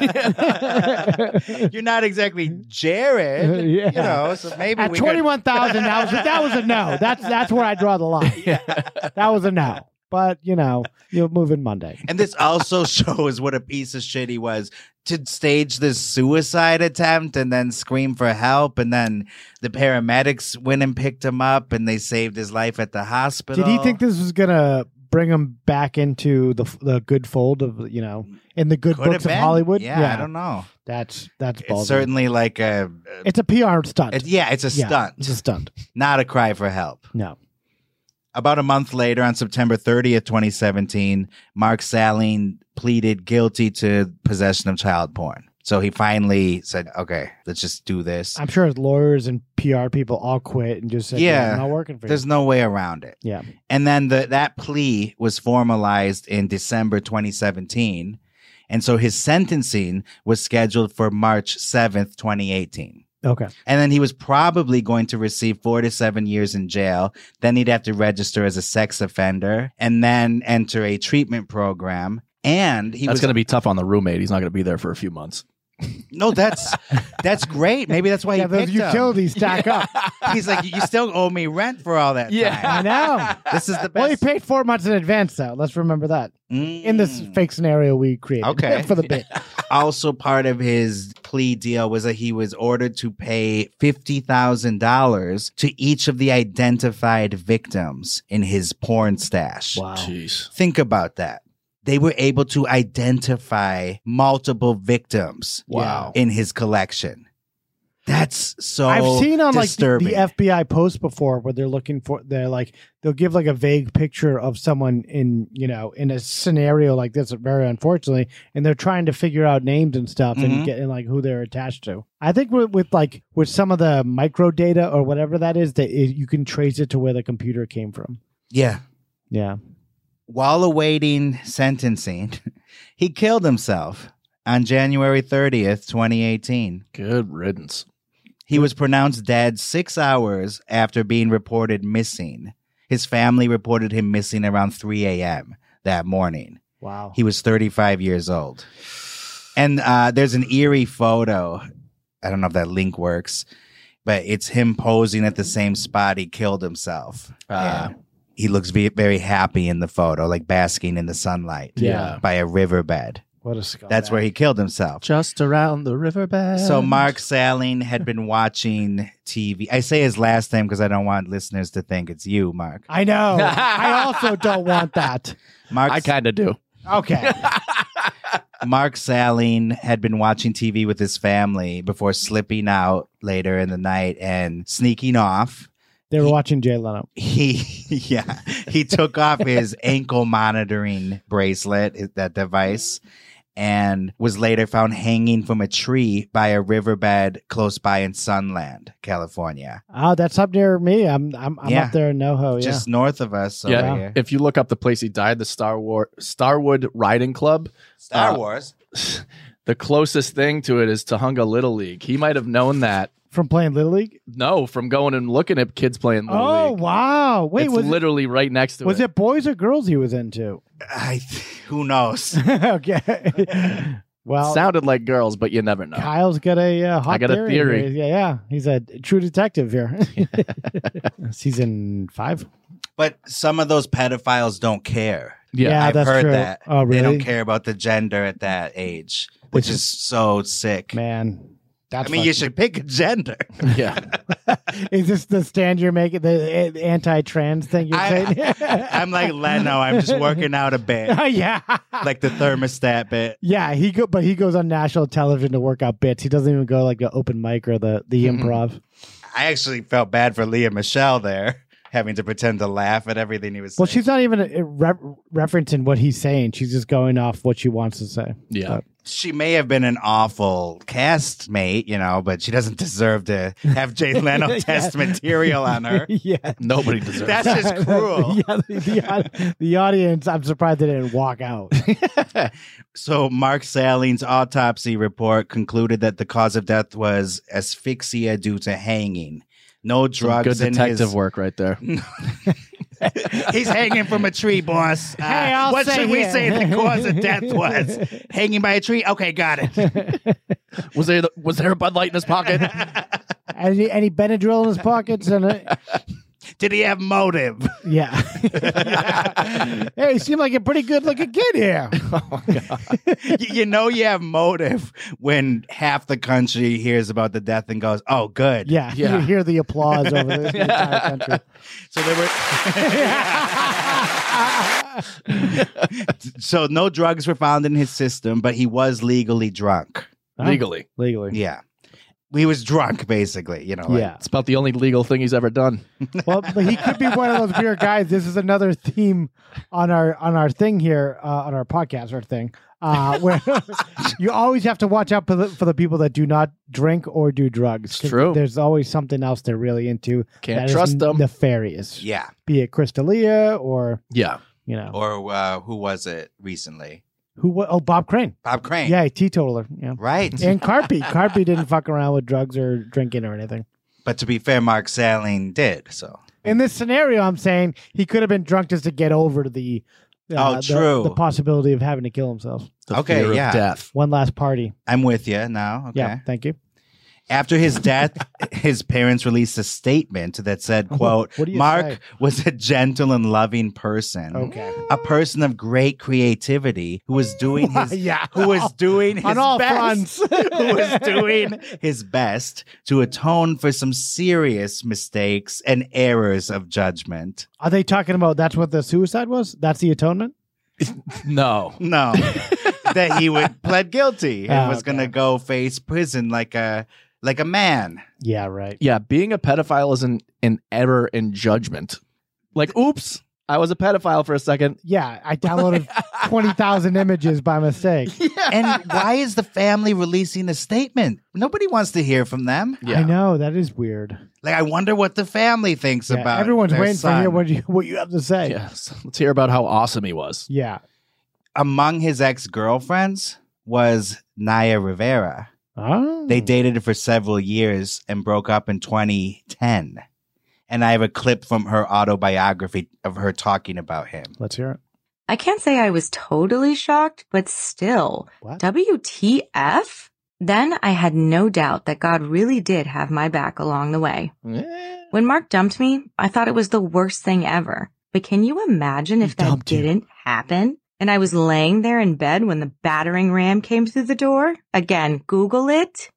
S1: You're not exactly Jared,
S10: Yeah.
S1: you know. So maybe
S10: At
S1: we
S10: twenty one thousand, that was that was a no. That's that's where I draw the line. That was a no. But you know, you'll move in Monday.
S1: Could... And this also shows what a piece of shit he was to stage this suicide attempt and then scream for help, and then the paramedics went and picked him up, and they saved his life at the hospital.
S10: Did he think this was gonna bring him back into the the good fold of you know in the good
S1: Could have
S10: books of
S1: been.
S10: Hollywood?
S1: Yeah, I don't know.
S10: That's that's
S1: It's
S10: ballsy.
S1: certainly like a,
S10: It's a PR stunt.
S1: it- yeah, it's a
S10: Yeah,
S1: stunt,
S10: It's a stunt.
S1: not a cry for help.
S10: No.
S1: About a month later, on September 30th, 2017, Mark Saling pleaded guilty to possession of child porn. So he finally said, okay, let's just do this.
S10: I'm sure his lawyers and PR people all quit and just said, "Yeah, I'm not working for you."
S1: There's no way around it.
S10: Yeah.
S1: And then the, that plea was formalized in December 2017. And so his sentencing was scheduled for March 7th, 2018.
S10: Okay.
S1: And then he was probably going to receive four to seven years in jail. Then he'd have to register as a sex offender and then enter a treatment program. And he
S11: That's
S1: was
S11: going to be tough on the roommate. He's not going to be there for a few months.
S1: No, that's that's great. Maybe that's why
S10: Yeah,
S1: he
S10: those
S1: picked him.
S10: utilities stack up.
S1: He's like, you still owe me rent for all that.
S10: Yeah.
S1: time.
S10: I
S1: know. This is the best.
S10: Well, he paid four months in advance, though. Let's remember that in this
S1: Mm.
S10: fake scenario we created
S1: Okay.
S10: for the bit.
S1: also part of his plea deal was that he was ordered to pay $50,000 to each of the identified victims in his porn stash. Wow.
S11: Jeez.
S1: Think about that. They were able to identify multiple victims
S11: Wow.
S1: in his collection. That's so
S10: I've seen on like the,
S1: disturbing.
S10: the FBI post before where they're looking for they're like they'll give like a vague picture of someone in you know in a scenario like this very unfortunately and they're trying to figure out names and stuff
S15: Mhm.
S1: Mm-hmm.
S10: and getting like who they're attached to. I think with, with like with some of the micro data or whatever that is that it, you can trace it to where the computer came from.
S1: yeah.
S10: Yeah.
S1: While awaiting sentencing, he killed himself on January 30th, 2018.
S11: Good riddance.
S1: He was pronounced dead six hours after being reported missing. His family reported him missing around 3 a.m. that morning.
S10: Wow.
S1: He was 35 years old. And uh, there's an eerie photo. I don't know if that link works, but it's him posing at the same spot he killed himself.
S11: Ah.
S1: And he looks ve- very happy in the photo, like basking in the sunlight
S11: Yeah.
S1: by a riverbed.
S10: What a scumbag.
S1: That's where he killed himself.
S11: Just around the riverbed.
S1: So Mark Salling had been watching TV. I say his last name because I don't want listeners to think it's you, Mark.
S10: I know. I also don't want that.
S1: Mark, I
S11: kind of do.
S10: Okay.
S1: Mark Salling had been watching TV with his family before slipping out later in the night and sneaking off.
S10: They were watching Jay Leno.
S1: He yeah, he took off his ankle monitoring bracelet, i- that device, and was later found hanging from a tree by a riverbed close by in Sunland, California.
S10: Oh, that's up near me. I'm I'm, I'm
S1: Yeah.
S10: up there in NoHo. Oh, Yeah.
S1: Just north of us over
S11: yeah.
S1: here.
S11: If you look up the place he died, the Star War Starwood Riding Club.
S1: Star
S11: uh,
S1: Wars.
S11: The closest thing to it is Tahunga Little League. He might have known that.
S10: From playing Little League?
S11: No, from going and looking at kids playing Little
S10: Oh
S11: League.
S10: wow! Wait,
S11: it's
S10: was it-
S11: literally right next to
S10: was
S11: it.
S10: it. boys or girls he was into?
S1: I, who knows?
S10: okay. Well,
S11: Sounded like girls, but you never know.
S10: Kyle's got a uh, hot
S11: I got a theory.
S10: here. Yeah, yeah. He's a true detective here. Season five.
S1: But some of those pedophiles don't care.
S10: Yeah. Yeah,
S1: I've
S10: that's
S1: heard
S10: true.
S1: that.
S10: Oh,
S1: They
S10: really?
S1: don't care about the gender at that age, which is so sick.
S10: Man, that's
S1: I mean, you
S10: fucking-
S1: should pick a gender.
S11: Yeah.
S10: Is this the stand you're making? The uh, anti-trans thing you're saying?
S1: I'm like Leno. I'm just working out a bit.
S10: yeah.
S1: Like the thermostat bit.
S10: Yeah, he go, but he goes on national television to work out bits. He doesn't even go like the open mic or the the improv.
S1: I actually felt bad for Leah Michelle there, having to pretend to laugh at everything he was saying.
S10: Well, she's not even uh, re- referencing what he's saying. She's just going off what she wants to say.
S11: Yeah.
S1: She may have been an awful cast mate, you know, but she doesn't deserve to have Jay Leno
S10: Yeah.
S1: test material on her.
S10: yeah.
S11: Nobody deserves
S1: That's
S11: it.
S1: just cruel.
S10: yeah, the, the, au- the audience. I'm surprised they didn't walk out.
S1: So, Mark Saling's autopsy report concluded that the cause of death was asphyxia due to hanging. No
S11: Some
S1: drugs
S11: good
S1: in
S11: detective
S1: his.
S11: work right there.
S1: He's hanging from a tree, boss. Uh,
S10: Hey, I'll
S1: what
S10: say
S1: should we
S10: here.
S1: say the cause of death was? hanging by a tree. Okay, got it.
S11: was there was there a Bud Light in his pocket?
S10: any any Benadryl in his pockets and a,
S1: Did he have motive?
S10: yeah. hey, he seemed like a pretty good looking kid here.
S1: you, you know you have motive when half the country hears about the death and goes, "Oh, good."
S10: Yeah, you hear the applause over the the entire country.
S1: So they were. so no drugs were found in his system, but he was legally drunk.
S11: Legally.
S10: Legally.
S1: Yeah. He was drunk, basically. You know. like-
S10: Yeah.
S11: It's about the only legal thing he's ever done.
S10: Well, but he could be one of those weird guys. This is another theme on our on our thing here uh, on our podcast or thing. Uh, where you always have to watch out for the, for the people that do not drink or do drugs. 'cause
S11: true.
S10: There's always something else they're really into.
S11: Can't
S10: that is
S11: trust 'em.
S10: Nefarious.
S1: Yeah.
S10: Be it Crystalia or
S11: Yeah.
S10: you know
S1: Or uh, who was it recently?
S10: Who? wa- Oh, Bob Crane.
S1: Bob Crane.
S10: Yeah, teetotaler. Yeah.
S1: Right.
S10: And Carpy. Carpy didn't fuck around with drugs or drinking or anything.
S1: But to be fair, Mark Saling did. So
S10: In this scenario, I'm saying he could have been drunk just to get over the. uh,
S1: Oh,
S10: the-
S1: true.
S10: The, possibility of having to kill himself.
S1: The Okay, fear of yeah. death.
S10: One last party.
S1: I'm with you now. Okay.
S10: Yeah, thank you.
S1: After his death, his parents released a statement that said, quote,
S10: What do you
S1: Mark
S10: say?
S1: was a gentle and loving person.
S10: Okay.
S1: A person of great creativity who was doing his
S10: yeah.
S1: who was doing his
S10: On all
S1: best,
S10: fronts.
S1: who was doing his best to atone for some serious mistakes and errors of judgment.
S10: Are they talking about that's what the suicide was? That's the atonement?
S1: No. No. that he would plead guilty and
S10: Oh,
S1: was gonna go face prison like a like a man.
S10: Yeah, right.
S11: Yeah, being a pedophile is an, an error in judgment. Like, oops, I was a pedophile for a second.
S10: Yeah, I downloaded 20,000 images by mistake.
S1: And why is the family releasing a statement? Nobody wants to hear from them.
S10: I know, that is weird.
S1: Like I wonder what the family thinks
S10: Yeah,
S1: about
S10: everyone's
S1: their
S10: waiting
S1: son.
S10: to hear what you, what you have to say.
S11: Yes. Let's hear about how awesome he was.
S10: Yeah.
S1: Among his ex-girlfriends was Naya Rivera.
S10: Oh.
S1: They dated for several years and broke up in 2010. And I have a clip from her autobiography of her talking about him.
S10: Let's hear it.
S15: I can't say I was totally shocked, but still, WTF? Then I had no doubt that God really did have my back along the way. When Mark dumped me, I thought it was the worst thing ever. But can you imagine if that didn't happen? And I was laying there in bed when the battering ram came through the door? Again, Google it.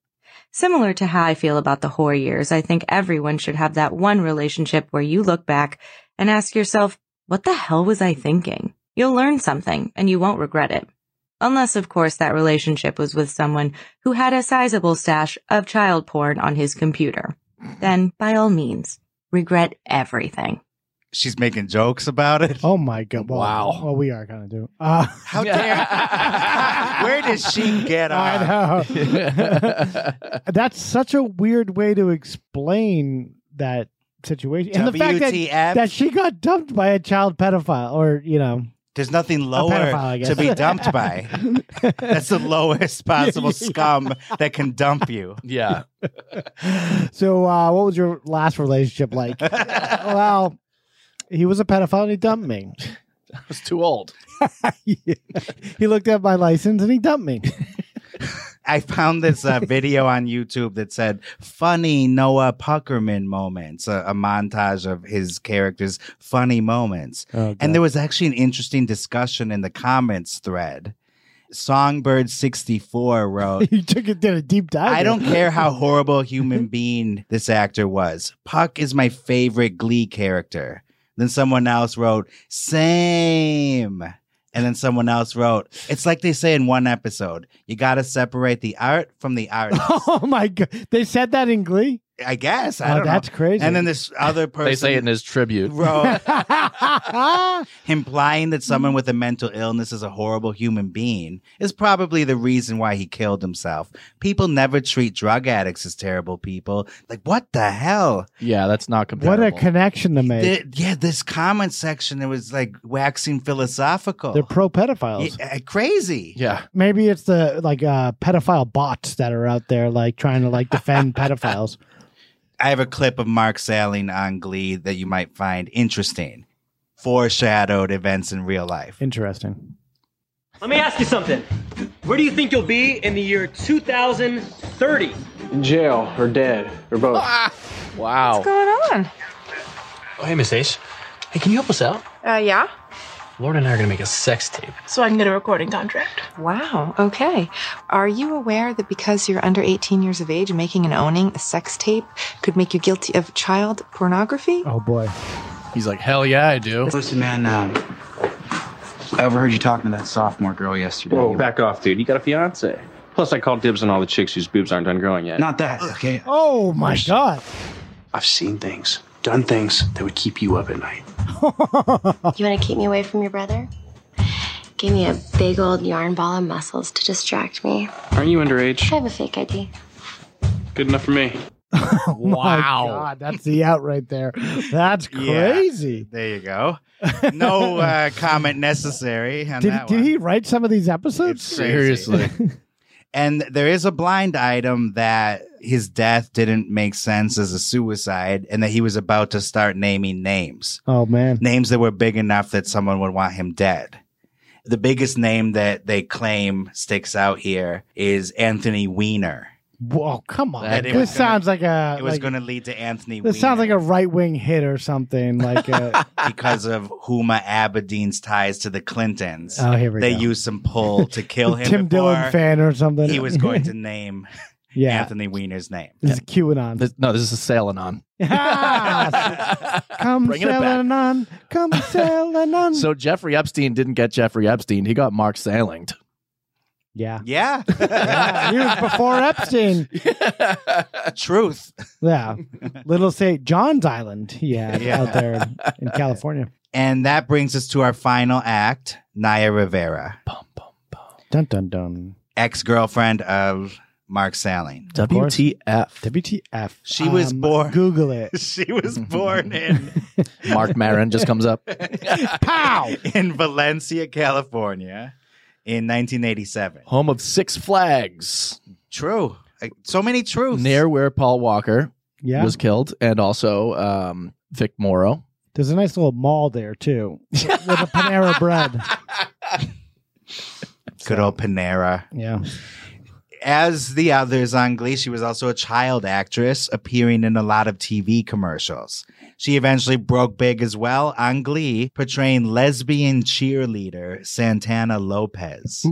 S15: Similar to how I feel about the whore years, I think everyone should have that one relationship where you look back and ask yourself, what the hell was I thinking? You'll learn something and you won't regret it. Unless, of course, that relationship was with someone who had a sizable stash of child porn on his computer. Then, by all means, regret everything.
S1: She's making jokes about it.
S10: Oh my god. Well,
S1: Wow.
S10: Well, we are kind of doing. Uh,
S1: How dare Where does she get
S10: I
S1: off?
S10: know. That's such a weird way to explain that situation. And the fact
S1: WTF?
S10: that, that she got dumped by a child pedophile or, you know,
S1: There's nothing
S10: pedophile, I
S1: lower
S10: guess.
S1: to be dumped by. That's the lowest possible scum that can dump you.
S11: Yeah.
S10: so uh, what was your last relationship like? well, he was a pedophile and he dumped me.
S11: I was too old.
S10: He looked at my license and he dumped me.
S1: I found this uh, video on YouTube that said funny Noah Puckerman moments, a, a montage of his character's funny moments.
S10: Oh,
S1: and there was actually an interesting discussion in the comments thread. Songbird64 wrote,
S10: he took it did a deep dive.
S1: I don't care how horrible human being this actor was. Puck is my favorite Glee character. Then someone else wrote, same. And then someone else wrote, it's like they say in one episode, you got to separate the art from the artist.
S10: Oh my god. They said that in Glee?
S1: I guess. I
S10: Oh,
S1: don't know.
S10: that's crazy.
S1: And then this other person.
S11: They say it in his tribute.
S1: wrote, implying that
S10: Mm-hmm.
S1: someone with a mental illness is a horrible human being is probably the reason why he killed himself. People never treat drug addicts as terrible people. Like, what the hell?
S11: Yeah, that's not
S10: What
S11: comparable.
S10: a connection to make.
S1: The- yeah, this comment section, it was like waxing philosophical.
S10: They're pro pedophiles.
S1: Yeah, uh, crazy.
S11: Yeah.
S10: Maybe it's the like uh, pedophile bots that are out there like trying to like defend pedophiles.
S1: I have a clip of Mark Salling on Glee that you might find interesting. Foreshadowed events in real life.
S10: Interesting.
S17: Let me ask you something. Where do you think you'll be in the year 2030?
S21: In jail or dead or both.
S11: Wow.
S17: going
S18: on?
S17: Oh, hey, Miss Ace. Hey, can you help us out?
S18: Uh, yeah.
S17: Lauren and I are going to make a sex tape.
S18: So I can get a recording contract. Wow. Okay. Are you aware that because you're under 18 years of age, making and owning a sex tape could make you guilty of child pornography?
S10: Oh boy.
S11: He's like, hell yeah, I do.
S20: Listen, man, um, I overheard you talking to that sophomore girl yesterday.
S21: Whoa, back off, dude. You got a fiance. Plus, I called dibs on all the chicks whose boobs aren't done growing yet.
S20: Not that, okay?
S10: Oh my god.
S21: I've seen things, done things that would keep you up at night.
S6: you want to keep me away from your brother? Give me a big old yarn ball of muscles to distract me.
S21: Aren't you
S6: I
S21: underage?
S6: have a fake ID.
S21: Good enough for me.
S10: wow. God, that's the out right there. That's
S1: Yeah.
S10: crazy.
S1: There you go. No uh, comment necessary on
S10: Did,
S1: that
S10: did
S1: one.
S10: he write some of these episodes?
S1: and there is a blind item that his death didn't make sense as a suicide and that he was about to start naming names.
S10: oh man.
S1: Names that were big enough that someone would want him dead. The biggest name that they claim sticks out here is Anthony Weiner.
S10: Whoa, come on.
S1: That it
S10: this
S1: was gonna-
S10: sounds like a
S1: It
S10: Uh,
S1: was
S10: like-
S1: going to lead to Anthony
S10: this sounds like a right wing hit or something. Like uh, a,
S1: because of Huma Abedin's ties to the Clintons.
S10: Oh, here we
S1: they
S10: go.
S1: used some pull to kill him.
S10: Tim Dillon
S1: before
S10: fan or something.
S1: He was going to name
S10: Yeah.
S1: Anthony Weiner's name.
S10: This is QAnon.
S11: no, this is sailing on.
S10: Come
S11: Bringing it
S10: sailing on. Come sailing on.
S11: So Jeffrey Epstein didn't get Jeffrey Epstein. He got Mark Salinged.
S10: yeah.
S1: Yeah.
S10: He was before Epstein.
S1: Truth.
S10: Yeah. Little St. John's Island. Yeah.
S1: Yeah.
S10: Out there in, in California.
S1: And that brings us to our final act, Naya Rivera,
S10: Dun, dun, dun.
S1: ex girlfriend of Mark Salling.
S10: Of course. WTF.
S1: She was born.
S10: Um, Google it.
S1: She was born in
S11: Mark Maron just comes up.
S10: Pow!
S1: in Valencia, California in 1987.
S11: Home of Six Flags.
S1: True. Like, so many truths.
S11: Near where Paul Walker
S10: Yeah.
S11: was killed, and also um, Vic Morrow.
S10: There's a nice little mall there too, with a Panera Bread.
S1: Good old Panera.
S10: Yeah.
S1: As the others on Glee, she was also a child actress, appearing in a lot of TV commercials. She eventually broke big as well on Glee, portraying lesbian cheerleader Santana Lopez.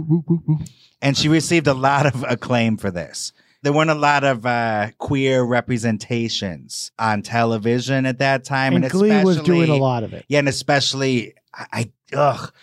S1: And she received a lot of acclaim for this. There weren't a lot of uh, queer representations on television at that time.
S10: And,
S1: And,
S10: Glee was doing a
S1: especially-
S10: lot of it.
S1: yeah, and especially I, I ugh.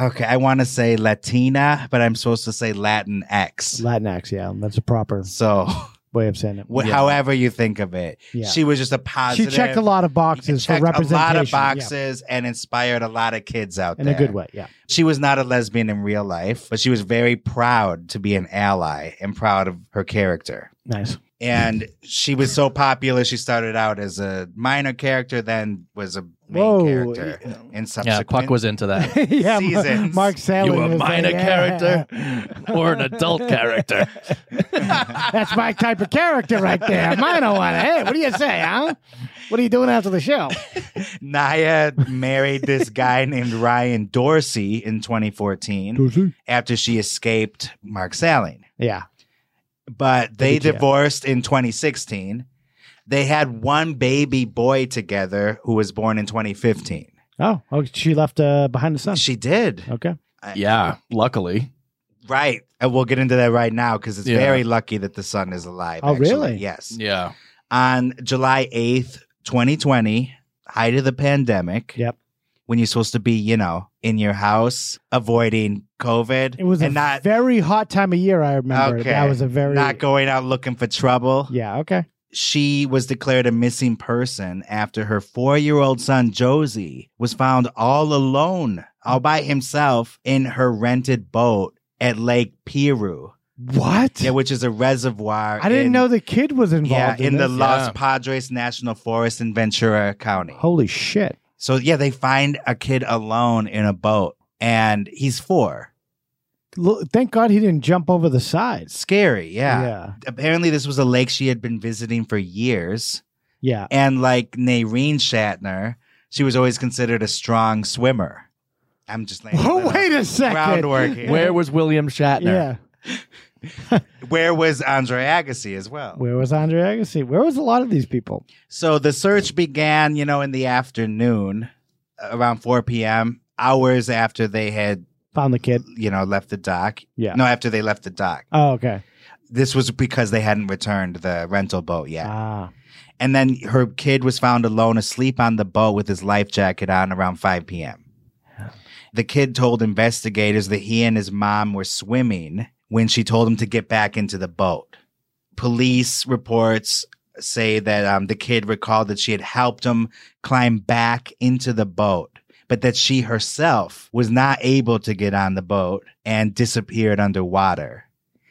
S1: Okay, I want to say Latina, but I'm supposed to say Latin X.
S10: Latinx, yeah, that's a proper
S1: So,
S10: way of saying it.
S1: wh- however you think of it,
S10: Yeah.
S1: she was just a
S10: she
S1: positive.
S10: checked a lot of boxes for
S1: checked a
S10: representation.
S1: lot of
S10: yeah,
S1: boxes and inspired a lot of kids out
S10: in
S1: there
S10: a good way. Yeah,
S1: She was not a lesbian in real life, but she was very proud to be an ally and proud of her character.
S10: nice.
S1: And she was so popular, she started out as a minor character, then was a main
S10: Whoa.
S1: character in
S11: Yeah,
S1: subsequent.
S11: Puck was into that.
S10: yeah, Ma-
S1: Seasons.
S10: Mark Salling.
S11: You a
S10: was
S11: minor
S10: like, yeah.
S11: character or an adult character?
S10: That's my type of character right there. Minor one. Hey, what do you say, huh? What are you doing after the show?
S1: Naya married this guy named Ryan Dorsey in 2014 after she escaped Mark Salling.
S10: Yeah,
S1: But they
S10: WTF.
S1: divorced in 2016. They had one baby boy together who was born in 2015.
S10: Oh, oh, she left uh, behind the sun.
S1: She did.
S10: Okay.
S11: yeah, luckily.
S1: Right. And we'll get into that right now because it's
S11: Yeah.
S1: very lucky that the son is alive.
S10: Oh,
S1: actually.
S10: really?
S1: Yes.
S11: Yeah.
S1: On July 8th, 2020, height of the pandemic.
S10: Yep.
S1: When you're supposed to be, you know, in your house, avoiding COVID.
S10: It was a
S1: and not
S10: very hot time of year. I remember
S1: okay,
S10: that was a very
S1: not going out looking for trouble.
S10: yeah. Okay,
S1: She was declared a missing person after her four-year-old son Josie was found all alone, all by himself, in her rented boat at Lake Piru,
S10: what?
S1: yeah, which is a reservoir.
S10: I didn't
S1: in-
S10: know the kid was involved.
S1: Yeah,
S10: in,
S1: in the
S10: this.
S1: Los Padres National Forest in Ventura County.
S10: Holy shit!
S1: So yeah, they find a kid alone in a boat, and he's four.
S10: Look, thank God he didn't jump over the sides.
S1: Scary, yeah.
S10: Yeah.
S1: Apparently, this was a lake she had been visiting for years,
S10: Yeah.
S1: and like Naireen Shatner, she was always considered a strong swimmer. I'm just like,
S10: Oh, wait a second.
S1: groundwork here.
S11: Where was William Shatner?
S10: Yeah.
S1: Where was Andre Agassi as well?
S10: Where was Andre Agassi? Where was a lot of these people?
S1: So the search began, you know, in the afternoon, uh, around 4 p.m., hours after they had,
S10: Found the kid.
S1: you know, left the dock.
S10: Yeah.
S1: No, after they left the dock.
S10: Oh, okay.
S1: This was because they hadn't returned the rental boat yet.
S10: Ah.
S1: And then her kid was found alone asleep on the boat with his life jacket on around 5 p.m. The kid told investigators that he and his mom were swimming when she told him to get back into the boat. Police reports say that um, the kid recalled that she had helped him climb back into the boat, but that she herself was not able to get on the boat and disappeared underwater.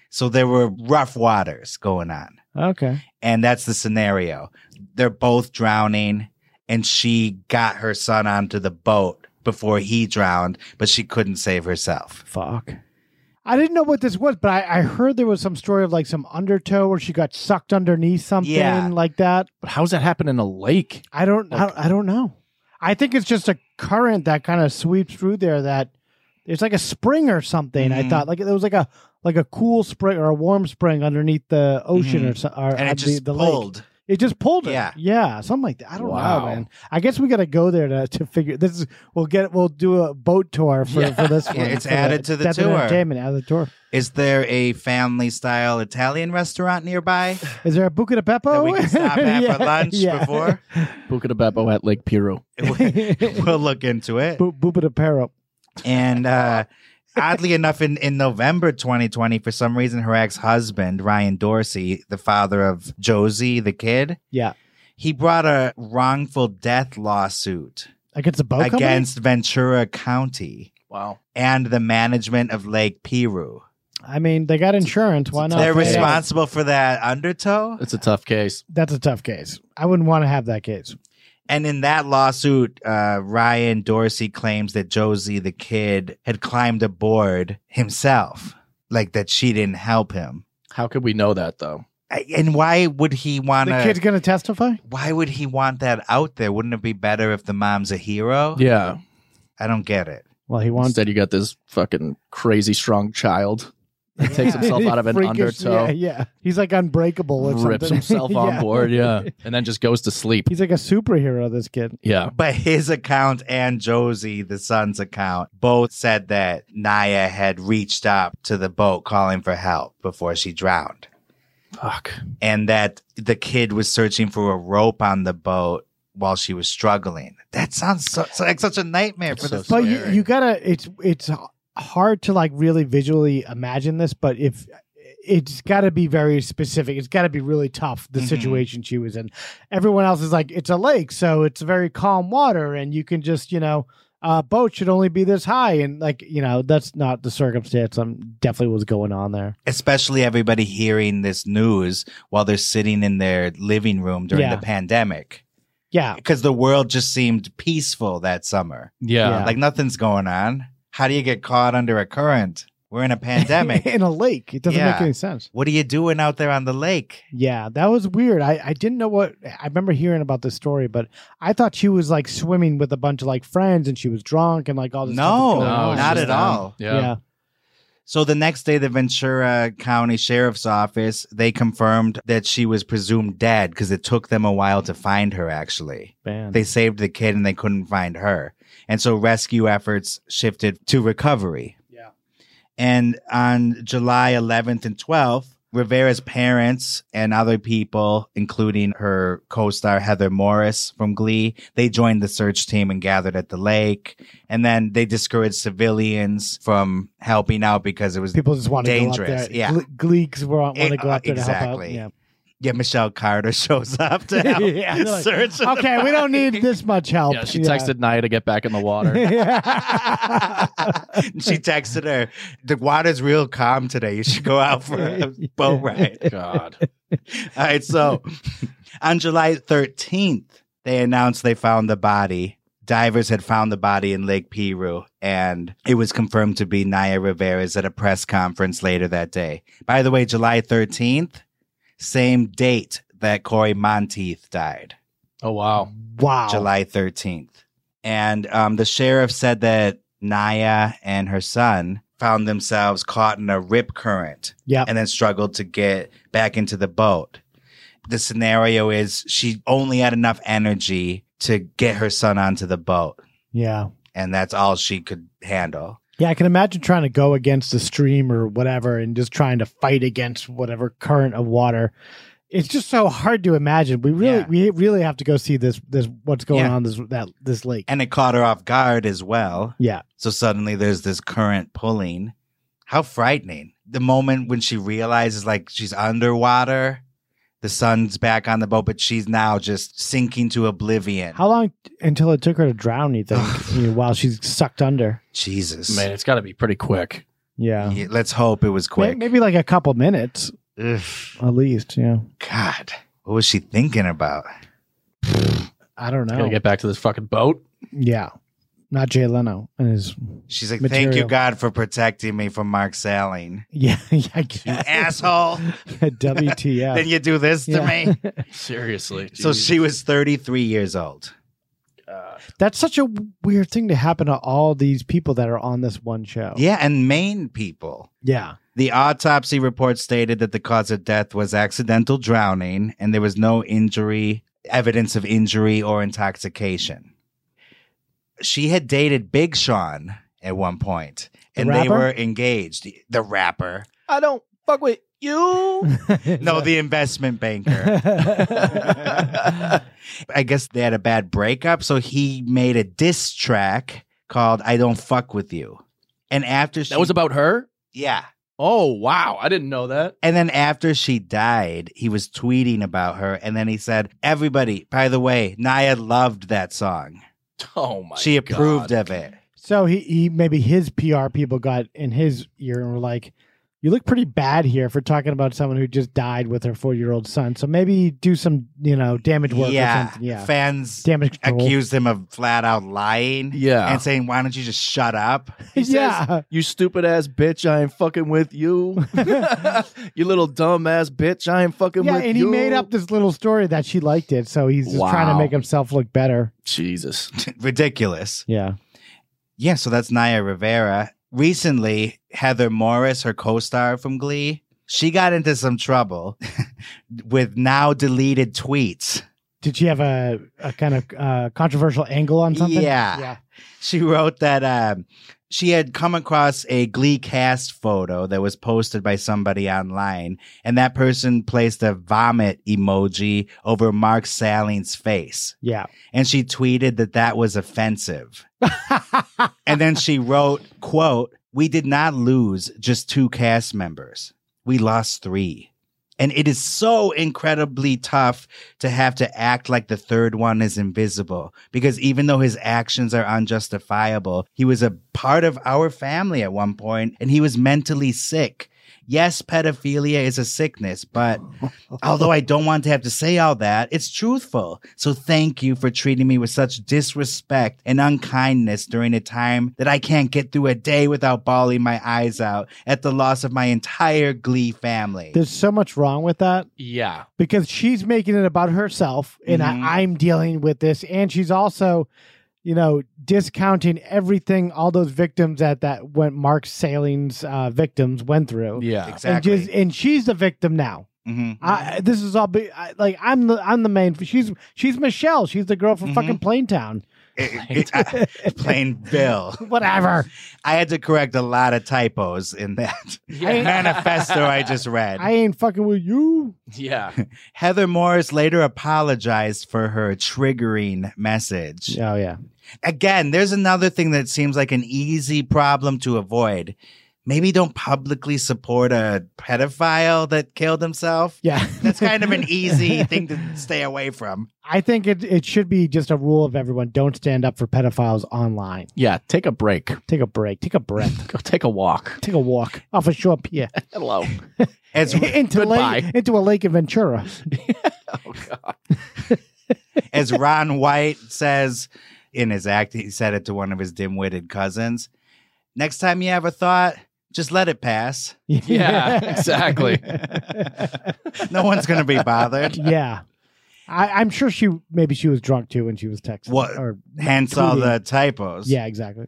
S1: So there were rough waters going on.
S10: Okay.
S1: And that's the scenario. They're both drowning, and she got her son onto the boat before he drowned, but she couldn't save herself.
S10: Fuck. I didn't know what this was, but I, I heard there was some story of like some undertow where she got sucked underneath something
S11: Yeah.
S10: like that.
S11: But how's that happen in a lake?
S10: I don't, I don't. I don't know. I think it's just a current that kind of sweeps through there. That it's like a spring or something. I
S1: Mhm.
S10: thought like it was like a like a cool spring or a warm spring underneath the ocean or
S1: Mhm.
S10: so, or
S1: And it
S10: uh,
S1: just
S10: the, the
S1: pulled.
S10: Lake. It just pulled it.
S1: Yeah.
S10: yeah, something like that. I don't
S1: Wow.
S10: know, man. I guess we got to go there to, to figure this. Is, we'll get we'll do a boat tour for,
S1: Yeah.
S10: for this one.
S1: Yeah, it's
S10: for the
S1: added to the
S10: Death and
S1: tour.
S10: Entertainment added to the tour.
S1: Is there a family style Italian restaurant nearby?
S10: Is there a buca de Beppo?
S1: we can stop at for lunch before?
S11: Buca de Beppo at Lake Piru.
S1: we'll look into it.
S10: Buca de Pero.
S1: And uh, oddly enough, in, in November 2020, for some reason, her ex husband, Ryan Dorsey, the father of Josie, the kid,
S10: Yeah,
S1: he brought a wrongful death lawsuit
S10: against the
S11: Oh,
S10: boat company?
S1: against Ventura County
S11: Wow.
S1: and the management of Lake Piru.
S10: I mean, they got insurance. Why not?
S1: They're
S10: pay it out?
S1: responsible for that undertow.
S11: It's a tough case.
S10: That's a tough case. I wouldn't want to have that case.
S1: And in that lawsuit, uh, Ryan Dorsey claims that Josie, the kid, had climbed aboard himself, like that she didn't help him.
S11: How could we know that though?
S1: And why would he want
S10: the kid's
S1: to?
S10: going to testify.
S1: Why would he want that out there? Wouldn't it be better if the mom's a hero?
S11: Yeah.
S1: I don't get it.
S10: Well, he wants.
S11: Instead, you got this fucking crazy strong child that takes himself out of an
S10: Freakish-
S11: undertow,
S10: Yeah, yeah. He's like unbreakable or
S11: rips
S10: something.
S11: himself on
S10: Yeah.
S11: board, yeah, and then just goes to sleep.
S10: He's like a superhero. This kid.
S11: Yeah.
S1: But his account and Josie, the son's account, both said that Naya had reached up to the boat calling for help before she drowned.
S11: Fuck.
S1: And that the kid was searching for a rope on the boat while she was struggling. That sounds so, so- like such a nightmare for the
S10: But you, you gotta. It's it's hard to like really visually imagine this, but if it's got to be very specific, it's got to be really tough. The
S1: Mhm.
S10: situation she was in. Everyone else is like it's a lake, so it's very calm water, and you can just you know. Uh, boat should only be this high, and like you know, that's not the circumstance. I'm definitely what's going on there.
S1: especially everybody hearing this news while they're sitting in their living room during
S10: Yeah.
S1: the pandemic.
S10: Yeah.
S1: Because the world just seemed peaceful that summer.
S10: Yeah. Yeah.
S1: Like nothing's going on. How do you get caught under a current? We're in a pandemic.
S10: in a lake. It doesn't make
S1: Yeah.
S10: any sense.
S1: What are you doing out there on the lake?
S10: Yeah, that was weird. I, I didn't know what I remember hearing about this story, but I thought she was like swimming with a bunch of like friends and she was drunk and like all this. stuff was
S1: No,
S10: going on.
S1: not at all.
S10: Yeah.
S1: So the next day, the Ventura County Sheriff's Office they confirmed that she was presumed dead because it took them a while to find her. Actually,
S10: Man.
S1: they saved the kid and they couldn't find her, and so rescue efforts shifted to recovery. Yeah. And on July 11th and 12th, Rivera's parents and other people, including her co-star Heather Morris from Glee, they joined the search team and gathered at the lake. And then they discouraged civilians from helping out because it was
S10: People just wanted
S1: dangerous.
S10: to go up there.
S1: Yeah.
S10: Gle- Gleeks were want
S1: Eh,
S10: to go
S1: uh,
S10: up there
S1: exactly.
S10: to help out.
S1: yeah, Michelle Carter shows up to
S10: Yeah.
S1: help
S10: Yeah, they're like,
S1: search. in the
S10: okay, we don't need this much help.
S11: Yeah, she texted Naya to get back in the water.
S10: Yeah.
S1: she texted her, "The water's real calm today. You should go out for a boat ride."
S11: God.
S1: All right. So, on July 13th, they announced they found the body. Divers had found the body in Lake Piru, and it was confirmed to be Naya Rivera's at a press conference later that day. By the way, July 13th, same date that Corey Monteith died.
S11: Oh wow.
S10: Wow.
S1: July 13th. And um, the sheriff said that Naya and her son found themselves caught in a rip current
S10: Yep.
S1: and then struggled to get back into the boat. The scenario is she only had enough energy to get her son onto the boat,
S10: Yeah.
S1: and that's all she could handle.
S10: Yeah, I can imagine trying to go against the stream or whatever and just trying to fight against whatever current of water. It's just so hard to imagine. We really we really have to go see this this what's going
S1: Yeah.
S10: on this that this lake.
S1: And it caught her off guard as well.
S10: Yeah.
S1: So suddenly there's this current pulling. How frightening. The moment when she realizes like she's underwater, the sun's back on the boat, but she's now just sinking to oblivion.
S10: How long t- until it took her to drown, you think, you know, while she's sucked under?
S1: Jesus.
S11: Man, it's got to be pretty quick.
S10: Yeah.
S1: Yeah, Let's hope it was
S10: May-
S1: quick.
S10: Maybe like a couple minutes. At least, yeah.
S1: God, what was she thinking about?
S10: I don't know.
S11: Gotta get back to this fucking boat.
S10: Yeah. Not Jay Leno and his.
S1: She's like,
S10: material.
S1: "Thank you, God, for protecting me from Mark Sailing."
S10: Yeah, yeah, I guess.
S1: asshole.
S10: WTF.
S1: Then you do this to
S10: Yeah.
S1: me.
S11: Seriously.
S1: So she was 33 years old.
S10: That's such a weird thing to happen to all these people that are on this one show.
S1: Yeah, and Maine people.
S10: Yeah.
S1: The autopsy report stated that the cause of death was accidental drowning and there was no injury, evidence of injury or intoxication. She had dated Big Sean at one point
S11: The
S1: and they
S11: rapper?
S1: were engaged. The rapper.
S11: I don't fuck with you.
S1: No, the investment banker. I guess they had a bad breakup, so he made a diss track called I Don't Fuck With You. And after she
S11: That was about her?
S1: Yeah.
S11: Oh, wow. I didn't know that.
S1: And then after she died, he was tweeting about her. And then he said, Everybody, by the way, Naya loved that song.
S11: Oh, my
S1: she approved
S11: God.
S1: of it.
S10: So he, he maybe his PR people got in his ear and were like, "You look pretty bad here for talking about someone who just died with her four year old son. So maybe do some you know damage work or
S1: Yeah.
S10: something." Yeah,
S1: Fans
S10: damage control.
S1: accused him of flat out lying.
S11: Yeah.
S1: And saying, Why don't you just shut up?
S10: yeah,
S11: You stupid ass bitch, I ain't fucking with you. you little dumb ass bitch, I ain't fucking
S10: yeah.
S11: with
S10: And he
S11: you.
S10: made up this little story that she liked it, so he's just trying to
S1: Wow.
S10: make himself look better.
S11: Jesus.
S1: Ridiculous.
S10: Yeah.
S1: Yeah, so that's Naya Rivera. Recently, Heather Morris, her co star from Glee, she got into some trouble with now deleted tweets.
S10: Did she have a, a kind of uh, controversial angle on something?
S1: Yeah. She wrote that um, she had come across a Glee cast photo that was posted by somebody online, and that person placed a vomit emoji over Mark Saling's face.
S10: Yeah.
S1: And she tweeted that that was offensive. and then she wrote, quote, we did not lose just two cast members. We lost three. And it is so incredibly tough to have to act like the third one is invisible because even though his actions are unjustifiable, he was a part of our family at one point and he was mentally sick. Yes, pedophilia is a sickness, but although I don't want to have to say all that, it's truthful. So thank you for treating me with such disrespect and unkindness during a time that I can't get through a day without bawling my eyes out at the loss of my entire glee family.
S10: There's so much wrong with that.
S11: Yeah.
S10: because she's making it about herself and
S1: Mhm.
S10: I, I'm dealing with this. And she's also, you know, discounting everything all those victims that that went Mark Saling's uh, victims went through.
S11: Yeah.
S10: And, just, and she's the victim now.
S1: Mhm.
S10: I, this is all be, I, like I'm the I'm the main. She's she's Michelle. She's the girl from fucking Plaintown.
S1: It- it- plain Bill.
S10: Whatever.
S1: I had to correct a lot of typos in that manifesto I just read.
S10: I ain't fucking with you.
S11: Yeah.
S1: Heather Morris later apologized for her triggering message.
S10: Oh yeah.
S1: Again, there's another thing that seems like an easy problem to avoid. Maybe don't publicly support a pedophile that killed himself.
S10: Yeah.
S1: That's kind of an easy thing to stay away from.
S10: I think it it should be just a rule of everyone: don't stand up for pedophiles online.
S11: Yeah. Take a break.
S10: Take a break. Take a breath.
S11: Go take a walk.
S10: Take a walk off a short pier.
S11: Hello.
S1: As
S10: into
S1: Goodbye.
S10: lake, into a lake in Ventura.
S1: as Ron White says in his act, he said it to one of his dim-witted cousins. Next time you have a thought, just let it pass.
S11: Yeah, exactly.
S1: no one's going to be bothered.
S10: yeah, I, I'm sure she maybe she was drunk too when she was texting.
S1: What?
S10: Or
S1: Hence all the
S10: tweeting.
S1: typos.
S10: Yeah, exactly.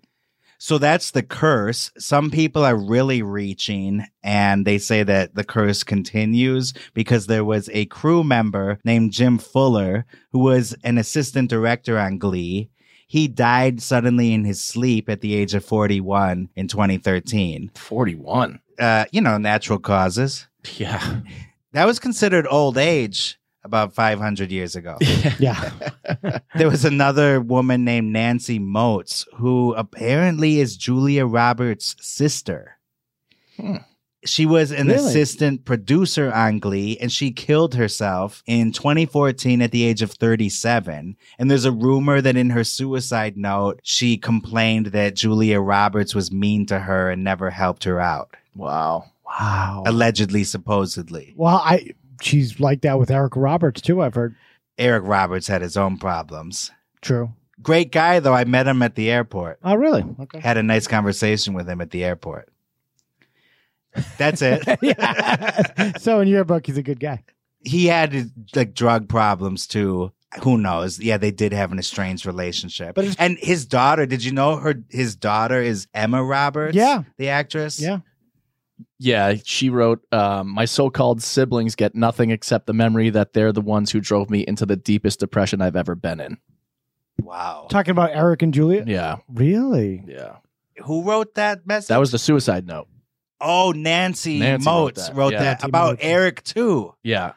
S1: So that's the curse. Some people are really reaching and they say that the curse continues because there was a crew member named Jim Fuller who was an assistant director on Glee. He died suddenly in his sleep at the age of 41 in 2013.
S11: 41.
S1: Uh, you know, natural causes.
S11: Yeah.
S1: That was considered old age about 500 years ago.
S10: Yeah.
S1: there was another woman named Nancy Moats who apparently is Julia Roberts' sister. She was an
S10: Hmm. Really?
S1: assistant producer on Glee, and she killed herself in 2014 at the age of 37. And there's a rumor that in her suicide note, she complained that Julia Roberts was mean to her and never helped her out. Wow.
S10: Wow.
S1: Allegedly, supposedly.
S10: Well, I she's like that with Eric Roberts too. I've heard.
S1: Eric Roberts had his own problems.
S10: True.
S1: Great guy, though. I met him at the airport.
S10: Oh, really? Okay.
S1: Had a nice conversation with him at the airport. That's it.
S10: So in your book, he's a good guy.
S1: he had like drug problems too. Who knows? Yeah, they did have an estranged relationship.
S10: But it's-
S1: and his daughter, did you know her? His daughter is Emma Roberts.
S10: Yeah.
S1: the actress.
S10: Yeah.
S11: Yeah, she wrote, um, "My so-called siblings get nothing except the memory that they're the ones who drove me into the deepest depression I've ever been in."
S1: Wow.
S10: Talking about Eric and Julia.
S11: Yeah,
S10: Really?
S11: yeah.
S1: Who wrote that message?
S11: That was the suicide note.
S1: oh Nancy,
S11: Nancy wrote
S1: Motes
S11: that.
S1: wrote
S11: Yeah.
S1: that
S11: Nancy
S1: about
S11: Motes.
S1: Eric too.
S11: Yeah,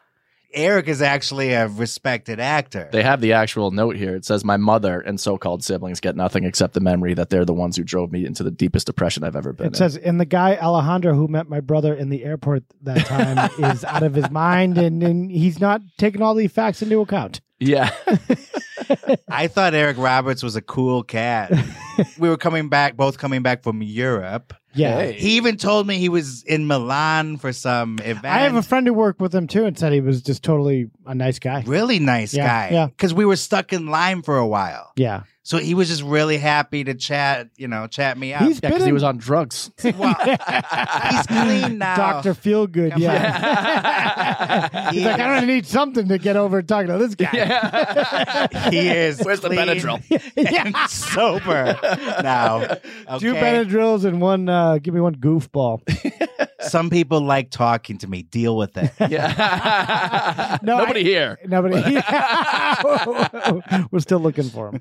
S1: Eric is actually a respected actor.
S11: they have the actual note here. It says, "My mother and so-called siblings get nothing except the memory that they're the ones who drove me into the deepest depression I've ever been in."
S10: It says, and the guy Alejandro who met my brother in the airport that time is out of his mind, and, and he's not taking all the facts into account.
S11: Yeah.
S1: I thought Eric Roberts was a cool cat. we were coming back, both coming back from Europe.
S10: Yeah. Hey.
S1: He even told me he was in Milan for some event.
S10: I have a friend who worked with him too, and said he was just totally a nice guy.
S1: really nice
S10: Yeah,
S1: guy.
S10: yeah.
S1: Because we were stuck in Lyme for a while.
S10: Yeah.
S1: So he was just really happy to chat, you know, chat me out.
S10: He's Yeah, 'cause been he in- was
S11: on drugs.
S1: he's clean now.
S10: Doctor Feelgood.
S1: Come
S10: yeah.
S1: on.
S10: He's like, I don't need something to get over talking to this guy.
S1: he is.
S11: Where's the
S1: clean
S11: Benadryl?
S1: and sober now. Okay?
S10: Two Benadryls and one. Uh, give me one goofball.
S1: Some people like talking to me. Deal with it.
S11: Yeah.
S10: No,
S11: Nobody
S10: I-
S11: here.
S10: Nobody. We're still looking for him.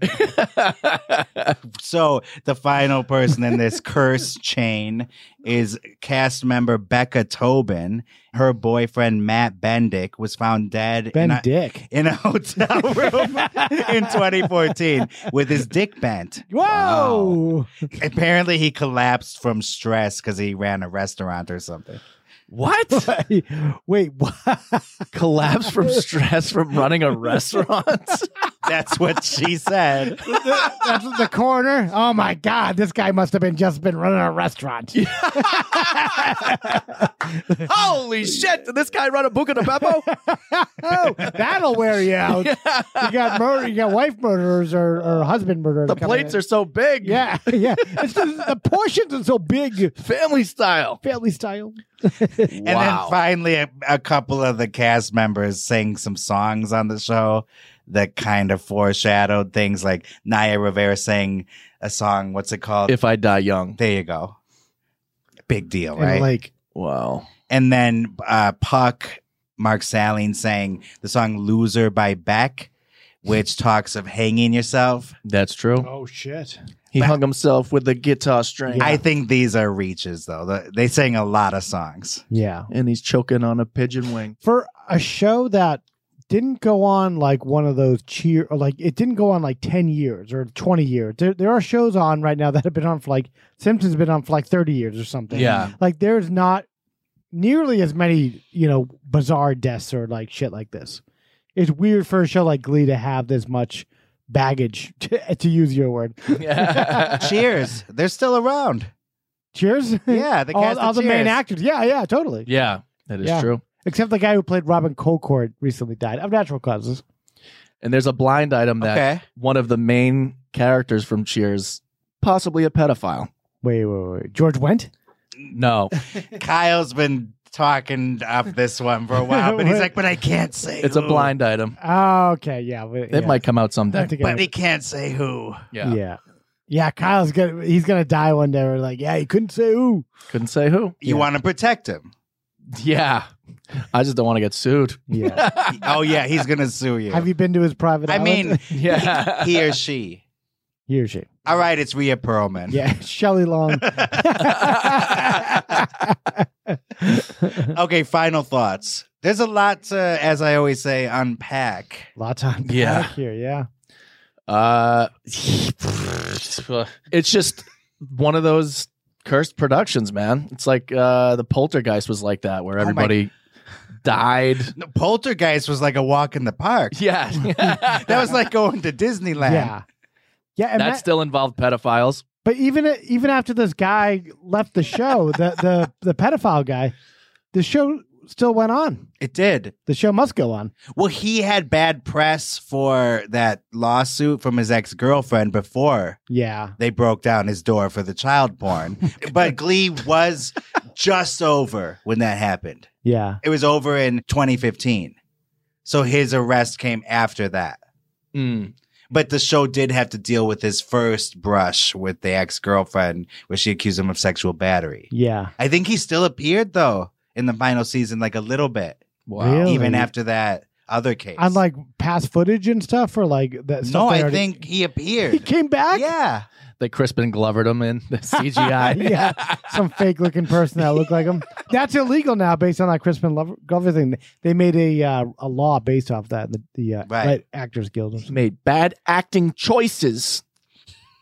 S1: So the final person in this curse chain is cast member Becca Tobin. Her boyfriend Matt Bendick was found dead in a,
S10: Bendick.
S1: in a hotel room in 2014 with his dick bent.
S10: Whoa!
S1: Apparently, he collapsed from stress because he ran a restaurant or something.
S11: What?
S10: Wait, what?
S11: Collapse from stress from running a restaurant?
S1: That's what she said.
S10: That's the corner. Oh my god, this guy must have been just been running a restaurant.
S11: Holy shit! Did this guy run a Buca de Beppo?
S10: oh, that'll wear you out. You got murder. You got wife murderers or, or husband murderers.
S11: The
S10: coming
S11: plates
S10: in.
S11: are so big.
S10: Yeah, yeah. It's just, the portions are so big.
S11: Family style.
S10: Family style.
S1: And then finally, a, a couple of the cast members sang some songs on the show that kind of foreshadowed things like Naya Rivera sang a song, what's it called?
S11: If I die young.
S1: there you go. Big deal,
S10: And
S1: right?
S10: like,
S11: Wow.
S1: and then uh, Puck, Mark Saline sang the song Loser by Beck, which talks of hanging yourself.
S11: That's true.
S10: oh shit.
S11: He hung himself with the guitar string.
S1: I think these are reaches, though. The- They sang a lot of songs.
S10: Yeah.
S11: and he's choking on a pigeon wing.
S10: For a show that didn't go on like one of those cheer or like it didn't go on like 10 years or 20 years. There, there are shows on right now that have been on for like Simpsons been on for like 30 years or something.
S11: Yeah.
S10: Like there's not nearly as many, you know, bizarre deaths or like shit like this. It's weird for a show like Glee to have this much baggage to, to use your word.
S11: Yeah.
S1: Cheers. They're still around.
S10: Cheers.
S1: Yeah, the
S10: all,
S1: cast of
S10: all the main
S1: Cheers.
S10: actors. Yeah, yeah, totally.
S11: Yeah, that is
S10: Yeah.
S11: true.
S10: Except the guy who played Robin Colcord recently died of natural causes.
S11: And there's a blind item that
S1: Okay.
S11: one of the main characters from Cheers, possibly a pedophile.
S10: Wait, wait, wait. George Wendt?
S11: No,
S1: Kyle's been talking up this one for a while, but he's like, but I can't say.
S11: it's a
S1: who."
S11: blind item.
S10: Oh, okay. Yeah. we-
S11: It
S10: yeah.
S11: might come out
S10: I
S11: someday.
S10: think I-
S1: But he can't say who.
S11: Yeah.
S10: yeah. Yeah, Kyle's gonna he's gonna die one day. We're like, yeah, he couldn't say who.
S11: Couldn't say who.
S10: Yeah.
S1: You want to protect him.
S11: Yeah. I just don't want to get sued.
S10: Yeah.
S1: oh, yeah, he's going to sue you.
S10: Have you been to his private
S1: I
S10: island?
S1: mean,
S11: Yeah.
S1: he or she.
S10: he or she.
S1: All right, it's Rhea Perlman.
S10: Yeah. Shelley Long.
S1: okay, final thoughts. There's a lot to, as I always say, unpack.
S10: Lot of time
S11: Yeah.
S10: back here, yeah.
S11: Uh, it's just one of those cursed productions, man. It's like uh, the Poltergeist was like that,
S10: Oh
S11: where everybody died.
S1: The Poltergeist was like a walk in the park.
S11: Yeah.
S1: that was like going to Disneyland.
S10: Yeah. Yeah,
S11: that
S10: and that-
S11: still involved pedophiles.
S10: But even even after this guy left the show, the the the pedophile guy, the show still went on.
S1: It did.
S10: The show must go on.
S1: Well, he had bad press for that lawsuit from his ex girlfriend before
S10: Yeah.
S1: they broke down his door for the child porn. but Glee was just over when that happened.
S10: Yeah.
S1: It was over in 2015. So his arrest came after that.
S11: Mm,
S1: But the show did have to deal with his first brush with the ex girlfriend, where she accused him of sexual battery.
S10: Yeah.
S1: I think he still appeared, though, in the final season, like a little bit.
S10: Wow. Really?
S1: Even after that other case.
S10: On like past footage and stuff or like that stuff
S1: no,
S10: they
S1: I
S10: already-
S1: think he appeared.
S10: he came back?
S1: Yeah.
S11: They Crispin Glovered him in the CGI.
S10: yeah, some fake looking person that looked like him. That's illegal now, based on that Crispin Glover- Glover thing. They made a uh, a law based off that. The, the uh,
S11: Right.
S10: right Actors Guild. He
S11: made bad acting choices.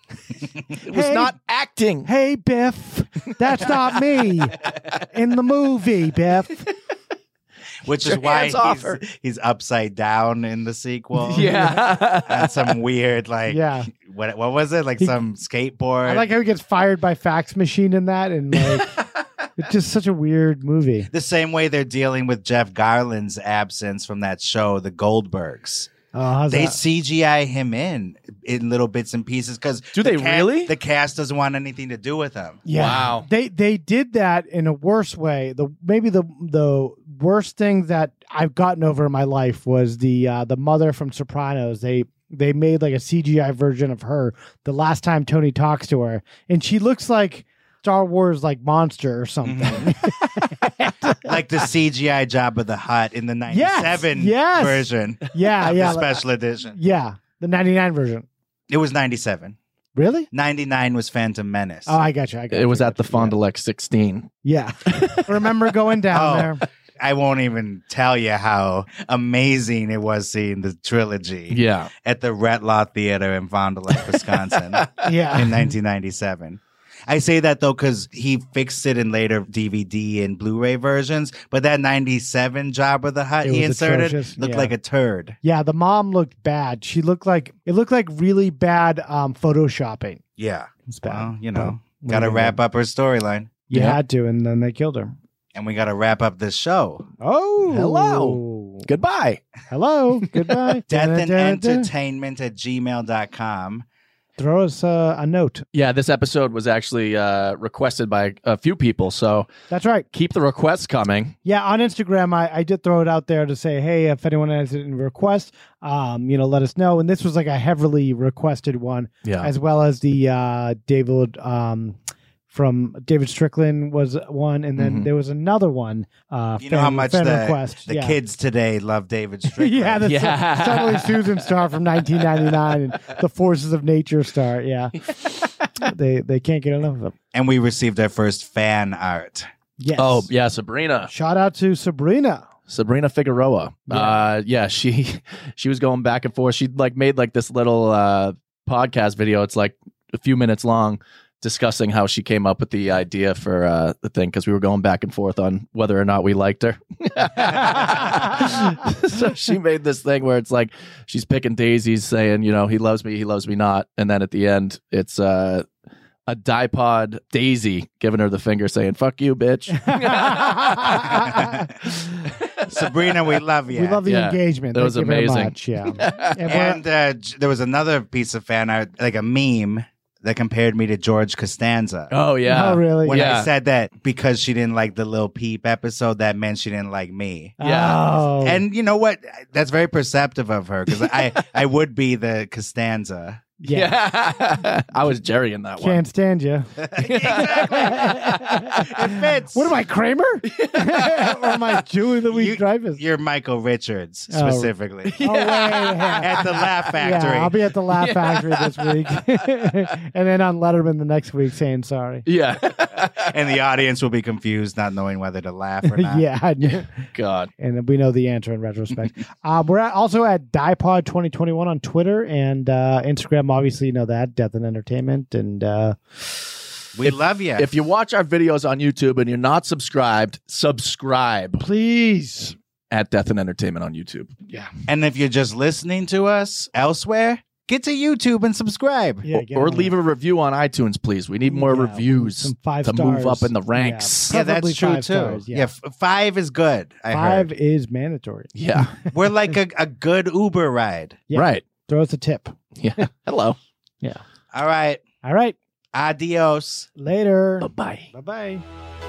S11: it was not acting.
S10: Hey, Biff, that's not me in the movie, Biff.
S1: Which is
S10: Your
S1: why
S10: hands off
S1: he's,
S10: her.
S1: he's upside down in the sequel.
S10: Yeah.
S1: On some weird, like,
S10: Yeah.
S1: what, what was it? Like some skateboard.
S10: I like how he gets fired by fax machine in that, and like it's just such a weird movie.
S1: the same way they're dealing with Jeff Garland's absence from that show, The Goldbergs.
S10: Oh, how's
S1: they
S10: that?
S1: CGI him in in little bits and pieces because do
S11: they really?
S1: The cast doesn't want anything to do with him.
S10: Yeah. They they did that in a worse way. The maybe the the worst thing that I've gotten over in my life was the uh, the mother from Sopranos. They they made like a CGI version of her the last time Tony talks to her, and she looks like Star Wars like monster or something.
S1: Mm-hmm. like the CGI job of the Hutt in the
S10: Yes,
S1: '97
S10: yes.
S1: version.
S10: Yeah,
S1: of the
S10: yeah, like-
S1: special edition.
S10: yeah, the ninety nine version.
S1: It was '97.
S10: Really?
S1: '99 was Phantom Menace.
S10: Oh, I got you. I got
S11: It was at the Fond du Lac 16.
S10: Yeah, remember going down
S1: Oh,
S10: there.
S1: I won't even tell you how amazing it was seeing the trilogy.
S11: Yeah.
S1: At the Retlaw Theater in Fond du Lac, Wisconsin.
S10: Yeah.
S1: In 1997. I say that though because he fixed it in later DVD and Blu-ray versions, but that '97 job of the Hutt
S10: It
S1: he
S10: was
S1: inserted
S10: atrocious,
S1: looked
S10: yeah.
S1: like a turd.
S10: Yeah, the mom looked bad. She looked like it looked like really bad um photoshopping.
S1: Yeah,
S10: it's bad.
S1: Well, you know,
S10: But-
S1: got to wrap up her storyline.
S10: You had to, and then they killed her.
S1: and we got to wrap up this show.
S10: Oh,
S11: hello. Goodbye.
S10: Hello. Goodbye.
S1: Death and
S10: Da-da-da-da.
S1: Entertainment at gmail.com.
S10: Throw us uh, a note.
S11: Yeah, this episode was actually uh, requested by a few people. So
S10: that's right.
S11: Keep the requests coming.
S10: Yeah, on Instagram, I, I did throw it out there to say, hey, if anyone has any requests, um, you know, let us know. And this was like a heavily requested one,
S11: Yeah.
S10: as well as the uh, David um, from David Strickland was one, and then
S1: Mhm.
S10: there was another one. Uh,
S1: You know how much
S10: fan
S1: the,
S10: request.
S1: the
S10: yeah.
S1: kids today love David Strickland.
S10: yeah, the yeah. suddenly Susan star from 1999 and the Forces of Nature star. Yeah, they they can't get enough of them.
S1: And we received our first fan art.
S10: Yes.
S11: Oh, yeah, Sabrina.
S10: Shout out to Sabrina.
S11: Sabrina Figueroa. Yeah. Uh yeah, she she was going back and forth. She like made like this little uh podcast video. It's like a few minutes long discussing how she came up with the idea for uh the thing cuz we were going back and forth on whether or not we liked her. so she made this thing where it's like she's picking daisies saying, you know, he loves me, he loves me not, and then at the end it's uh a dipod daisy giving her the finger saying fuck you bitch
S1: Sabrina, we love you.
S10: We love the
S11: Yeah.
S10: engagement.
S11: That
S10: Thank
S11: was
S10: you very
S11: amazing.
S10: much. Yeah. And we're-
S1: And uh, j- there was another piece of fan art, like a meme that compared me to George Costanza.
S11: Oh, yeah. Oh, really?
S1: When
S11: Yeah.
S1: I said that because she didn't like the Lil Peep episode, that meant she didn't like me.
S11: Yeah.
S10: Oh.
S1: And you know what? That's very perceptive of her because I, I would be the Costanza.
S11: Yeah. I was Jerry in that one.
S10: Can't stand you.
S1: It fits.
S10: What am I, Kramer? or am I Julie Louis Dreyfus?
S1: You're Michael Richards
S10: Oh.
S1: specifically.
S10: Oh, wait, yeah.
S1: At the Laugh Factory.
S10: Yeah, I'll be at the Laugh Factory this week. and then on Letterman the next week saying sorry.
S11: Yeah.
S1: and the audience will be confused, not knowing whether to laugh or not.
S10: yeah. I knew-
S11: God.
S10: And we know the answer in retrospect. um, we're at- also at Dipod 2021 on Twitter and uh, Instagram. Obviously, you know that. Death and Entertainment. And uh,
S1: We love you.
S11: If you watch our videos on YouTube and you're not subscribed, subscribe.
S10: Please.
S11: At Death and Entertainment on YouTube.
S1: Yeah. And if you're just listening to us elsewhere, get to YouTube and subscribe.
S11: Or- or leave a review on iTunes, please. We need more
S1: Yeah,
S11: reviews
S10: some five
S11: to move
S10: stars.
S11: up in the ranks.
S10: Yeah,
S1: Yeah, that's
S10: Probably
S1: true too.
S10: five stars,
S1: yeah,
S10: yeah.
S1: f- five is good. I
S10: Five
S1: heard.
S10: is mandatory.
S11: Yeah.
S1: We're like a, a good Uber ride.
S10: Yeah. Right. Throw us a tip.
S11: Yeah. Hello.
S10: Yeah.
S1: All right.
S10: All right.
S1: Adios.
S10: Later.
S11: Bye bye.
S10: Bye bye.